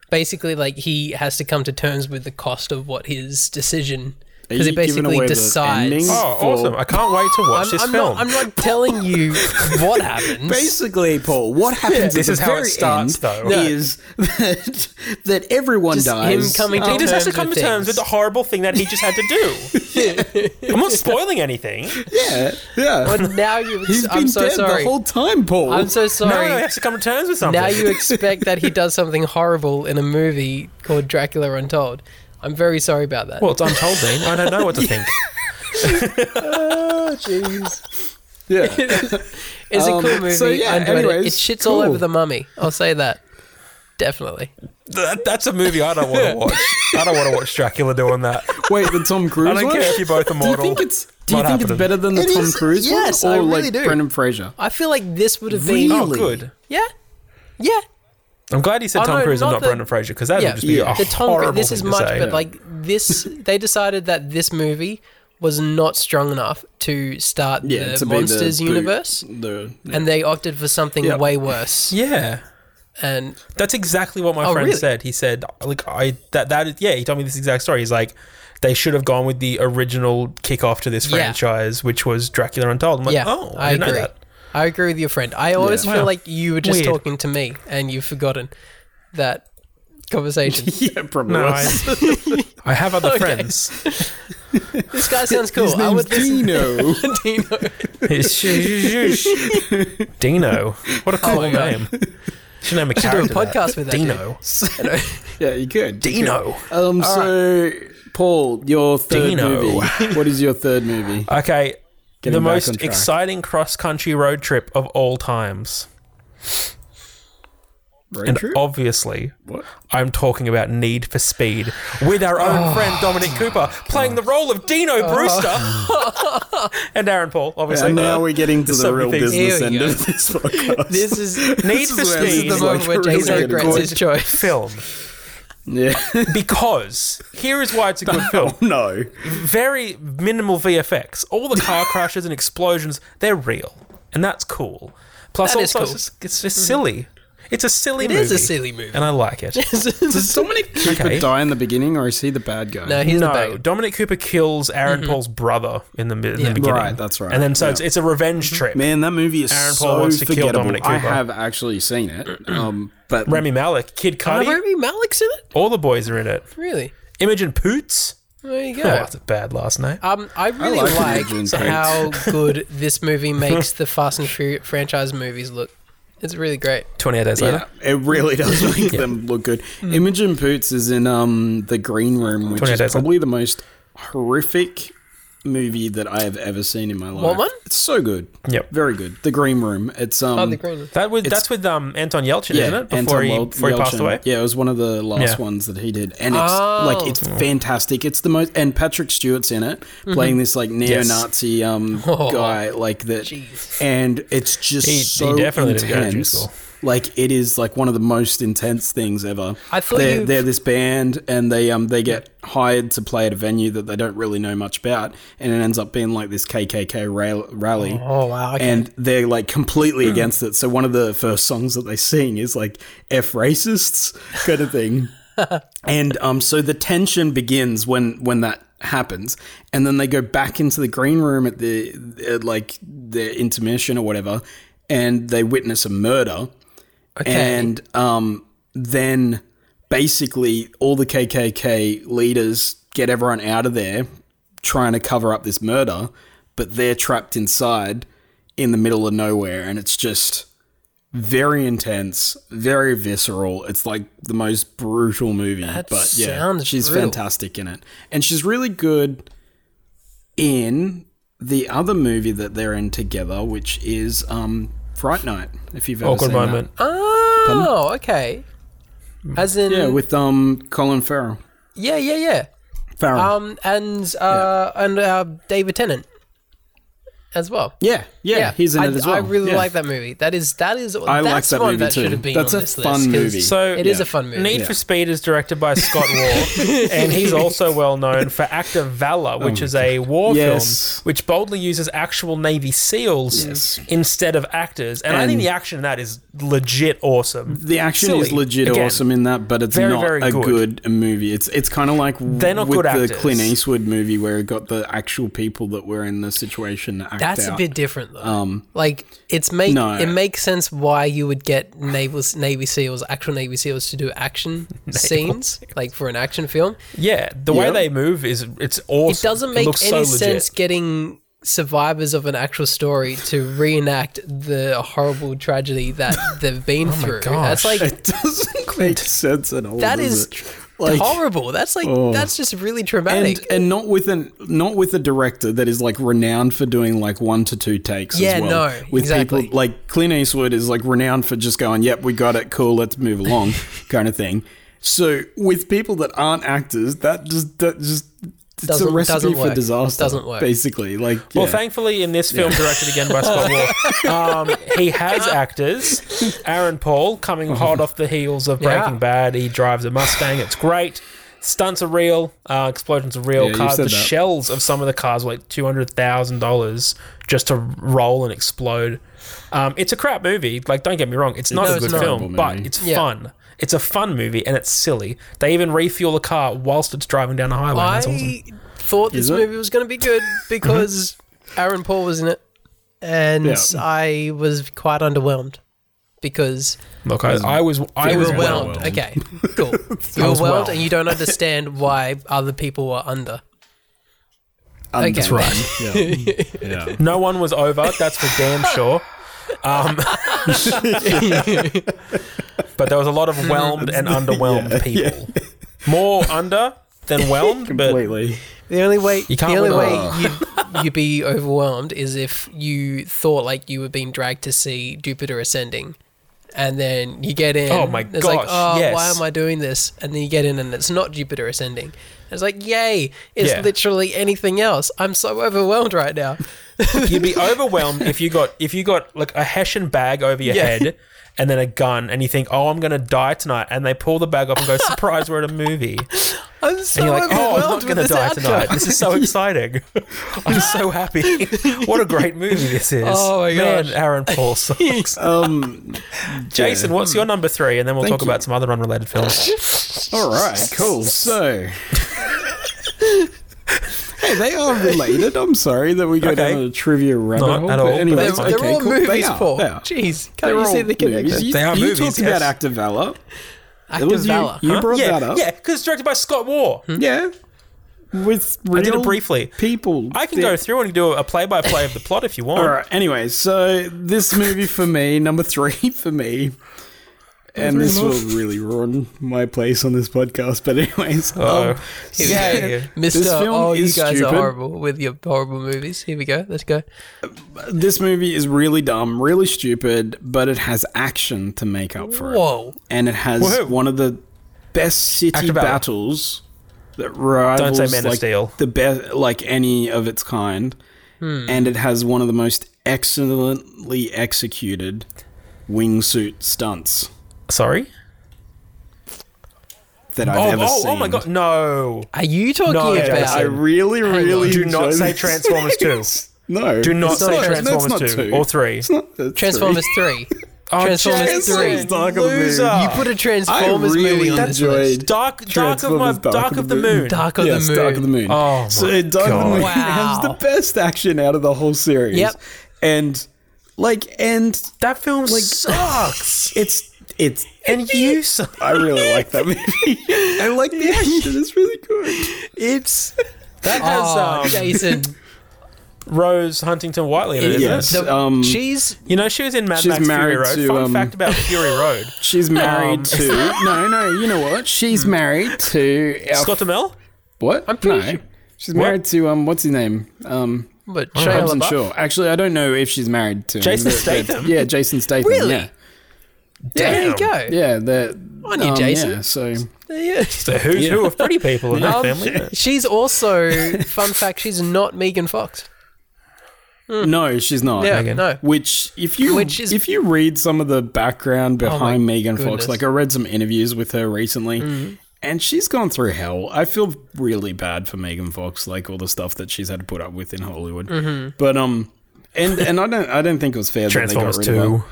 Speaker 3: Basically, like he has to come to terms with the cost of what his decision because
Speaker 1: you
Speaker 3: it
Speaker 1: giving away
Speaker 3: basically
Speaker 1: the
Speaker 3: decides.
Speaker 1: ending?
Speaker 4: Oh,
Speaker 1: for-
Speaker 4: awesome. I can't wait to watch
Speaker 3: I'm,
Speaker 4: this
Speaker 3: I'm
Speaker 4: film.
Speaker 3: not. I'm not telling you what happens.
Speaker 1: Basically, Paul, what happens at
Speaker 4: This
Speaker 1: the
Speaker 4: is how it
Speaker 1: very
Speaker 4: starts,
Speaker 1: end
Speaker 4: though.
Speaker 3: No.
Speaker 1: is that, that everyone
Speaker 3: Just him
Speaker 1: dies.
Speaker 3: coming to
Speaker 4: he just has to
Speaker 3: terms
Speaker 4: come
Speaker 3: with
Speaker 4: to terms
Speaker 3: things.
Speaker 4: with the horrible thing that he just had to do. I'm not spoiling anything.
Speaker 1: yeah, yeah.
Speaker 3: But now you.
Speaker 1: He's
Speaker 3: I'm
Speaker 1: been
Speaker 3: so
Speaker 1: dead
Speaker 3: sorry.
Speaker 1: the whole time, Paul.
Speaker 3: I'm so
Speaker 4: No,
Speaker 3: sorry.
Speaker 4: no, he has to come to terms with something.
Speaker 3: Now you expect that he does something horrible in a movie called Dracula Untold. I'm very sorry about that.
Speaker 4: well, it's untold, Dean. I don't know what to think.
Speaker 1: yeah.
Speaker 3: it's
Speaker 1: um,
Speaker 3: a cool movie.
Speaker 1: so yeah,
Speaker 3: I enjoyed
Speaker 1: anyways,
Speaker 3: it. It shits all
Speaker 1: cool.
Speaker 3: over the mummy. I'll say that. Definitely.
Speaker 4: That, that's a movie I don't want to watch. I don't want to watch Dracula doing that.
Speaker 1: Wait, the Tom Cruise
Speaker 4: I don't
Speaker 1: one?
Speaker 4: care if you're both
Speaker 1: do you
Speaker 4: immortal.
Speaker 1: think it's do you
Speaker 4: Not
Speaker 1: think it's
Speaker 4: happening.
Speaker 1: better than the
Speaker 3: It
Speaker 1: Tom
Speaker 3: is-
Speaker 1: Cruise
Speaker 3: yes,
Speaker 1: one
Speaker 3: I
Speaker 1: or
Speaker 3: really
Speaker 1: like
Speaker 3: do.
Speaker 1: Brendan Fraser?
Speaker 3: I feel like this would have been.
Speaker 4: oh,
Speaker 1: Really?
Speaker 4: good.
Speaker 3: Yeah. Yeah.
Speaker 4: I'm glad you said
Speaker 3: Oh,
Speaker 4: Tom
Speaker 3: no,
Speaker 4: Cruise and
Speaker 3: not
Speaker 4: not
Speaker 3: the-
Speaker 4: Brendan Fraser because that
Speaker 3: yeah.
Speaker 4: would just be
Speaker 1: Yeah.
Speaker 4: a
Speaker 3: The Tom Cruise.
Speaker 4: horrible
Speaker 3: This
Speaker 4: thing
Speaker 3: is
Speaker 4: to
Speaker 3: much,
Speaker 4: say.
Speaker 3: but like this, they decided that this movie was not strong enough to start
Speaker 1: Yeah,
Speaker 3: the
Speaker 1: to be
Speaker 3: monsters
Speaker 1: the boot-
Speaker 3: universe,
Speaker 1: The,
Speaker 3: and they opted for something
Speaker 1: Yeah.
Speaker 3: way worse.
Speaker 4: yeah.
Speaker 3: And
Speaker 4: That's exactly what my
Speaker 3: Oh,
Speaker 4: friend
Speaker 3: really?
Speaker 4: said. He said, "Like I that that is, yeah." He told me this exact story. He's like, "They should have gone with the original kickoff to this
Speaker 3: Yeah.
Speaker 4: franchise, which was Dracula Untold." I'm like,
Speaker 3: yeah,
Speaker 4: "Oh, I,
Speaker 3: I,
Speaker 4: didn't
Speaker 3: agree.
Speaker 4: know that."
Speaker 3: I agree with your friend. I always
Speaker 4: Yeah.
Speaker 3: feel
Speaker 4: Wow.
Speaker 3: like you were just
Speaker 4: Weird.
Speaker 3: talking to me and you've forgotten that conversation.
Speaker 1: yeah, probably.
Speaker 4: No,
Speaker 1: was.
Speaker 4: I, I have other friends.
Speaker 3: this guy sounds cool.
Speaker 1: His
Speaker 3: I
Speaker 1: name's
Speaker 3: would listen
Speaker 1: Dino.
Speaker 3: to Dino.
Speaker 4: Dino, what a cool
Speaker 3: Oh my God.
Speaker 4: name! Should name a
Speaker 3: do a
Speaker 4: character. that.
Speaker 3: podcast with that dude.
Speaker 4: Dino.
Speaker 1: yeah, you could.
Speaker 4: Dino.
Speaker 1: Um, so Paul, your third
Speaker 4: Dino.
Speaker 1: movie. What is your third movie?
Speaker 4: Okay, the
Speaker 1: Getting back on
Speaker 4: most
Speaker 1: track.
Speaker 4: exciting cross-country road trip of all times,
Speaker 1: Road
Speaker 4: and
Speaker 1: Trip?
Speaker 4: obviously,
Speaker 1: What?
Speaker 4: I'm talking about Need for Speed with our
Speaker 1: Oh.
Speaker 4: own friend Dominic Cooper playing the role of Dino Brewster and Aaron Paul, obviously.
Speaker 1: And
Speaker 3: uh,
Speaker 1: now we're getting to
Speaker 4: There's
Speaker 1: the
Speaker 4: so
Speaker 1: real
Speaker 4: many things.
Speaker 1: business
Speaker 3: Here we
Speaker 1: end
Speaker 3: go.
Speaker 1: of this podcast.
Speaker 3: This is
Speaker 4: Need
Speaker 1: is
Speaker 4: for
Speaker 1: where this is
Speaker 4: Speed
Speaker 3: the
Speaker 1: It's
Speaker 3: moment
Speaker 1: like
Speaker 3: where
Speaker 1: really
Speaker 3: Jason
Speaker 1: good
Speaker 3: regrets his choice.
Speaker 4: film
Speaker 1: yeah.
Speaker 4: because here is why it's a good film.
Speaker 1: no.
Speaker 4: Very minimal VFX. All the car crashes and explosions, they're real, and that's cool. Plus,
Speaker 3: That is
Speaker 4: also,
Speaker 3: cool.
Speaker 4: it's, just, it's just silly. It's a silly
Speaker 3: It
Speaker 4: movie.
Speaker 3: is a silly movie.
Speaker 4: And I like it.
Speaker 1: Does Dominic Cooper
Speaker 4: Okay.
Speaker 1: die in the beginning, or is he the bad guy?
Speaker 3: no, he's Mm-hmm. the
Speaker 4: no,
Speaker 3: bad guy.
Speaker 4: Dominic Cooper kills Aaron Paul's brother in the, mi- in the beginning.
Speaker 1: Right, that's right. Mm-hmm.
Speaker 4: And then so it's, it's a revenge trip.
Speaker 1: Man, that movie is
Speaker 4: Aaron
Speaker 1: so
Speaker 4: Paul wants to kill
Speaker 1: forgettable.
Speaker 4: Dominic
Speaker 1: I
Speaker 4: Cooper.
Speaker 1: have actually seen it, um, but
Speaker 4: Remy Malik, Kid
Speaker 3: Are
Speaker 4: Cudi,
Speaker 3: Rami Malek's in it?
Speaker 4: all the boys are in it.
Speaker 3: Really?
Speaker 4: Imogen Poots.
Speaker 3: There you
Speaker 4: Oh,
Speaker 3: go.
Speaker 4: that's a bad last name.
Speaker 3: Um, I really
Speaker 1: like
Speaker 3: like,
Speaker 1: Imogen Poots.
Speaker 3: how good this movie makes the Fast and Furious franchise movies look. It's really great.
Speaker 4: 28 days
Speaker 1: yeah,
Speaker 4: later.
Speaker 1: it really does make them look good. Imogen Poots is in um, the Green Room, which
Speaker 4: 28
Speaker 1: is
Speaker 4: days
Speaker 1: probably the most horrific movie that I have ever seen in my life.
Speaker 3: What one?
Speaker 1: It's so good.
Speaker 4: Yep.
Speaker 1: very good. The Green Room. It's um,
Speaker 3: Oh, the green one.
Speaker 4: That with,
Speaker 1: It's-
Speaker 4: that's with um, Anton Yelchin, isn't it? Before
Speaker 1: Anton
Speaker 4: he,
Speaker 1: Wel-
Speaker 4: before he passed
Speaker 1: Yelchin.
Speaker 4: away.
Speaker 1: Yeah, it was one of the last
Speaker 4: Yeah.
Speaker 1: ones that he did, and it's
Speaker 3: Oh.
Speaker 1: like it's fantastic. It's the most, and Patrick Stewart's in it,
Speaker 4: Mm-hmm.
Speaker 1: playing this like neo-Nazi um,
Speaker 3: Oh.
Speaker 1: guy, like that,
Speaker 3: Jeez.
Speaker 1: and it's just
Speaker 4: He- he
Speaker 1: so
Speaker 4: definitely didn't go to Jew
Speaker 1: intense.
Speaker 4: school.
Speaker 1: Like it is like one of the most intense things ever.
Speaker 3: I thought
Speaker 1: they're,
Speaker 3: you-
Speaker 1: they're this band, and they um they get hired to play at a venue that they don't really know much about, and it ends up being like this KKK rail- rally.
Speaker 3: Oh, wow, okay.
Speaker 1: And they're like completely against it. So one of the first songs that they sing is like "F racists" kind of thing. and um, so the tension begins when when that happens, and then they go back into the green room at the at like the intermission or whatever, and they witness a murder. And um, then basically all the KKK leaders get everyone out of there trying to cover up this murder, but they're trapped inside in the middle of nowhere. And it's just very intense, very visceral. It's like the most brutal movie.
Speaker 3: That
Speaker 1: but yeah,
Speaker 3: sounds
Speaker 1: she's
Speaker 3: brutal.
Speaker 1: fantastic in it, and she's really good in the other movie that they're in together, which is um, Fright Night. If you've ever
Speaker 4: Awkward
Speaker 1: seen that.
Speaker 4: moment.
Speaker 3: Oh, okay. As in,
Speaker 1: yeah, with um Colin Farrell.
Speaker 3: yeah, yeah, yeah.
Speaker 1: Farrell.
Speaker 3: Um, and uh, and uh, David Tennant as well.
Speaker 1: yeah, yeah, he's in
Speaker 3: I,
Speaker 1: it as well.
Speaker 3: I really
Speaker 1: Yeah.
Speaker 3: like that movie. That is that is
Speaker 1: I like
Speaker 3: that's
Speaker 1: that
Speaker 3: one
Speaker 1: movie
Speaker 3: that
Speaker 1: too.
Speaker 3: should have been
Speaker 1: That's
Speaker 3: on
Speaker 1: a
Speaker 3: this
Speaker 1: fun
Speaker 3: list, 'cause
Speaker 1: movie.
Speaker 4: So
Speaker 3: It is
Speaker 1: Yeah.
Speaker 3: a fun movie.
Speaker 4: Need for Speed is directed by Scott Waugh, and he's also well known for Act of Valor, which is a war
Speaker 1: Oh Yes.
Speaker 4: film which boldly uses actual Navy SEALs
Speaker 1: Yes.
Speaker 4: instead of actors. And, I think
Speaker 1: And-
Speaker 4: the action in that is legit awesome.
Speaker 1: The action is
Speaker 4: Silly.
Speaker 1: legit
Speaker 4: Again,
Speaker 1: awesome in that, but it's
Speaker 4: very,
Speaker 1: not
Speaker 4: very
Speaker 1: a
Speaker 4: good.
Speaker 1: good. movie. It's it's kind of like
Speaker 4: They're not
Speaker 1: with
Speaker 4: good
Speaker 1: the
Speaker 4: actors.
Speaker 1: Clint Eastwood movie where it got the actual people that were in the situation to act
Speaker 3: That's a
Speaker 1: out.
Speaker 3: bit different though. like it's make
Speaker 1: Um, no.
Speaker 3: it makes sense why you would get naval Navy SEALs, actual Navy SEALs, to do action scenes like for an action film.
Speaker 4: Yeah, the way
Speaker 1: Yep.
Speaker 4: they move is it's awesome.
Speaker 3: It doesn't make
Speaker 4: looks
Speaker 3: any
Speaker 4: so legit.
Speaker 3: sense getting survivors of an actual story to reenact the horrible tragedy that they've been through. That's like
Speaker 4: gosh.
Speaker 1: Oh It doesn't make sense at all.
Speaker 3: that
Speaker 1: does
Speaker 3: is
Speaker 1: it? like
Speaker 3: horrible. That's like that's just really
Speaker 1: and
Speaker 3: traumatic.
Speaker 1: and not with an not with a director that is like renowned for doing like one to two takes.
Speaker 3: Yeah,
Speaker 1: as well.
Speaker 3: no,
Speaker 1: with
Speaker 3: exactly.
Speaker 1: people like Clint Eastwood is like renowned for just going, "Yep, we got it, cool, let's move along," kind of thing. So with people that aren't actors, that just that just it's
Speaker 3: Doesn't-
Speaker 1: a recipe
Speaker 3: doesn't
Speaker 1: for
Speaker 3: work.
Speaker 1: disaster.
Speaker 3: Doesn't work.
Speaker 1: basically. Like,
Speaker 4: Well,
Speaker 1: yeah.
Speaker 4: thankfully, in this film, directed again by Scott Moore, um, he has actors. Aaron Paul, coming hot off the heels of
Speaker 3: Yeah.
Speaker 4: Breaking Bad, he drives a Mustang. It's great. Stunts are real. Uh, explosions are real.
Speaker 1: Yeah, you
Speaker 4: cars, the
Speaker 1: said that.
Speaker 4: shells of some of the cars were like two hundred thousand dollars just to roll and explode. Um, it's a crap movie. Like, don't get me wrong, it's not
Speaker 3: No,
Speaker 4: a
Speaker 3: it's
Speaker 4: good
Speaker 3: not.
Speaker 4: film,
Speaker 1: Terrible
Speaker 4: but
Speaker 1: movie.
Speaker 4: it's
Speaker 3: Yeah.
Speaker 4: fun. It's a fun movie and it's silly. They even refuel a car whilst it's driving down a highway.
Speaker 3: I
Speaker 4: That's awesome.
Speaker 3: thought this
Speaker 1: Is it?
Speaker 3: movie was going to be good because Aaron Paul was in it, and
Speaker 1: Yeah.
Speaker 3: I was quite underwhelmed because
Speaker 4: Look, I, I was, I
Speaker 3: you
Speaker 4: was
Speaker 3: were
Speaker 4: well.
Speaker 3: whelmed. Okay, cool. You were
Speaker 4: was
Speaker 3: whelmed,
Speaker 4: whelmed.
Speaker 3: and you don't understand why other people were under.
Speaker 1: Um,
Speaker 3: That's right.
Speaker 1: Yeah. yeah.
Speaker 4: No one was over. That's for damn sure. Um, but there was a lot of whelmed and underwhelmed people. More under than whelmed, but
Speaker 1: Completely.
Speaker 3: The only way
Speaker 4: You can't
Speaker 3: the only
Speaker 4: win
Speaker 3: way you'd, you'd be overwhelmed is if you thought like you were being dragged to see Jupiter ascending. And then you get in.
Speaker 4: Oh my
Speaker 3: it's
Speaker 4: gosh,
Speaker 3: Like, oh, why
Speaker 4: yes.
Speaker 3: am I doing this? And then you get in, and it's not Jupiter ascending. And it's like, yay! It's
Speaker 4: Yeah.
Speaker 3: literally anything else. I'm so overwhelmed right now.
Speaker 4: you'd be overwhelmed if you got if you got like a Hessian bag over your
Speaker 3: Yeah.
Speaker 4: head and then a gun, and you think, "Oh, I'm gonna die tonight," and they pull the bag off and go, "Surprise, we're at a movie."
Speaker 3: I'm so
Speaker 4: And you're like,
Speaker 3: overwhelmed
Speaker 4: "Oh, I'm not
Speaker 3: with
Speaker 4: gonna
Speaker 3: this
Speaker 4: die
Speaker 3: outcome.
Speaker 4: tonight. This is so exciting. I'm so happy. What a great movie this is.
Speaker 3: Oh my
Speaker 4: man,
Speaker 3: gosh.
Speaker 4: Aaron Paul sucks."
Speaker 1: Um,
Speaker 4: Jason, what's your number three? And then we'll
Speaker 1: Thank
Speaker 4: talk about some other unrelated films.
Speaker 1: All right, cool. So, hey, they are related. I'm sorry that we go
Speaker 4: Okay.
Speaker 1: down a trivia rabbit
Speaker 4: Not
Speaker 1: hole.
Speaker 4: at
Speaker 1: but
Speaker 4: all, but
Speaker 1: anyways,
Speaker 3: They're,
Speaker 4: That's
Speaker 3: they're
Speaker 1: okay,
Speaker 3: all
Speaker 1: cool.
Speaker 3: movies,
Speaker 1: They are,
Speaker 3: Paul.
Speaker 1: they are.
Speaker 3: Jeez,
Speaker 1: They're
Speaker 3: can't you
Speaker 1: all
Speaker 3: see the
Speaker 1: movies.
Speaker 3: connection?
Speaker 1: You,
Speaker 4: They are
Speaker 1: you
Speaker 4: movies,
Speaker 1: talked
Speaker 4: yes.
Speaker 1: about Act of Valor.
Speaker 3: Act
Speaker 1: That
Speaker 3: of
Speaker 1: was
Speaker 3: Valor.
Speaker 1: You, you brought
Speaker 4: yeah,
Speaker 1: that up.
Speaker 4: yeah, because it's directed by Scott Waugh.
Speaker 1: Yeah. With real
Speaker 4: I did it briefly.
Speaker 1: people.
Speaker 4: I can
Speaker 1: that-
Speaker 4: go through and do a play-by-play of the plot if you want.
Speaker 1: All right. Anyway, so this movie for me, number three for me, and this will really ruin my place on this podcast. But anyways, um,
Speaker 4: Uh-oh.
Speaker 1: yeah,
Speaker 3: Mister,
Speaker 1: This film
Speaker 3: oh, you
Speaker 1: is
Speaker 3: guys
Speaker 1: stupid.
Speaker 3: are horrible with your horrible movies. Here we go. Let's go.
Speaker 1: this movie is really dumb, really stupid, but it has action to make up for it.
Speaker 3: Whoa.
Speaker 1: And it has
Speaker 4: Woohoo.
Speaker 1: one of the best
Speaker 4: Act
Speaker 1: city
Speaker 4: of Valor.
Speaker 1: battles that rivals
Speaker 4: Don't say Man of
Speaker 1: like,
Speaker 4: Steel. Hmm.
Speaker 1: the best like any of its kind. And it has one of the most excellently executed wingsuit stunts
Speaker 4: Sorry.
Speaker 1: that I've
Speaker 4: Oh,
Speaker 1: ever
Speaker 4: oh,
Speaker 1: seen.
Speaker 4: oh my god, no!
Speaker 3: Are you talking
Speaker 4: No,
Speaker 3: about?
Speaker 4: Jason.
Speaker 1: I really, really
Speaker 4: Do not
Speaker 1: enjoyed
Speaker 4: say
Speaker 1: this.
Speaker 4: Transformers Two.
Speaker 1: No,
Speaker 4: Do not
Speaker 1: it's
Speaker 4: say
Speaker 1: no, it's
Speaker 4: Transformers
Speaker 1: not
Speaker 4: 2, or 3.
Speaker 1: It's not- it's
Speaker 3: Transformers three.
Speaker 1: Oh,
Speaker 3: Transformers
Speaker 4: Jason,
Speaker 3: three.
Speaker 1: It's not gonna be-
Speaker 4: loser.
Speaker 1: You
Speaker 3: You put a
Speaker 1: I
Speaker 3: Transformers movie
Speaker 1: really
Speaker 3: on this list.
Speaker 1: enjoyed
Speaker 4: Dark, Dark of my,
Speaker 1: Transformers
Speaker 4: Dark, of the Moon.
Speaker 3: Dark of
Speaker 1: yes,
Speaker 3: the Moon.
Speaker 1: Dark of the Moon.
Speaker 4: Oh my
Speaker 1: so Dark of the Moon
Speaker 4: God.
Speaker 1: has the
Speaker 3: Wow.
Speaker 1: best action out of the whole series.
Speaker 3: Yep.
Speaker 1: And like and
Speaker 4: That film
Speaker 3: Oh,
Speaker 1: Ah,
Speaker 4: sucks,
Speaker 1: it's it's
Speaker 4: and you suck.
Speaker 1: I really like that movie. I like the action. It's really good.
Speaker 3: It's
Speaker 4: That
Speaker 3: oh,
Speaker 4: has um,
Speaker 3: Jason.
Speaker 4: Rose Huntington Whiteley. in it, isn't
Speaker 1: Yes.
Speaker 4: it?
Speaker 3: The-
Speaker 1: um,
Speaker 3: she's
Speaker 4: You know, she was in Mad
Speaker 1: She's
Speaker 4: Max Fury
Speaker 1: married
Speaker 4: Road.
Speaker 1: to,
Speaker 4: Fun
Speaker 1: um,
Speaker 4: fact about Fury Road.
Speaker 1: She's married
Speaker 4: Um,
Speaker 1: to. No, no, you know what? She's married to. Our,
Speaker 4: Scott DeMille?
Speaker 1: What? I'm
Speaker 3: pretty
Speaker 1: no.
Speaker 3: sure-
Speaker 1: She's married to. um. What's his name? Um.
Speaker 3: but
Speaker 1: I
Speaker 3: Shia
Speaker 1: wasn't
Speaker 3: LaBeouf.
Speaker 1: sure. Actually, I don't know if she's married to him,
Speaker 4: Jason
Speaker 1: but- but-
Speaker 4: Statham?
Speaker 1: Yeah, Jason Statham.
Speaker 3: Really?
Speaker 1: Yeah.
Speaker 3: There you go.
Speaker 1: Yeah, that. um,
Speaker 3: On you, Jason.
Speaker 1: Yeah, so
Speaker 3: Yeah.
Speaker 4: The who's who of pretty people in that family. isn't it?
Speaker 3: Um, She's also fun fact. She's not Megan Fox.
Speaker 1: no, she's not.
Speaker 3: Hmm. Yeah, no.
Speaker 1: Which, if you
Speaker 3: Which is- Oh
Speaker 1: if you read some of the background behind Megan
Speaker 3: goodness. Hmm.
Speaker 1: Fox, like I read some interviews with her recently, and she's gone through hell. I feel really bad for Megan Fox, like all the stuff that she's had to put up with in Hollywood.
Speaker 3: Mm-hmm.
Speaker 1: But um, and and I don't I don't think it was fair that they got
Speaker 4: Transformers
Speaker 1: rid of her.
Speaker 4: 2.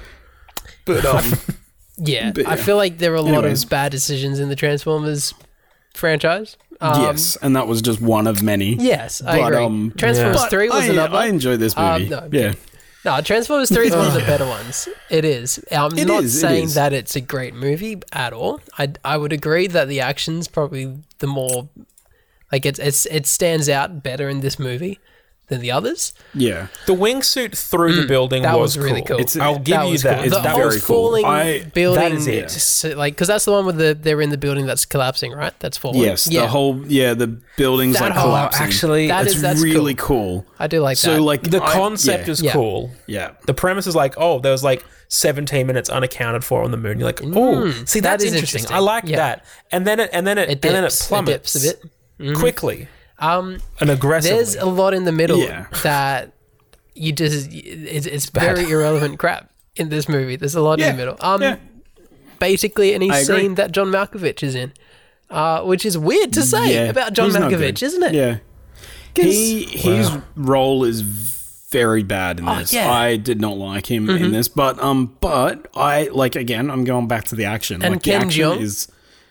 Speaker 1: But um,
Speaker 3: Yeah,
Speaker 1: But,
Speaker 3: I
Speaker 1: yeah.
Speaker 3: feel like there are a lot
Speaker 1: Anyways.
Speaker 3: of bad decisions in the Transformers franchise. Um,
Speaker 1: yes, and that was just one of many.
Speaker 3: Yes, I
Speaker 1: But,
Speaker 3: agree.
Speaker 1: um,
Speaker 3: Transformers
Speaker 1: But
Speaker 3: Three was
Speaker 1: I,
Speaker 3: another.
Speaker 1: I enjoy this
Speaker 3: Um,
Speaker 1: movie.
Speaker 3: no, I'm
Speaker 1: yeah,
Speaker 3: no, Transformers Three is one of the better ones. It is. I'm
Speaker 1: It
Speaker 3: not
Speaker 1: is, it
Speaker 3: saying
Speaker 1: is.
Speaker 3: that it's a great movie at all. I I would agree that the action's probably the more like it's it's it stands out better in this movie than the others.
Speaker 1: yeah.
Speaker 4: The wingsuit through the building
Speaker 3: Mm. That
Speaker 4: was,
Speaker 3: was really cool.
Speaker 4: It's- I'll give
Speaker 3: that
Speaker 4: you
Speaker 3: was
Speaker 4: that.
Speaker 3: cool.
Speaker 1: It's
Speaker 3: the whole
Speaker 1: very cool.
Speaker 3: falling
Speaker 1: I-
Speaker 3: building,
Speaker 4: that is it.
Speaker 3: s- like because that's the one where the they're in the building that's collapsing, right? That's falling.
Speaker 1: Yes, the whole yeah, the building's
Speaker 3: That
Speaker 1: like
Speaker 3: whole-
Speaker 1: collapsing.
Speaker 4: actually,
Speaker 3: That
Speaker 1: it's
Speaker 3: is- that's
Speaker 1: really cool.
Speaker 3: I do like
Speaker 1: So
Speaker 3: that.
Speaker 1: like
Speaker 4: the
Speaker 1: I-
Speaker 4: concept
Speaker 1: yeah,
Speaker 4: is
Speaker 3: Yeah.
Speaker 4: cool.
Speaker 1: yeah.
Speaker 4: The premise is like, oh, there was like 17 minutes unaccounted for on the moon. You're like, oh, see,
Speaker 3: Mm, that
Speaker 4: that's
Speaker 3: is
Speaker 4: interesting.
Speaker 3: interesting.
Speaker 4: I like
Speaker 3: Yeah.
Speaker 4: that. And then it, and then it,
Speaker 3: it dips,
Speaker 4: and then it plummets
Speaker 3: it dips a bit. Mm-hmm.
Speaker 4: quickly
Speaker 3: Um,
Speaker 4: and aggressively.
Speaker 3: there's a lot in the middle
Speaker 1: Yeah.
Speaker 3: that you just it's, it's very irrelevant crap in this movie. There's a lot in the middle. Um,
Speaker 1: yeah.
Speaker 3: basically any
Speaker 1: I agree.
Speaker 3: scene that John Malkovich is in, uh, which is weird to say
Speaker 1: Yeah.
Speaker 3: about John
Speaker 1: He's not
Speaker 3: Malkovich,
Speaker 1: good.
Speaker 3: isn't it?
Speaker 1: Yeah.
Speaker 3: 'Cause-
Speaker 1: He his role is very bad in this.
Speaker 3: Oh, yeah. Mm-hmm.
Speaker 1: I did not like him in this, but um but I like again, I'm going back to the action.
Speaker 3: And
Speaker 1: like
Speaker 3: Ken
Speaker 1: the action
Speaker 3: Jeong?
Speaker 1: is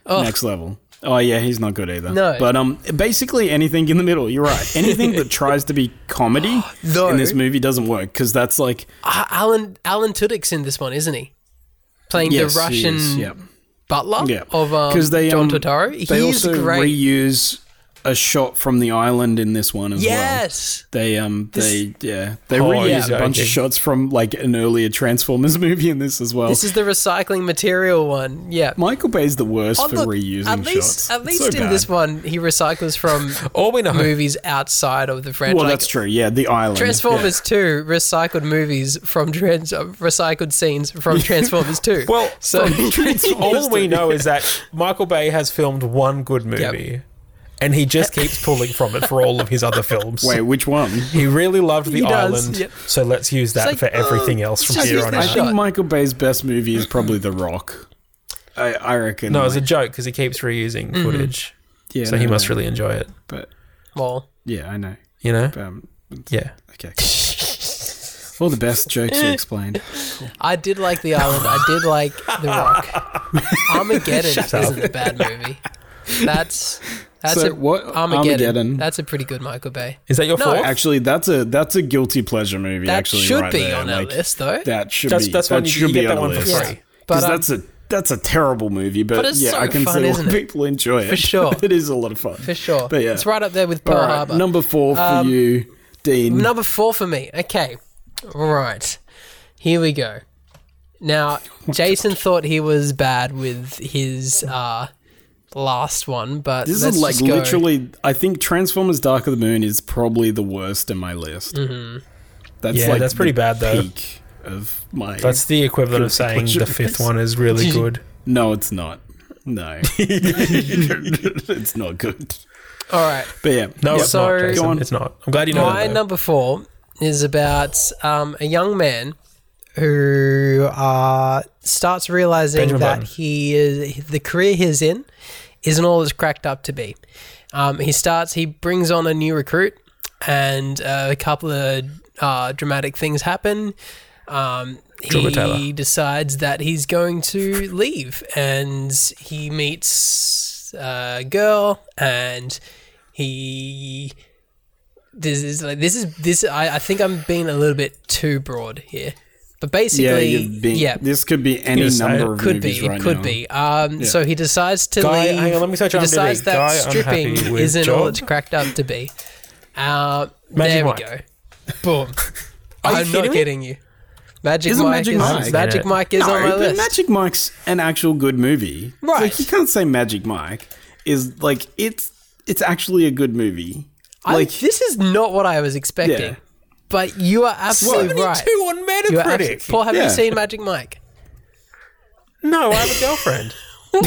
Speaker 1: next level. Oh yeah, he's not good either.
Speaker 3: No.
Speaker 1: But um basically anything in the middle, you're right. Anything that tries to be comedy
Speaker 3: Though-
Speaker 1: in this movie doesn't work cuz that's like
Speaker 3: Uh, Alan Alan Tudyk's in this one, isn't he? Playing
Speaker 1: yes,
Speaker 3: the
Speaker 1: he
Speaker 3: Russian
Speaker 1: is, yeah.
Speaker 3: butler
Speaker 1: Yeah,
Speaker 3: of um,
Speaker 1: they
Speaker 3: John
Speaker 1: um,
Speaker 3: Totaro.
Speaker 1: They
Speaker 3: He's
Speaker 1: also
Speaker 3: great.
Speaker 1: reuse a shot from the island in this one as well.
Speaker 3: yes.
Speaker 1: They um they yeah they
Speaker 4: Oh,
Speaker 1: reuse
Speaker 4: yeah.
Speaker 1: a bunch of
Speaker 4: Okay.
Speaker 1: shots from like an earlier Transformers movie in this as well.
Speaker 3: This is the recycling material one. Yeah.
Speaker 1: Michael Bay's the worst
Speaker 3: Oh,
Speaker 1: for
Speaker 3: look,
Speaker 1: reusing
Speaker 3: at
Speaker 1: shots.
Speaker 3: least, At
Speaker 1: It's
Speaker 3: least
Speaker 1: so
Speaker 3: in this
Speaker 1: bad.
Speaker 3: one, he recycles from
Speaker 4: All we know.
Speaker 3: movies outside of the franchise.
Speaker 1: Well, that's true. Yeah, the island.
Speaker 3: Transformers 2 recycled movies from trans- uh, recycled scenes from Transformers 2.
Speaker 4: Well,
Speaker 3: so
Speaker 4: all we know is that Michael Bay has filmed one good movie, and he just keeps pulling from it for all of his other films.
Speaker 1: Yeah. Wait, which one?
Speaker 4: he really loved
Speaker 3: He
Speaker 4: The
Speaker 3: does,
Speaker 4: Island,
Speaker 3: yep.
Speaker 4: so let's use that
Speaker 3: like, oh,
Speaker 4: for everything else from
Speaker 3: just
Speaker 4: here
Speaker 3: use
Speaker 4: on
Speaker 3: this
Speaker 1: I
Speaker 4: out.
Speaker 3: shot.
Speaker 1: think Michael Bay's best movie is probably The Rock. I, I reckon.
Speaker 4: No,
Speaker 1: like,
Speaker 4: it's a joke because he keeps reusing
Speaker 3: Mm-hmm.
Speaker 4: footage,
Speaker 1: yeah,
Speaker 4: so he
Speaker 1: no,
Speaker 4: must
Speaker 1: no,
Speaker 4: really enjoy it.
Speaker 1: But
Speaker 3: well,
Speaker 1: yeah, I know.
Speaker 4: You know?
Speaker 1: Um,
Speaker 4: Yeah.
Speaker 1: okay. All the best jokes are explained.
Speaker 3: I did like The Island. I did like The Rock. Armageddon isn't a bad movie. That's that's
Speaker 1: So
Speaker 3: a,
Speaker 1: what-
Speaker 3: Armageddon.
Speaker 1: Armageddon.
Speaker 3: That's a pretty good Michael Bay.
Speaker 4: Is that your
Speaker 3: No,
Speaker 4: fourth?
Speaker 1: Actually, that's a that's a guilty pleasure movie.
Speaker 3: That
Speaker 1: actually,
Speaker 3: should
Speaker 1: right
Speaker 3: be
Speaker 1: there.
Speaker 3: on
Speaker 1: like,
Speaker 3: our list though.
Speaker 1: That should
Speaker 4: That's-
Speaker 1: be.
Speaker 4: that's
Speaker 1: that
Speaker 4: one you-
Speaker 1: should
Speaker 4: you
Speaker 1: be
Speaker 4: get that
Speaker 1: on
Speaker 4: one
Speaker 1: the
Speaker 4: for
Speaker 1: list.
Speaker 3: yeah,
Speaker 4: free.
Speaker 3: but
Speaker 1: Because
Speaker 3: um,
Speaker 1: that's a that's a terrible movie, but,
Speaker 3: But it's
Speaker 1: yeah,
Speaker 3: so
Speaker 1: I can
Speaker 3: fun,
Speaker 1: see why
Speaker 3: isn't it?
Speaker 1: people enjoy it. For
Speaker 3: sure.
Speaker 1: it is a lot of fun.
Speaker 3: for sure,
Speaker 1: But yeah,
Speaker 3: it's right up there with
Speaker 1: All
Speaker 3: Pearl
Speaker 1: right,
Speaker 3: Harbor. Um,
Speaker 1: Number four for you, Dean.
Speaker 3: Number four for me. Okay. Right. Here we go. Now, Jason thought he was bad with his uh, last one, but
Speaker 1: this
Speaker 3: let's
Speaker 1: is like
Speaker 3: just go.
Speaker 1: literally. I think Transformers: Dark of the Moon is probably the worst in my list. Mm-hmm. That's
Speaker 4: Yeah,
Speaker 1: like
Speaker 4: that's pretty
Speaker 1: the
Speaker 4: bad, though.
Speaker 1: Peak of my.
Speaker 4: That's the equivalent of
Speaker 1: Guilty
Speaker 4: saying the
Speaker 1: pleasures.
Speaker 4: fifth one is really good.
Speaker 1: no, it's not. No, it's not good.
Speaker 3: All right.
Speaker 1: But yeah,
Speaker 4: No,
Speaker 1: yeah.
Speaker 4: it's not.
Speaker 3: So-
Speaker 4: Jason.
Speaker 1: Go on.
Speaker 4: It's not. I'm glad you know.
Speaker 3: My
Speaker 4: that, though.
Speaker 3: number four is about um, a young man who uh, starts realizing
Speaker 4: Benjamin
Speaker 3: that
Speaker 4: Button.
Speaker 3: he is the career he's in isn't all it's cracked up to be. Um, he starts. He brings on a new recruit, and uh, a couple of uh, dramatic things happen. Um,
Speaker 4: Dribble
Speaker 3: he
Speaker 4: Taylor.
Speaker 3: decides that he's going to leave, and he meets uh, a girl, and he this is like this is this I, I think I'm being a little bit too broad here. But
Speaker 1: yeah,
Speaker 3: basically
Speaker 1: you're being,
Speaker 3: yeah,
Speaker 1: This could be any
Speaker 4: gonna say
Speaker 1: number
Speaker 4: it
Speaker 1: of
Speaker 3: could
Speaker 1: movies
Speaker 3: be, it
Speaker 1: right
Speaker 3: could
Speaker 1: now.
Speaker 3: be. Um so he decides to
Speaker 4: Guy-
Speaker 3: leave
Speaker 4: hang on, let me search
Speaker 3: he
Speaker 4: IMDb.
Speaker 3: decides that
Speaker 4: Guy unhappy
Speaker 3: stripping
Speaker 4: with
Speaker 3: isn't all
Speaker 4: job?
Speaker 3: it's cracked up to be. Uh,
Speaker 4: Magic
Speaker 3: there
Speaker 4: Mike.
Speaker 3: we go. Boom.
Speaker 1: Are you
Speaker 3: I'm not
Speaker 1: kidding me?
Speaker 3: kidding you. Magic
Speaker 1: Isn't
Speaker 3: Mike
Speaker 1: Magic
Speaker 3: is
Speaker 1: Mike-
Speaker 3: Magic Mike is
Speaker 1: no,
Speaker 3: on my
Speaker 1: but
Speaker 3: list.
Speaker 1: Magic Mike's an actual good movie. It's
Speaker 3: Right.
Speaker 1: Like you can't say Magic Mike is like it's it's actually a good movie.
Speaker 3: I-
Speaker 1: Like
Speaker 3: this is not what I was expecting.
Speaker 1: Yeah.
Speaker 3: But you are absolutely
Speaker 4: 72
Speaker 3: right.
Speaker 4: on
Speaker 3: You are
Speaker 4: Metacritic.
Speaker 3: abs- Paul, have
Speaker 1: Yeah.
Speaker 3: you seen Magic Mike?
Speaker 4: no, I have a girlfriend.
Speaker 3: What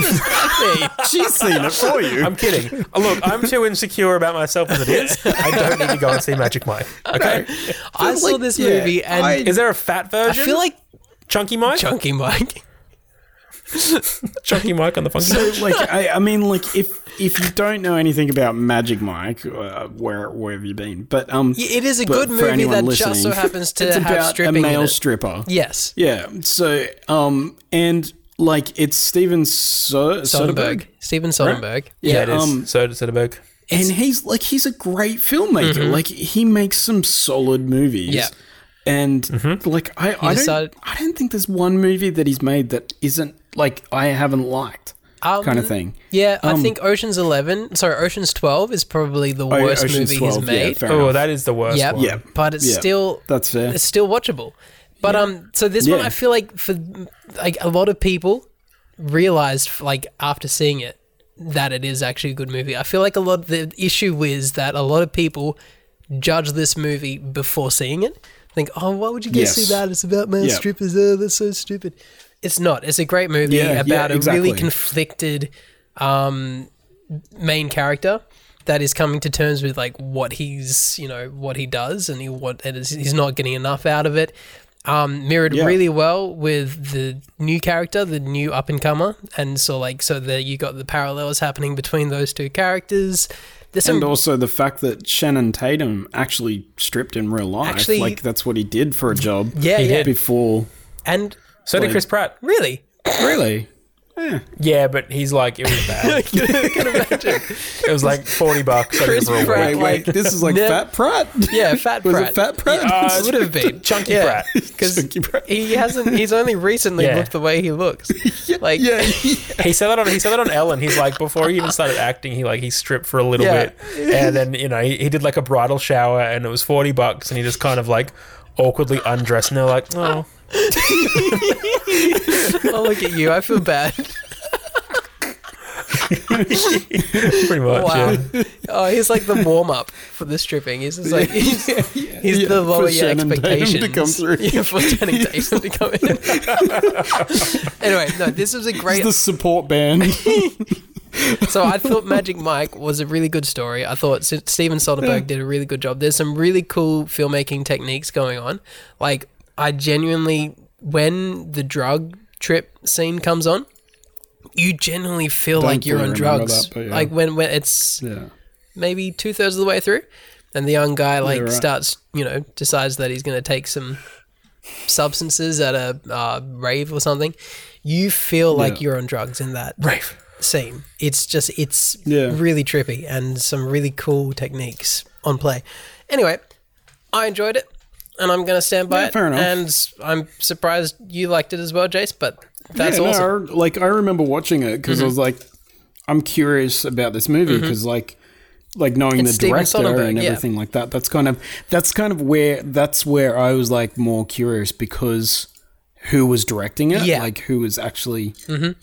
Speaker 3: does that mean?
Speaker 1: she's seen it for you.
Speaker 4: I'm kidding. Uh, Look, I'm too insecure about myself as it is. I don't need to go and see Magic Mike. Okay.
Speaker 3: I saw
Speaker 1: like,
Speaker 3: this
Speaker 1: yeah,
Speaker 3: movie and
Speaker 1: I-
Speaker 3: I,
Speaker 4: Is there a fat version?
Speaker 3: feel like
Speaker 4: Chunky Mike.
Speaker 3: Chunky Mike.
Speaker 4: Chunky Mike on the funky.
Speaker 1: So, like I, I mean like if if you don't know anything about Magic Mike, uh, where where have you been? But um,
Speaker 3: Y- it is a
Speaker 1: but
Speaker 3: good
Speaker 1: for
Speaker 3: movie
Speaker 1: anyone
Speaker 3: that just so
Speaker 1: listening,
Speaker 3: happens to
Speaker 1: it's
Speaker 3: have
Speaker 1: about
Speaker 3: stripping
Speaker 1: a
Speaker 3: in
Speaker 1: male
Speaker 3: it.
Speaker 1: stripper.
Speaker 3: Yes.
Speaker 1: Yeah. So um and like it's Steven so- Soderbergh.
Speaker 3: Soderbergh. Steven Soderbergh.
Speaker 4: yeah, it is.
Speaker 1: um,
Speaker 4: so did Soderbergh.
Speaker 1: and he's like he's a great filmmaker. Like he makes some solid movies.
Speaker 3: Mm-hmm. Yeah. Mm-hmm.
Speaker 1: And like I, I
Speaker 3: decided-
Speaker 1: don't I don't think there's one movie that he's made that isn't like I haven't liked
Speaker 3: Um,
Speaker 1: kind of thing.
Speaker 3: Yeah, I think Ocean's Eleven, sorry, Ocean's Twelve is probably the
Speaker 1: Um, Oh, yeah,
Speaker 3: worst
Speaker 1: Ocean's
Speaker 3: movie
Speaker 1: 12,
Speaker 3: he's made.
Speaker 1: Yeah, fair
Speaker 4: Oh,
Speaker 1: enough.
Speaker 4: that is the worst
Speaker 3: yep.
Speaker 4: one.
Speaker 1: Yeah.
Speaker 3: but it's
Speaker 1: Yeah.
Speaker 3: still
Speaker 1: That's fair.
Speaker 3: It's still watchable. But um, so this one
Speaker 1: Yeah.
Speaker 3: I feel like for like a lot of people realized like after seeing it that it is actually a good movie. I feel like a lot the issue is that a lot of people judge this movie before seeing it. Think, oh, why would you go
Speaker 1: Yes.
Speaker 3: see that? It's about male
Speaker 1: Yeah.
Speaker 3: strippers. Oh, that's so stupid. It's not. It's a great movie
Speaker 1: Yeah, yeah,
Speaker 3: about a
Speaker 1: exactly.
Speaker 3: really conflicted um, main character that is coming to terms with like what he's you know what he does and he what and is- he's not getting enough out of it um mirrored
Speaker 1: Yeah.
Speaker 3: really well with the new character the new up and comer and so like so there you got the parallels happening between those two characters there's some
Speaker 1: and also the fact that Shannon Tatum actually stripped in real life.
Speaker 3: Actually-
Speaker 1: like that's what he did for a job.
Speaker 3: Yeah, He yeah. did.
Speaker 1: Before
Speaker 3: and
Speaker 4: So did Chris Pratt.
Speaker 3: really
Speaker 1: really.
Speaker 4: Yeah, but he's like, it was bad. It was like 40 bucks
Speaker 3: Chris
Speaker 4: over a
Speaker 3: Pratt.
Speaker 1: Wait,
Speaker 4: week.
Speaker 1: wait, this is like
Speaker 3: No.
Speaker 1: Fat Pratt.
Speaker 3: yeah fat
Speaker 1: Was
Speaker 3: Pratt.
Speaker 1: it Fat Pratt?
Speaker 4: Uh,
Speaker 3: would have been
Speaker 4: Chunky Pratt.
Speaker 3: because
Speaker 1: Chunky Pratt.
Speaker 3: he hasn't he's only recently
Speaker 4: Yeah.
Speaker 3: looked the way he looks like
Speaker 1: yeah,
Speaker 4: He said that on he said that on Ellen. He's like before he even started acting, he like he stripped for a little
Speaker 3: Yeah.
Speaker 4: bit, and then you know he, he did like a bridal shower, and it was forty bucks, and he just kind of like awkwardly undressed, and they're like, oh,
Speaker 3: oh look at you I feel bad
Speaker 4: pretty much.
Speaker 3: Wow.
Speaker 4: Yeah.
Speaker 3: Oh, he's like the warm up for the stripping. He's just like he's, he's
Speaker 1: Yeah,
Speaker 3: the
Speaker 1: for
Speaker 3: lower your
Speaker 1: Shannon Tatum to
Speaker 3: expectations.
Speaker 1: come through.
Speaker 3: Yeah, for Shannon Tatum to come in. anyway, no, this was a great.
Speaker 1: the support band.
Speaker 3: So I thought Magic Mike was a really good story. I thought S- Steven Soderbergh did a really good job. There's some really cool filmmaking techniques going on. Like I genuinely, when the drug trip scene comes on, you genuinely feel
Speaker 1: Don't
Speaker 3: like you're
Speaker 1: fully
Speaker 3: on
Speaker 1: remember
Speaker 3: drugs.
Speaker 1: that, but yeah.
Speaker 3: Like when when it's
Speaker 1: yeah.
Speaker 3: maybe two thirds of the way through, and the young guy like
Speaker 1: right.
Speaker 3: starts, you know, decides that he's going to take some substances at a uh, rave or something. You feel like
Speaker 1: Yeah.
Speaker 3: you're on drugs in that rave scene. It's just it's
Speaker 1: Yeah.
Speaker 3: really trippy and some really cool techniques on play. Anyway, I enjoyed it, and I'm going to stand by
Speaker 1: Yeah,
Speaker 3: it.
Speaker 1: fair enough.
Speaker 3: And s- I'm surprised you liked it as well, Jace. But that's
Speaker 1: Yeah, no,
Speaker 3: awesome. Mm-hmm.
Speaker 1: I- like I remember watching it because I was like, I'm curious about this movie because like, like knowing
Speaker 3: It's
Speaker 1: the
Speaker 3: Steven
Speaker 1: director
Speaker 3: Soderbergh,
Speaker 1: and
Speaker 3: yeah.
Speaker 1: everything like that. That's kind of that's kind of where that's where I was like more curious because who was directing it?
Speaker 3: Yeah. Mm-hmm.
Speaker 1: like who was actually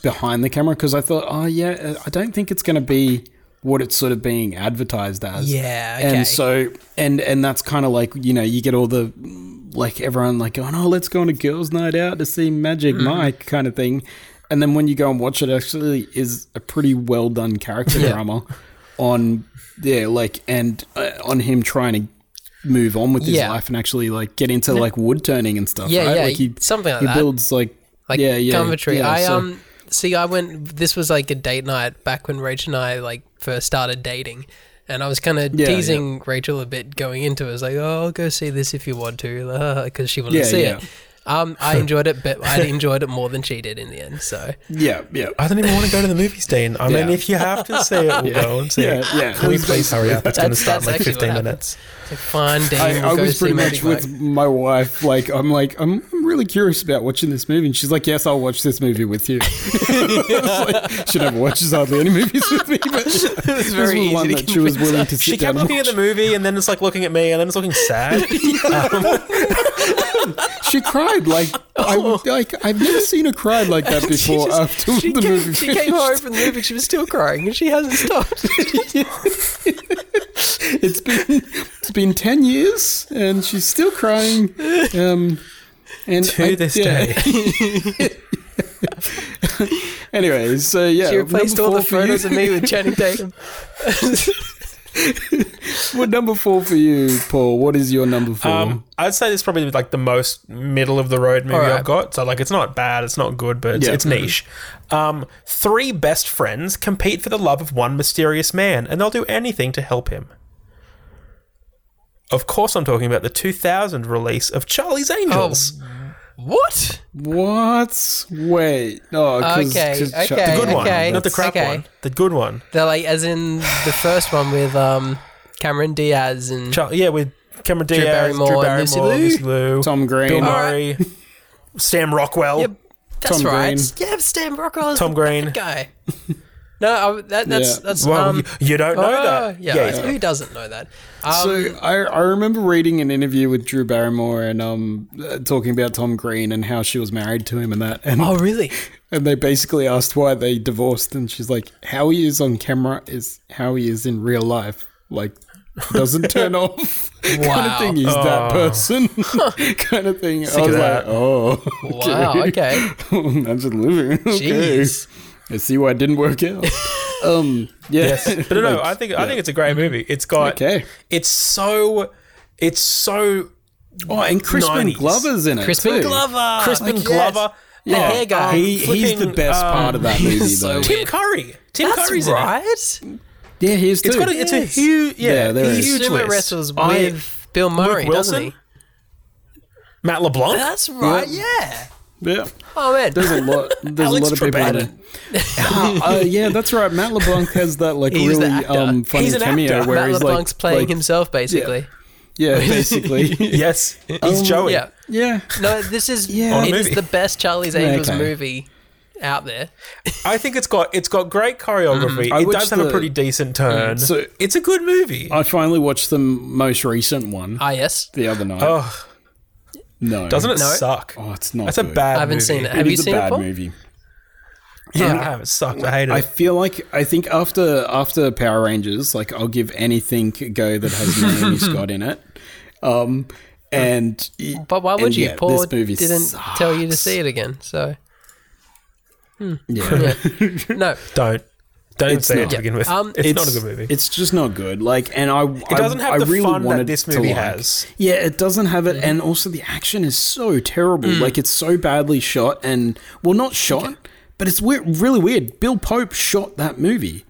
Speaker 1: behind the camera? Because I thought, oh yeah, uh, I don't think it's going to be what it's sort of being advertised as.
Speaker 3: Yeah, okay.
Speaker 1: and so and and that's kind of like you know you get all the like everyone like going oh let's go on a girls' night out to see Magic
Speaker 3: Mm.
Speaker 1: Mike kind of thing, and then when you go and watch it, actually is a pretty well done character drama on yeah like and uh, on him trying to move on with his
Speaker 3: Yeah.
Speaker 1: life and actually like get into like wood turning and stuff.
Speaker 3: Yeah,
Speaker 1: right?
Speaker 3: yeah,
Speaker 1: like he,
Speaker 3: something like
Speaker 1: he
Speaker 3: that.
Speaker 1: builds like
Speaker 3: like
Speaker 1: yeah, yeah,
Speaker 3: commentary.
Speaker 1: yeah,
Speaker 3: I
Speaker 1: so-
Speaker 3: um see, I went. This was like a date night back when Rachel and I like first started dating, and I was kind of
Speaker 1: Yeah,
Speaker 3: teasing Rachel a bit going into it. I was like, "Oh, I'll go see this if you want to," because she wanted
Speaker 1: Yeah,
Speaker 3: to see
Speaker 1: yeah.
Speaker 3: it. Um, I enjoyed it, but I enjoyed it more than she did in the end. So
Speaker 1: Yeah, yeah.
Speaker 4: I don't even want to go to the movies, Dean. I mean,
Speaker 1: Yeah.
Speaker 4: if you have to see it, we'll go and see it.
Speaker 1: Yeah, yeah.
Speaker 4: Please, please hurry up. It's going to
Speaker 3: That's-
Speaker 4: start
Speaker 3: that's
Speaker 4: in like
Speaker 3: actually
Speaker 4: 15
Speaker 3: what happened.
Speaker 4: minutes.
Speaker 3: it's like, fine, Dean.
Speaker 1: I,
Speaker 3: we'll
Speaker 1: I
Speaker 3: go
Speaker 1: was
Speaker 3: see
Speaker 1: pretty much
Speaker 3: Magic
Speaker 1: with
Speaker 3: Mike.
Speaker 1: my wife. Like, I'm like, I'm, I'm really curious about watching this movie. And she's like, Yes, I'll watch this movie with you. I was like, she never watches hardly any movies with me, but this was
Speaker 4: very easy
Speaker 1: one
Speaker 4: to
Speaker 1: that she was willing to sit
Speaker 4: She
Speaker 1: down and
Speaker 4: kept looking at the movie and then it's like looking at me and then it's looking sad.
Speaker 1: watch. She cried like I like I've never seen her cry like that
Speaker 3: Oh. She
Speaker 1: before.
Speaker 3: just-
Speaker 1: after
Speaker 3: she
Speaker 1: the
Speaker 3: came,
Speaker 1: movie,
Speaker 3: She came
Speaker 1: finished.
Speaker 3: home from the movie. She was still crying, and she hasn't stopped.
Speaker 1: It's been it's been ten years, and she's still crying. Um, and
Speaker 4: to
Speaker 1: I-
Speaker 4: this
Speaker 1: yeah.
Speaker 4: day.
Speaker 1: Anyway, so yeah,
Speaker 3: she replaced
Speaker 1: number
Speaker 3: all the
Speaker 1: four for you.
Speaker 3: photos of me with Channing Tatum.
Speaker 1: Well, number four for you, Paul. What is your number four?
Speaker 4: Um, I'd say this is probably like the most middle of the road movie
Speaker 3: Alright.
Speaker 4: I've got. So like, it's not bad, it's not good, but it's,
Speaker 1: Yeah.
Speaker 4: it's niche. Um, three best friends compete for the love of one mysterious man, and they'll do anything to help him. Of course, I'm talking about the 2000 release of Charlie's Angels.
Speaker 3: Oh, What?
Speaker 1: what? Wait. Oh, 'cause-
Speaker 3: Okay,
Speaker 1: 'cause
Speaker 3: okay,
Speaker 1: Chuck-
Speaker 4: the good one,
Speaker 3: okay,
Speaker 4: not the crap
Speaker 3: okay.
Speaker 4: one. The good one.
Speaker 3: They're like, as in the first one with um, Cameron Diaz and
Speaker 4: Char- yeah, with Cameron Diaz,
Speaker 3: Mm. Barrymore
Speaker 4: Drew
Speaker 3: and Lucy
Speaker 4: Barrymore,
Speaker 3: Liu.
Speaker 4: Lucy Liu,
Speaker 1: Tom Green.
Speaker 4: Bill
Speaker 1: All
Speaker 4: Murray, Sam Rockwell.
Speaker 3: Yep. That's
Speaker 1: Tom
Speaker 3: right.
Speaker 1: Green.
Speaker 3: Yeah, Stan oh, Rockwell is
Speaker 4: Tom
Speaker 3: the
Speaker 4: Green.
Speaker 3: bad guy. No, I, that, that's
Speaker 1: Yeah.
Speaker 3: that's
Speaker 4: Well,
Speaker 3: um.
Speaker 4: you, you don't know
Speaker 3: oh,
Speaker 4: that.
Speaker 3: Yeah, who doesn't know that? Um,
Speaker 1: So I, I remember reading an interview with Drew Barrymore and um uh, talking about Tom Green and how she was married to him and that and
Speaker 3: oh really?
Speaker 1: and they basically asked why they divorced and she's like how he is on camera is how he is in real life like doesn't turn off kind
Speaker 3: Wow.
Speaker 1: of thing he's that person kind of thing I was like
Speaker 4: that.
Speaker 1: oh
Speaker 3: Wow. Okay.
Speaker 1: imagine living okay
Speaker 3: Jeez.
Speaker 1: I see why it didn't work out um yeah
Speaker 4: Yes, but no, no, I think I think it's a great movie. It's got
Speaker 1: Okay.
Speaker 4: It's so, it's so
Speaker 1: oh and Crispin
Speaker 4: 90s.
Speaker 1: Glover's in it too.
Speaker 3: Crispin Glover.
Speaker 4: Crispin
Speaker 3: Like, yes.
Speaker 4: Glover.
Speaker 3: The
Speaker 4: Oh,
Speaker 3: hair guy.
Speaker 1: He, he's the
Speaker 4: flipping,
Speaker 1: best
Speaker 4: um,
Speaker 1: part of that
Speaker 3: he's
Speaker 1: movie,
Speaker 3: so
Speaker 1: though.
Speaker 3: weird.
Speaker 4: Tim Curry. Tim
Speaker 3: That's
Speaker 4: Curry's in it.
Speaker 3: right.
Speaker 1: Yeah, he is too.
Speaker 4: It's got a, it's a
Speaker 3: Yes.
Speaker 4: huge yeah,
Speaker 1: Yeah, there is.
Speaker 3: He
Speaker 4: huge
Speaker 3: sumo
Speaker 4: list.
Speaker 3: wrestles
Speaker 4: I-
Speaker 3: with Bill Murray, doesn't he?
Speaker 4: Wilson? Matt LeBlanc.
Speaker 3: That's right.
Speaker 1: Yeah.
Speaker 3: Yeah.
Speaker 1: yeah.
Speaker 3: Oh man.
Speaker 1: There's a lot. There's
Speaker 4: Alex
Speaker 1: a lot of people in
Speaker 4: Trebek.
Speaker 1: it. Ah, uh, yeah, that's right. Matt LeBlanc has that like
Speaker 3: He's the
Speaker 1: really
Speaker 3: actor.
Speaker 1: um, funny
Speaker 4: He's an
Speaker 1: cameo
Speaker 4: actor.
Speaker 1: where
Speaker 3: Matt
Speaker 1: he's like-
Speaker 3: LeBlanc's playing
Speaker 1: like-
Speaker 3: himself, basically.
Speaker 1: Yeah, basically.
Speaker 4: yes, he's
Speaker 1: Um,
Speaker 4: Joey.
Speaker 3: Yeah.
Speaker 1: yeah,
Speaker 3: No, this is
Speaker 1: Yeah.
Speaker 4: On a
Speaker 3: it is
Speaker 4: movie.
Speaker 3: the best Charlie's Angels
Speaker 1: okay.
Speaker 3: movie out there.
Speaker 4: I think it's got it's got great choreography.
Speaker 1: Mm. I
Speaker 4: It
Speaker 1: watched
Speaker 4: does have
Speaker 1: the-
Speaker 4: a pretty decent turn.
Speaker 1: so-
Speaker 4: it's a good movie.
Speaker 1: I finally watched the most recent one
Speaker 3: Ah, yes.
Speaker 1: the other night.
Speaker 4: oh,
Speaker 1: no,
Speaker 4: doesn't it
Speaker 3: No.
Speaker 4: suck?
Speaker 1: Oh, it's not.
Speaker 4: That's a
Speaker 1: good.
Speaker 4: bad.
Speaker 3: I haven't
Speaker 4: movie.
Speaker 3: seen it.
Speaker 1: It
Speaker 3: Have you
Speaker 1: is a
Speaker 3: seen it?
Speaker 1: bad
Speaker 3: Paul?
Speaker 1: movie.
Speaker 4: Yeah, I have. It sucked. I hated
Speaker 1: I
Speaker 4: it.
Speaker 1: feel like I think after after Power Rangers, like I'll give anything a go that has Naomi Scott in it. Um, and
Speaker 3: But why
Speaker 1: and
Speaker 3: would you?
Speaker 1: yeah,
Speaker 3: Paul
Speaker 1: this movie
Speaker 3: didn't
Speaker 1: sucks.
Speaker 3: tell you to see it again. So
Speaker 1: Yeah.
Speaker 3: no.
Speaker 4: Don't. Don't even
Speaker 1: It's
Speaker 4: say
Speaker 1: not.
Speaker 4: it to begin with.
Speaker 3: Um,
Speaker 4: it's, not a good movie.
Speaker 1: It's just not good. Like, and I, it
Speaker 4: It doesn't have
Speaker 1: I,
Speaker 4: the
Speaker 1: really
Speaker 4: fun
Speaker 1: wanted
Speaker 4: that this
Speaker 1: to
Speaker 4: movie
Speaker 1: like-
Speaker 4: has.
Speaker 1: Yeah, it doesn't have it, and also the action is so terrible.
Speaker 4: Mm.
Speaker 1: Like, it's so badly shot, and well, not shot, but it's weird, really weird. Bill Pope shot that movie.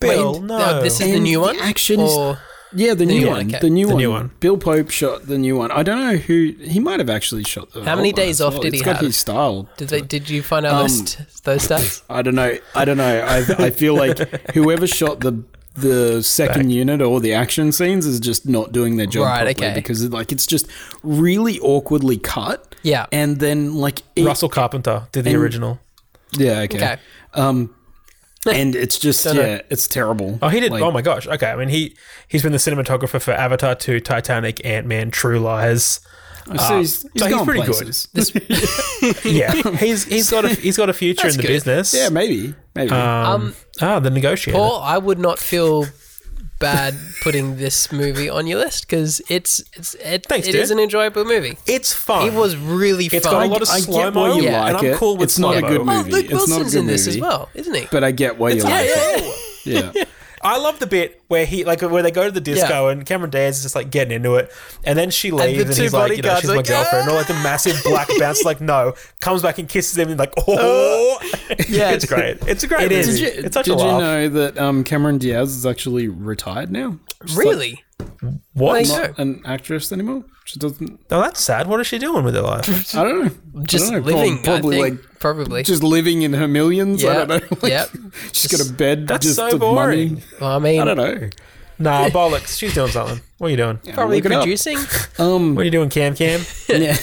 Speaker 4: Bill,
Speaker 3: Wait,
Speaker 4: no.
Speaker 3: This is the
Speaker 1: And
Speaker 3: new
Speaker 1: the
Speaker 3: one.
Speaker 1: action is-
Speaker 3: or
Speaker 1: Yeah, the, new,
Speaker 3: new
Speaker 1: one.
Speaker 3: one, okay.
Speaker 1: The new
Speaker 4: The
Speaker 1: one.
Speaker 4: new one.
Speaker 1: Bill Pope shot the new one. I don't know who he might have actually shot. The
Speaker 3: How many
Speaker 1: old one as
Speaker 3: days off
Speaker 1: well.
Speaker 3: did
Speaker 1: It's
Speaker 3: he
Speaker 1: got
Speaker 3: have?
Speaker 1: His style.
Speaker 3: did they? Did you find out
Speaker 1: Um,
Speaker 3: those, those stats?
Speaker 1: I don't know. I don't know. I, I feel like whoever shot the the second unit or the action scenes is just not doing their job
Speaker 3: Right,
Speaker 1: properly
Speaker 3: okay.
Speaker 1: because it, like it's just really awkwardly cut.
Speaker 3: Yeah.
Speaker 1: and then like it-
Speaker 4: Russell Carpenter did the original.
Speaker 1: Yeah, okay.
Speaker 3: Okay.
Speaker 1: Um, and it's just
Speaker 3: know.
Speaker 1: yeah, it's terrible.
Speaker 4: Oh, he did.
Speaker 1: Like,
Speaker 4: oh my gosh. Okay. I mean, he he's been the cinematographer for Avatar 2, Titanic, Ant Man, True Lies.
Speaker 1: so he's, he's,
Speaker 4: Ah. so he's
Speaker 1: gone
Speaker 4: pretty good.
Speaker 1: places.
Speaker 4: Yeah, he's he's got a he's got a future in
Speaker 3: That's
Speaker 4: the
Speaker 3: good.
Speaker 4: business.
Speaker 1: Yeah, maybe, maybe.
Speaker 4: Um, ah, the negotiator.
Speaker 3: Paul, I would not feel bad putting this movie on your list because it's it's it,
Speaker 4: Thanks,
Speaker 3: it
Speaker 4: dude.
Speaker 3: is an enjoyable movie.
Speaker 4: it's fun.
Speaker 3: It was really
Speaker 4: It's got
Speaker 3: fun.
Speaker 4: a lot of
Speaker 1: I get
Speaker 4: slow mo.
Speaker 1: why you
Speaker 4: Yeah, and
Speaker 1: like
Speaker 4: I'm
Speaker 1: it.
Speaker 4: cool with
Speaker 1: It's not a
Speaker 4: slow-mo.
Speaker 1: good
Speaker 3: oh,
Speaker 1: movie.
Speaker 3: Luke
Speaker 1: It's not a
Speaker 3: Wilson's
Speaker 1: good
Speaker 3: in this
Speaker 1: movie.
Speaker 3: as well, isn't he?
Speaker 1: but I get why you
Speaker 4: Yeah,
Speaker 1: like it.
Speaker 4: yeah, yeah.
Speaker 1: Yeah,
Speaker 4: I love the bit where he like where they go to the disco and Cameron Diaz is just like getting into it, and then she leaves and,
Speaker 3: two
Speaker 4: he's like, you know,
Speaker 3: bodyguards
Speaker 4: she's
Speaker 3: are
Speaker 4: my
Speaker 3: like,
Speaker 4: girlfriend, and all like the massive black bounce like no, comes back and kisses him and like oh,
Speaker 3: yeah.
Speaker 4: it's great. It's a
Speaker 3: It
Speaker 4: great. movie.
Speaker 3: is.
Speaker 1: Did you,
Speaker 4: It's such
Speaker 1: did
Speaker 4: a
Speaker 1: you
Speaker 4: laugh.
Speaker 1: know that um, Cameron Diaz is actually retired now? She's like-
Speaker 3: really?
Speaker 4: What?
Speaker 3: Like-
Speaker 1: Not an actress anymore. She doesn't.
Speaker 4: Oh, that's sad. What is she doing with her life?
Speaker 1: I don't know. I
Speaker 3: Just
Speaker 1: don't know,
Speaker 3: living,
Speaker 1: Probably
Speaker 3: I think. probably.
Speaker 1: like just living in her millions. I
Speaker 3: yeah.
Speaker 1: don't know. Like,
Speaker 3: yep.
Speaker 1: She's got a bed
Speaker 4: That's
Speaker 1: just
Speaker 4: so
Speaker 1: of money.
Speaker 4: boring.
Speaker 3: Well, I mean,
Speaker 1: I don't know.
Speaker 4: Nah, bollocks. She's doing something. What are you doing?
Speaker 3: probably
Speaker 1: Look it up.
Speaker 3: producing.
Speaker 1: Um,
Speaker 4: What are you doing, Cam Cam?
Speaker 1: yeah,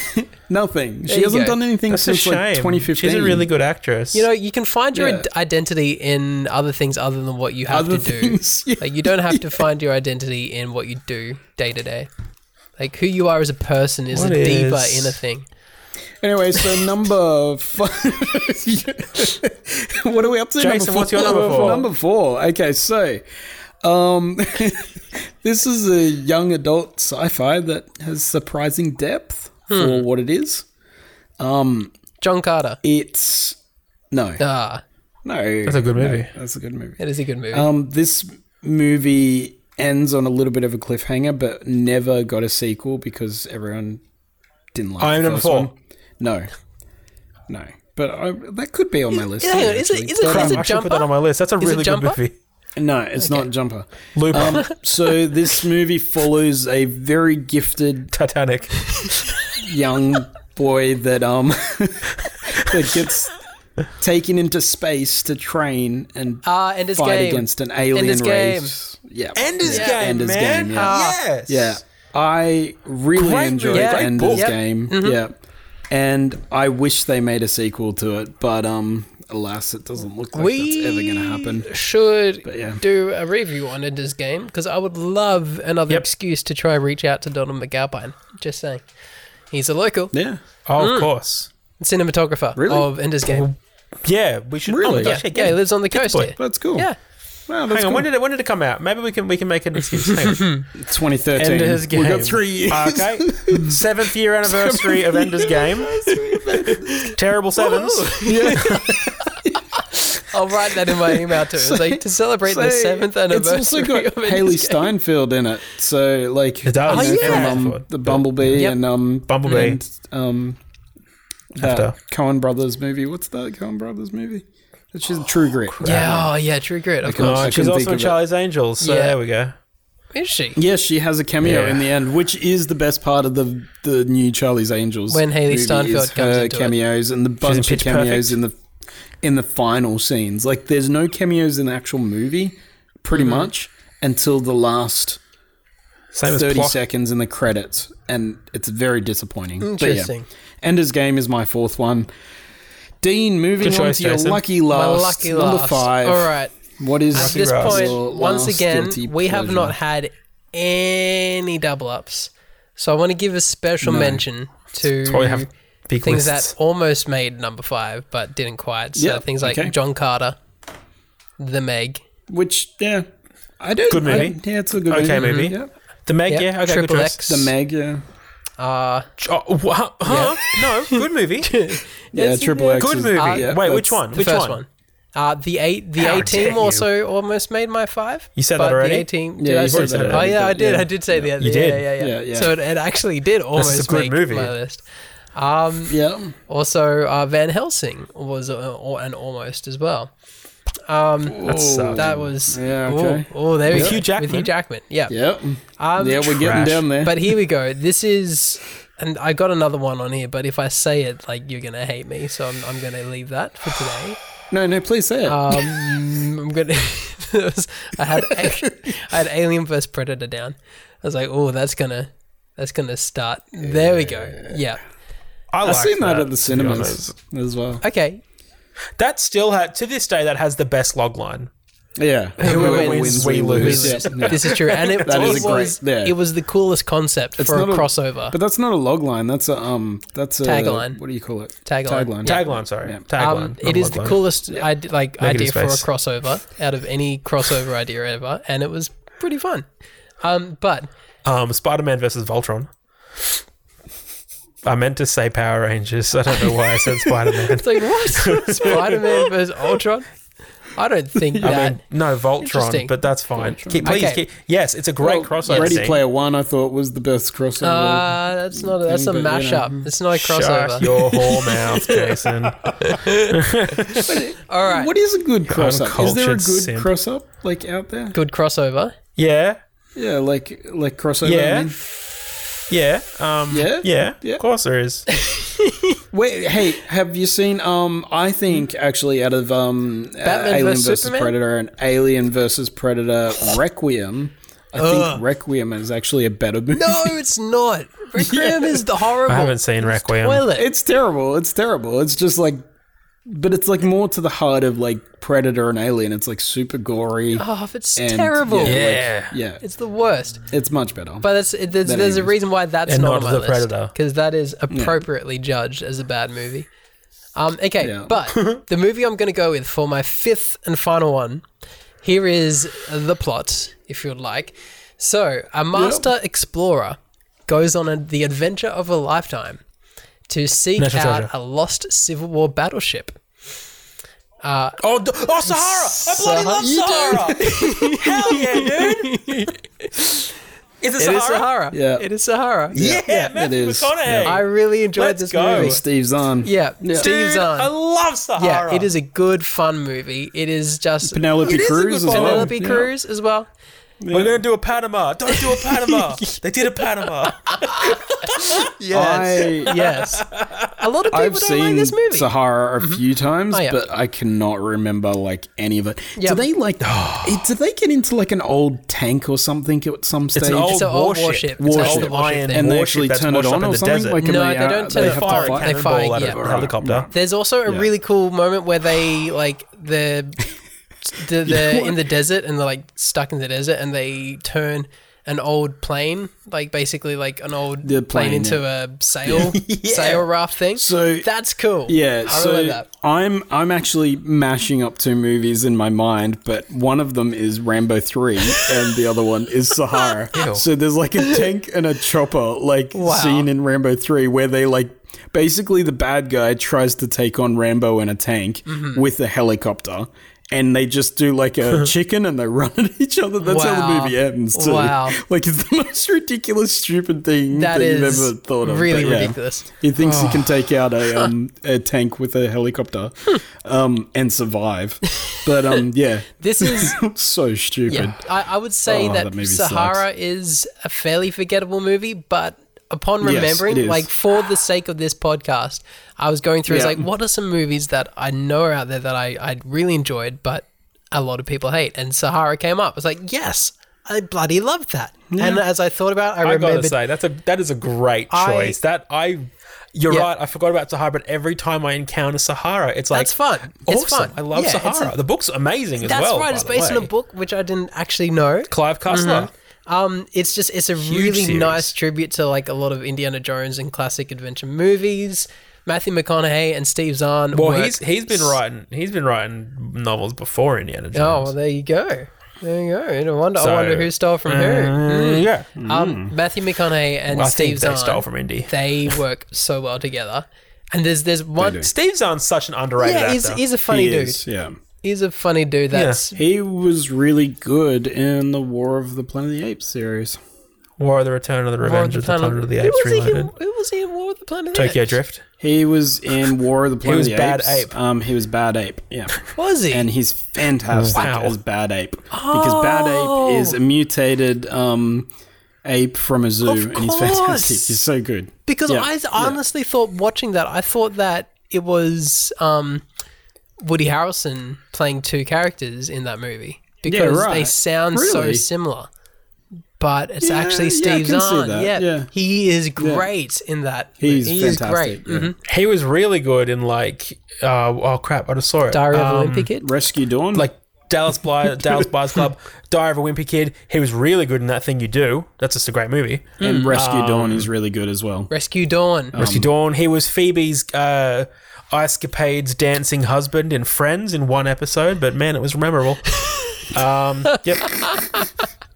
Speaker 1: nothing. She
Speaker 3: you
Speaker 1: hasn't
Speaker 3: go.
Speaker 1: done anything
Speaker 4: That's a
Speaker 1: since
Speaker 4: shame.
Speaker 1: like 2015.
Speaker 4: She's a really good actress.
Speaker 3: You know, you can find your
Speaker 1: Yeah.
Speaker 3: ad- identity in other things other than what you have
Speaker 1: other
Speaker 3: to do.
Speaker 1: things. Yeah.
Speaker 3: Like you don't have to find your identity in what you do day to day. Like who you are as a person is
Speaker 4: What
Speaker 3: a deeper
Speaker 4: is-
Speaker 3: inner thing.
Speaker 1: Anyway, so number five. what are we up to?
Speaker 4: Jason, what's your number four?
Speaker 1: Number four. Okay, so um, this is a young adult sci-fi that has surprising depth
Speaker 3: Hmm.
Speaker 1: for what it is.
Speaker 3: John Carter.
Speaker 1: It's no,
Speaker 3: Ah,
Speaker 1: no.
Speaker 4: That's a good movie.
Speaker 1: That's a good movie.
Speaker 3: it is a good movie.
Speaker 1: Um, this movie ends on a little bit of a cliffhanger, but never got a sequel because everyone didn't like.
Speaker 4: I am
Speaker 1: the
Speaker 4: number
Speaker 1: first
Speaker 4: four.
Speaker 1: one. No, no. But I, that could be on my list.
Speaker 3: hang
Speaker 1: too,
Speaker 3: on, is it-
Speaker 1: actually.
Speaker 3: is it-
Speaker 1: But,
Speaker 4: Crap,
Speaker 3: is it
Speaker 4: I should put that
Speaker 3: Jumper?
Speaker 4: on my list. That's a
Speaker 3: it
Speaker 4: really good
Speaker 3: Jumper?
Speaker 4: movie.
Speaker 1: no, it's not Jumper.
Speaker 4: Looper,
Speaker 1: Um, so this movie follows a very gifted
Speaker 4: Titanic.
Speaker 1: young boy that um that gets taken into space to train and
Speaker 3: Ah, end his
Speaker 1: fight againder's
Speaker 3: game.
Speaker 1: against an alien
Speaker 3: Ender's Game.
Speaker 1: race. Yeah,
Speaker 4: Ender's
Speaker 1: yeah.
Speaker 4: Game,
Speaker 1: Ender's
Speaker 4: man. Ah.
Speaker 1: Game, yeah.
Speaker 4: yes.
Speaker 1: Yeah, I really
Speaker 4: Great
Speaker 1: enjoyed
Speaker 4: movie, great
Speaker 1: Ender's
Speaker 4: book.
Speaker 3: Yep. Mm-hmm.
Speaker 1: Game. Yeah, and I wish they made a sequel to it, but um, alas, it doesn't look like
Speaker 3: we
Speaker 1: that's ever going to happen.
Speaker 3: should
Speaker 1: But yeah.
Speaker 3: do a review on Ender's Game because I would love another
Speaker 4: Yep.
Speaker 3: excuse to try and reach out to Donald McAlpine. Just saying, he's a local
Speaker 1: Yeah,
Speaker 4: Oh,
Speaker 3: Mm.
Speaker 4: of course.
Speaker 3: cinematographer
Speaker 1: Really?
Speaker 3: of Ender's Game.
Speaker 4: Yeah, we should.
Speaker 1: Really?
Speaker 4: Oh my
Speaker 3: yeah,
Speaker 4: gosh, yeah,
Speaker 3: yeah,
Speaker 4: get
Speaker 3: he
Speaker 4: it.
Speaker 3: lives on the coast
Speaker 4: boy.
Speaker 3: here.
Speaker 1: that's cool.
Speaker 3: Yeah,
Speaker 1: wow,
Speaker 4: Hang
Speaker 1: that's
Speaker 4: on, when
Speaker 1: cool.
Speaker 4: did it when did it come out? Maybe we can we can make an excuse. Hang on.
Speaker 1: 2013.
Speaker 4: Ender's Game.
Speaker 1: We got three years.
Speaker 4: Okay. Seventh year anniversary of Ender's Game. Terrible sevens.
Speaker 1: Oh, Yeah.
Speaker 3: I'll write that in my email too. It's like to celebrate the
Speaker 1: So,
Speaker 3: seventh anniversary.
Speaker 1: It's also got
Speaker 3: of Ender's
Speaker 1: Haley
Speaker 3: Game.
Speaker 1: Steinfeld in it, so like
Speaker 4: It does.
Speaker 1: you know,
Speaker 3: Oh, yeah.
Speaker 1: from um, the Bumblebee
Speaker 3: Yep.
Speaker 1: and um
Speaker 4: Bumblebee.
Speaker 1: and, um that
Speaker 4: After.
Speaker 1: Cohen Brothers movie. What's that Cohen Brothers movie? It's just True Grit.
Speaker 3: Yeah, oh, yeah, True Grit. Of
Speaker 1: Okay.
Speaker 3: course.
Speaker 1: I couldn't
Speaker 4: Oh, she's
Speaker 1: think
Speaker 4: also in
Speaker 1: of it.
Speaker 4: Charlie's Angels. So
Speaker 3: Yeah.
Speaker 4: there we go.
Speaker 1: uh,
Speaker 3: Is she?
Speaker 1: Yes, she has a cameo
Speaker 4: Yeah.
Speaker 1: in the end, which is the best part of the the new Charlie's Angels.
Speaker 3: When Hailee
Speaker 1: movie is
Speaker 3: Steinfeld comes
Speaker 1: her
Speaker 3: into it.
Speaker 1: cameos and the bunch of
Speaker 4: Pitch
Speaker 1: cameos
Speaker 4: Perfect.
Speaker 1: in the in the final scenes. Like there's no cameos in the actual movie,
Speaker 3: Mm-hmm.
Speaker 1: pretty much until the last
Speaker 4: Same as
Speaker 1: thirty
Speaker 4: Plock.
Speaker 1: seconds in the credits, and it's very disappointing. But yeah.
Speaker 3: Interesting.
Speaker 1: Ender's Game is my fourth one. Dean, moving
Speaker 4: Good
Speaker 1: on
Speaker 4: choice,
Speaker 1: to your
Speaker 4: Jason.
Speaker 1: lucky
Speaker 3: My
Speaker 1: last,
Speaker 3: lucky last.
Speaker 1: number five.
Speaker 3: All right.
Speaker 1: What is
Speaker 3: At this
Speaker 4: Ross.
Speaker 1: your
Speaker 3: point, once
Speaker 1: last
Speaker 3: again,
Speaker 1: guilty
Speaker 3: we have
Speaker 1: pleasure?
Speaker 3: not had any double ups, so I want to give a special mention to
Speaker 4: Probably Oh, have big
Speaker 3: things
Speaker 4: lists.
Speaker 3: that almost made number five but didn't quite. So
Speaker 1: Yeah,
Speaker 3: things like
Speaker 1: okay.
Speaker 3: John Carter, The Meg,
Speaker 1: Which yeah, I do.
Speaker 4: Good movie.
Speaker 1: I, yeah, it's a good
Speaker 4: Okay,
Speaker 1: movie.
Speaker 4: movie.
Speaker 1: Yeah.
Speaker 4: the Meg,
Speaker 3: yeah,
Speaker 4: yeah, okay,
Speaker 3: Triple
Speaker 4: good choice.
Speaker 3: X,
Speaker 1: The Meg. Yeah.
Speaker 3: uh,
Speaker 4: Oh, what? Huh? No, good movie.
Speaker 1: Yeah. Triple X.
Speaker 4: good
Speaker 1: is-
Speaker 4: movie.
Speaker 1: yeah,
Speaker 4: Wait, which
Speaker 1: that's-
Speaker 4: one?
Speaker 3: the
Speaker 4: which
Speaker 3: first
Speaker 4: one?
Speaker 3: one. Uh, the eight, the
Speaker 4: How
Speaker 3: A team
Speaker 4: dare
Speaker 3: also almost made my five.
Speaker 4: You said
Speaker 3: but
Speaker 4: that already?
Speaker 3: The A team,
Speaker 1: Yeah,
Speaker 3: did I
Speaker 1: you've
Speaker 3: say
Speaker 1: already
Speaker 3: that?
Speaker 1: said it
Speaker 3: Oh
Speaker 1: already,
Speaker 3: yeah, I
Speaker 1: but
Speaker 3: did.
Speaker 1: yeah.
Speaker 3: I did say the other.
Speaker 4: You
Speaker 3: yeah,
Speaker 4: did.
Speaker 3: Yeah, yeah, yeah.
Speaker 1: Yeah, yeah.
Speaker 3: So it, it actually did almost
Speaker 4: a good
Speaker 3: make
Speaker 4: movie.
Speaker 3: my list. Um,
Speaker 1: Yeah.
Speaker 3: also, uh, Van Helsing was uh, or- an almost as well. Um,
Speaker 4: That sucked.
Speaker 3: that was
Speaker 1: Yeah, okay.
Speaker 3: oh, there
Speaker 4: With
Speaker 3: we go.
Speaker 4: Hugh Jackman.
Speaker 3: With Hugh Jackman, yeah.
Speaker 1: Yep.
Speaker 3: Um,
Speaker 1: yeah, we're getting
Speaker 4: trash.
Speaker 1: down there.
Speaker 3: but here we go. This is, and I got another one on here. But if I say it, like you're gonna hate me, so I'm, I'm gonna leave that for today.
Speaker 1: no, no, please say it.
Speaker 3: Um, I'm gonna. there was- I had a- I had Alien vs Predator down. I was like, oh, that's gonna that's gonna start. There we go. Yeah.
Speaker 4: I
Speaker 1: I've
Speaker 4: liked
Speaker 1: seen that, at
Speaker 4: to
Speaker 1: the
Speaker 4: be
Speaker 1: cinemas
Speaker 4: honest.
Speaker 1: as well.
Speaker 3: Okay.
Speaker 4: That still had to this day that has the best log line.
Speaker 1: Yeah.
Speaker 4: Whoever wins, we lose.
Speaker 1: Yeah, yeah.
Speaker 3: This is true, and it,
Speaker 1: That is
Speaker 3: it
Speaker 1: a great-
Speaker 3: was
Speaker 1: yeah.
Speaker 3: it was the coolest concept for a
Speaker 1: not a-
Speaker 3: crossover.
Speaker 1: But that's not a log line. That's a um. That's a
Speaker 3: Tagline.
Speaker 1: What do you call it? Tagline.
Speaker 3: Tagline.
Speaker 4: Tagline, sorry.
Speaker 1: Yeah.
Speaker 4: Tagline.
Speaker 3: um,
Speaker 4: not
Speaker 3: it is
Speaker 4: log
Speaker 3: the
Speaker 4: line.
Speaker 3: cooled id- like idea
Speaker 4: Negative
Speaker 3: for a
Speaker 4: space.
Speaker 3: crossover out of any crossover idea ever, and it was pretty fun. Um, but
Speaker 4: Um, Spider-Man versus Voltron. I meant to say Power Rangers. I don't know why I said Spider-Man.
Speaker 3: it's like what Spider Man versus Ultron? I don't think that.
Speaker 4: I mean, no
Speaker 3: Interesting.
Speaker 4: Voltron, but that's fine. Keep, please,
Speaker 3: Okay.
Speaker 4: keep, yes, it's a great crossover.
Speaker 1: Ready
Speaker 4: scene.
Speaker 1: Player One, I thought was the best crossover.
Speaker 3: Uh, that's not a, that's a
Speaker 1: thing, but, you know. Mm-hmm.
Speaker 3: mashup. It's not a crossover.
Speaker 4: Shut your whore mouth, Jason.
Speaker 3: All right,
Speaker 1: What is a good cross up? Is there a
Speaker 4: uncultured
Speaker 1: good
Speaker 4: simp.
Speaker 1: cross up like out there?
Speaker 3: good crossover.
Speaker 4: yeah,
Speaker 1: Yeah, like like crossover.
Speaker 4: Yeah.
Speaker 1: I mean.
Speaker 4: Yeah. Um,
Speaker 1: Yeah?
Speaker 4: yeah. Yeah.
Speaker 1: Yeah.
Speaker 4: Of course there is.
Speaker 1: Wait, hey, have you seen? Um, I think actually, out of um, uh,
Speaker 3: Batman
Speaker 1: Alien
Speaker 3: versus
Speaker 1: versus
Speaker 3: Superman?
Speaker 1: Predator and Alien versus Predator Requiem, I
Speaker 3: Ugh.
Speaker 1: think Requiem is actually a better movie.
Speaker 3: No, it's not. Requiem is the horrible.
Speaker 4: I haven't seen Requiem.
Speaker 3: toilet.
Speaker 1: It's terrible. It's terrible. It's just like, but it's like more to the heart of like Predator and Alien. It's like super gory.
Speaker 3: oh, it's
Speaker 1: and,
Speaker 3: terrible.
Speaker 1: Yeah,
Speaker 4: Yeah.
Speaker 1: like- yeah, it's,
Speaker 3: It's the worst.
Speaker 1: much better. But
Speaker 3: But it's, it, there's,
Speaker 1: That
Speaker 3: there's a
Speaker 1: is-
Speaker 3: reason why that's
Speaker 4: And
Speaker 3: not,
Speaker 4: not
Speaker 3: on my
Speaker 4: The
Speaker 3: list.
Speaker 4: Predator.
Speaker 3: Because that is appropriately judged as a bad movie. Um, okay,
Speaker 1: Yeah.
Speaker 3: but the movie I'm going to go with for my fifth and final one, here is the plot, if you'd like. So, a master explorer goes on a, the adventure of a lifetime to seek
Speaker 4: National
Speaker 3: out
Speaker 4: treasure.
Speaker 3: a lost Civil War battleship.
Speaker 4: Oh, d- oh, Sahara! I bloody love Sahara! Hell yeah, dude! Is it
Speaker 3: It
Speaker 4: Sahara?
Speaker 3: is Sahara.
Speaker 1: Yeah.
Speaker 3: It is Sahara.
Speaker 4: Yeah,
Speaker 1: Yeah, it
Speaker 4: Matthew
Speaker 1: is.
Speaker 4: McConaughey.
Speaker 3: I really enjoyed
Speaker 4: Let's
Speaker 3: this
Speaker 4: go.
Speaker 3: movie.
Speaker 1: Steve's on.
Speaker 3: Yeah, Steve's
Speaker 4: Dude,
Speaker 3: on.
Speaker 4: I love
Speaker 3: Yeah,
Speaker 4: Sahara.
Speaker 3: it is a good fun movie. It is just
Speaker 1: Penelope
Speaker 4: It is a
Speaker 1: Cruz as
Speaker 4: good
Speaker 1: well.
Speaker 4: one.
Speaker 3: Penelope
Speaker 1: Yeah.
Speaker 3: Cruz as well.
Speaker 4: We're gonna do a Panama. Don't do a Panama. they did a Panama.
Speaker 1: I,
Speaker 3: Yes, a lot of people
Speaker 1: I've
Speaker 3: don't
Speaker 1: seen
Speaker 3: like this movie.
Speaker 1: Sahara a few times,
Speaker 3: Oh, yeah.
Speaker 1: but I cannot remember like any of it.
Speaker 3: Yeah.
Speaker 1: Do they like? do they get into like an old tank or something at some stage?
Speaker 4: It's an old
Speaker 3: It's an old warship. It's
Speaker 4: warship.
Speaker 3: an old
Speaker 1: Warship.
Speaker 3: warship thing.
Speaker 1: and they
Speaker 4: warship
Speaker 1: actually
Speaker 4: that's
Speaker 1: turn it
Speaker 4: washed up
Speaker 1: on
Speaker 4: in
Speaker 1: or
Speaker 4: the
Speaker 1: something?
Speaker 4: desert.
Speaker 1: Like, and
Speaker 3: No, they
Speaker 1: uh,
Speaker 3: don't turn
Speaker 1: they
Speaker 3: it
Speaker 1: have to
Speaker 4: fire a
Speaker 1: fight?
Speaker 3: They
Speaker 4: cannonball
Speaker 3: fire-
Speaker 4: out
Speaker 3: yeah.
Speaker 4: of a helicopter.
Speaker 3: There's also a
Speaker 1: Yeah.
Speaker 3: really cool moment where they like the the, the in the desert and they're like stuck in the desert and they turn an old plane, like basically like an old
Speaker 1: The
Speaker 3: plane,
Speaker 1: plane,
Speaker 3: into a sail sail raft thing.
Speaker 1: So-
Speaker 3: that's cool.
Speaker 1: Yeah,
Speaker 3: I
Speaker 1: so
Speaker 3: really like that.
Speaker 1: I'm I'm actually mashing up two movies in my mind, but one of them is Rambo three, and the other one is Sahara. so there's like a tank and a chopper like scene in Rambo three where they like basically the bad guy tries to take on Rambo in a tank
Speaker 3: Mm-hmm.
Speaker 1: with a helicopter. And they just do like a chicken and they run at each other. That's how the
Speaker 3: Wow.
Speaker 1: movie ends, too.
Speaker 3: Wow.
Speaker 1: Like, it's the most ridiculous, stupid thing
Speaker 3: That
Speaker 1: that, you've
Speaker 3: is
Speaker 1: ever thought of.
Speaker 3: really
Speaker 1: but yeah.
Speaker 3: ridiculous.
Speaker 1: He thinks he
Speaker 3: Oh.
Speaker 1: can take out a um, a tank with a helicopter, um, and survive. But um, yeah,
Speaker 3: This is
Speaker 1: so stupid.
Speaker 3: Yeah, I, I would say
Speaker 1: Oh,
Speaker 3: that,
Speaker 1: that movie
Speaker 3: Sahara is a fairly forgettable movie, but upon
Speaker 1: Yes,
Speaker 3: remembering,
Speaker 1: it is.
Speaker 3: like for the sake of this podcast, I was going through. it's
Speaker 1: Yeah.
Speaker 3: like, what are some movies that I know are out there that I I really enjoyed, but a lot of people hate? And Sahara came up. I was like, yes, I bloody loved that. And as I thought about, it, I,
Speaker 4: I gotta
Speaker 3: remembered.
Speaker 4: say that's a that is a great
Speaker 3: I-
Speaker 4: choice. that I, you're
Speaker 3: Yeah.
Speaker 4: right. I forgot about Sahara, but every time I encounter Sahara, it's like
Speaker 3: That's fun.
Speaker 4: Awesome.
Speaker 3: It's fun.
Speaker 4: I love
Speaker 3: Yeah, it's a-
Speaker 4: Sahara. the book's amazing as
Speaker 3: that's
Speaker 4: well.
Speaker 3: right.
Speaker 4: by
Speaker 3: It's
Speaker 4: the
Speaker 3: based on
Speaker 4: way.
Speaker 3: a book which I didn't actually know.
Speaker 4: Clive Cussler.
Speaker 3: Um, it's just it's a really
Speaker 4: series.
Speaker 3: nice tribute to like a lot of Indiana Jones and classic adventure movies. Matthew McConaughey and Steve Zahn.
Speaker 4: Well,
Speaker 3: work-
Speaker 4: he's he's been writing he's been writing novels before Indiana Jones.
Speaker 3: oh, well, there you go, there you go. No wonder. I
Speaker 4: So-
Speaker 3: wonder who stole from who.
Speaker 4: Mm, yeah.
Speaker 3: Um, Matthew McConaughey and
Speaker 4: I
Speaker 3: Steve
Speaker 4: think they
Speaker 3: Zahn.
Speaker 4: stole from Indy.
Speaker 3: they work so well together, and there's there's one.
Speaker 4: Steve Zahn's such an underrated
Speaker 3: Yeah, he's,
Speaker 4: actor.
Speaker 3: he's a funny
Speaker 1: He
Speaker 3: dude.
Speaker 1: is, yeah,
Speaker 3: He's a funny dude. That's
Speaker 1: he was really good in the War of the Planet of the Apes series.
Speaker 4: War of the Return of the
Speaker 3: War of
Speaker 4: Revenge
Speaker 3: the
Speaker 4: of the
Speaker 3: Planet-
Speaker 4: Planet of the
Speaker 3: Who
Speaker 4: Apes
Speaker 3: was he in-
Speaker 4: Reloaded.
Speaker 3: Who was he in War of the Planet of the
Speaker 4: Tokyo
Speaker 3: Apes?
Speaker 4: Drift.
Speaker 1: He was in War of the Planet
Speaker 4: was
Speaker 1: of the
Speaker 4: Bad
Speaker 1: Apes.
Speaker 4: Ape.
Speaker 1: Um, he was Bad Ape. Yeah.
Speaker 3: Was he?
Speaker 1: And he's fantastic
Speaker 4: Wow.
Speaker 1: as Bad Ape because Bad
Speaker 3: Oh.
Speaker 1: Ape is a mutated um, ape from a zoo,
Speaker 3: Of
Speaker 1: and he's
Speaker 3: course.
Speaker 1: fantastic. He's so good.
Speaker 3: Because
Speaker 1: Yeah,
Speaker 3: I honestly thought watching that, I thought that it was um, Woody Harrelson playing two characters in that movie because they
Speaker 1: right.
Speaker 3: sound so
Speaker 1: Really?
Speaker 3: similar. But it's
Speaker 1: Yeah, yeah,
Speaker 3: actually
Speaker 1: I
Speaker 3: Steve
Speaker 1: can see
Speaker 3: Zahn.
Speaker 1: that,
Speaker 3: Yeah.
Speaker 1: yeah.
Speaker 3: he is great in that.
Speaker 1: He's
Speaker 3: he
Speaker 1: fantastic,
Speaker 3: is great.
Speaker 1: yeah.
Speaker 3: Mhm.
Speaker 4: He was really good in like uh, oh crap, I just saw it.
Speaker 3: Diary of
Speaker 4: Um,
Speaker 3: a Wimpy Kid.
Speaker 1: Rescue Dawn,
Speaker 4: like Dallas Bly, Dallas Buyers Club, Diary of a Wimpy Kid. He was really good in that thing you do. That's just a great movie.
Speaker 3: Mm.
Speaker 1: and Rescue
Speaker 4: Um,
Speaker 1: Dawn is really good as well.
Speaker 3: Rescue Dawn.
Speaker 4: Rusty Dawn. He was Phoebe's uh, ice capades dancing husband in Friends in one episode, but man, it was memorable. um, yep.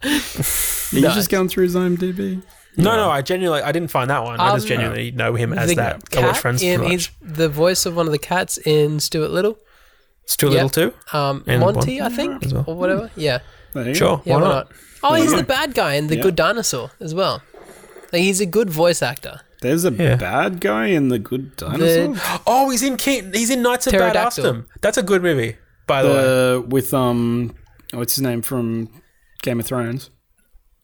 Speaker 1: He's just going through his IMDb.
Speaker 4: No, no, I genuinely, I didn't find that one. I just
Speaker 3: Um,
Speaker 4: genuinely know him as
Speaker 3: the
Speaker 4: that. I
Speaker 3: cat
Speaker 4: watch Friends too
Speaker 3: in,
Speaker 4: much.
Speaker 3: he's the voice of one of the cats in Stuart Little.
Speaker 4: It's too
Speaker 3: Yep.
Speaker 4: little too.
Speaker 3: Um,
Speaker 4: And
Speaker 3: Monty, I think,
Speaker 4: as well.
Speaker 3: or whatever. Yeah.
Speaker 1: There you go.
Speaker 4: Sure,
Speaker 3: Yeah,
Speaker 4: why not?
Speaker 3: Oh, he's
Speaker 1: not?
Speaker 3: the bad guy in The Good Dinosaur as well. Like, he's a good voice actor.
Speaker 1: There's a
Speaker 4: Yeah.
Speaker 1: bad guy in the good dinosaur
Speaker 4: Oh, he's in Ke- he's in Knights of
Speaker 3: Pterodactyl.
Speaker 4: Badassdom. That's a good movie, by the way.
Speaker 1: Uh, with um, what's his name from Game of Thrones?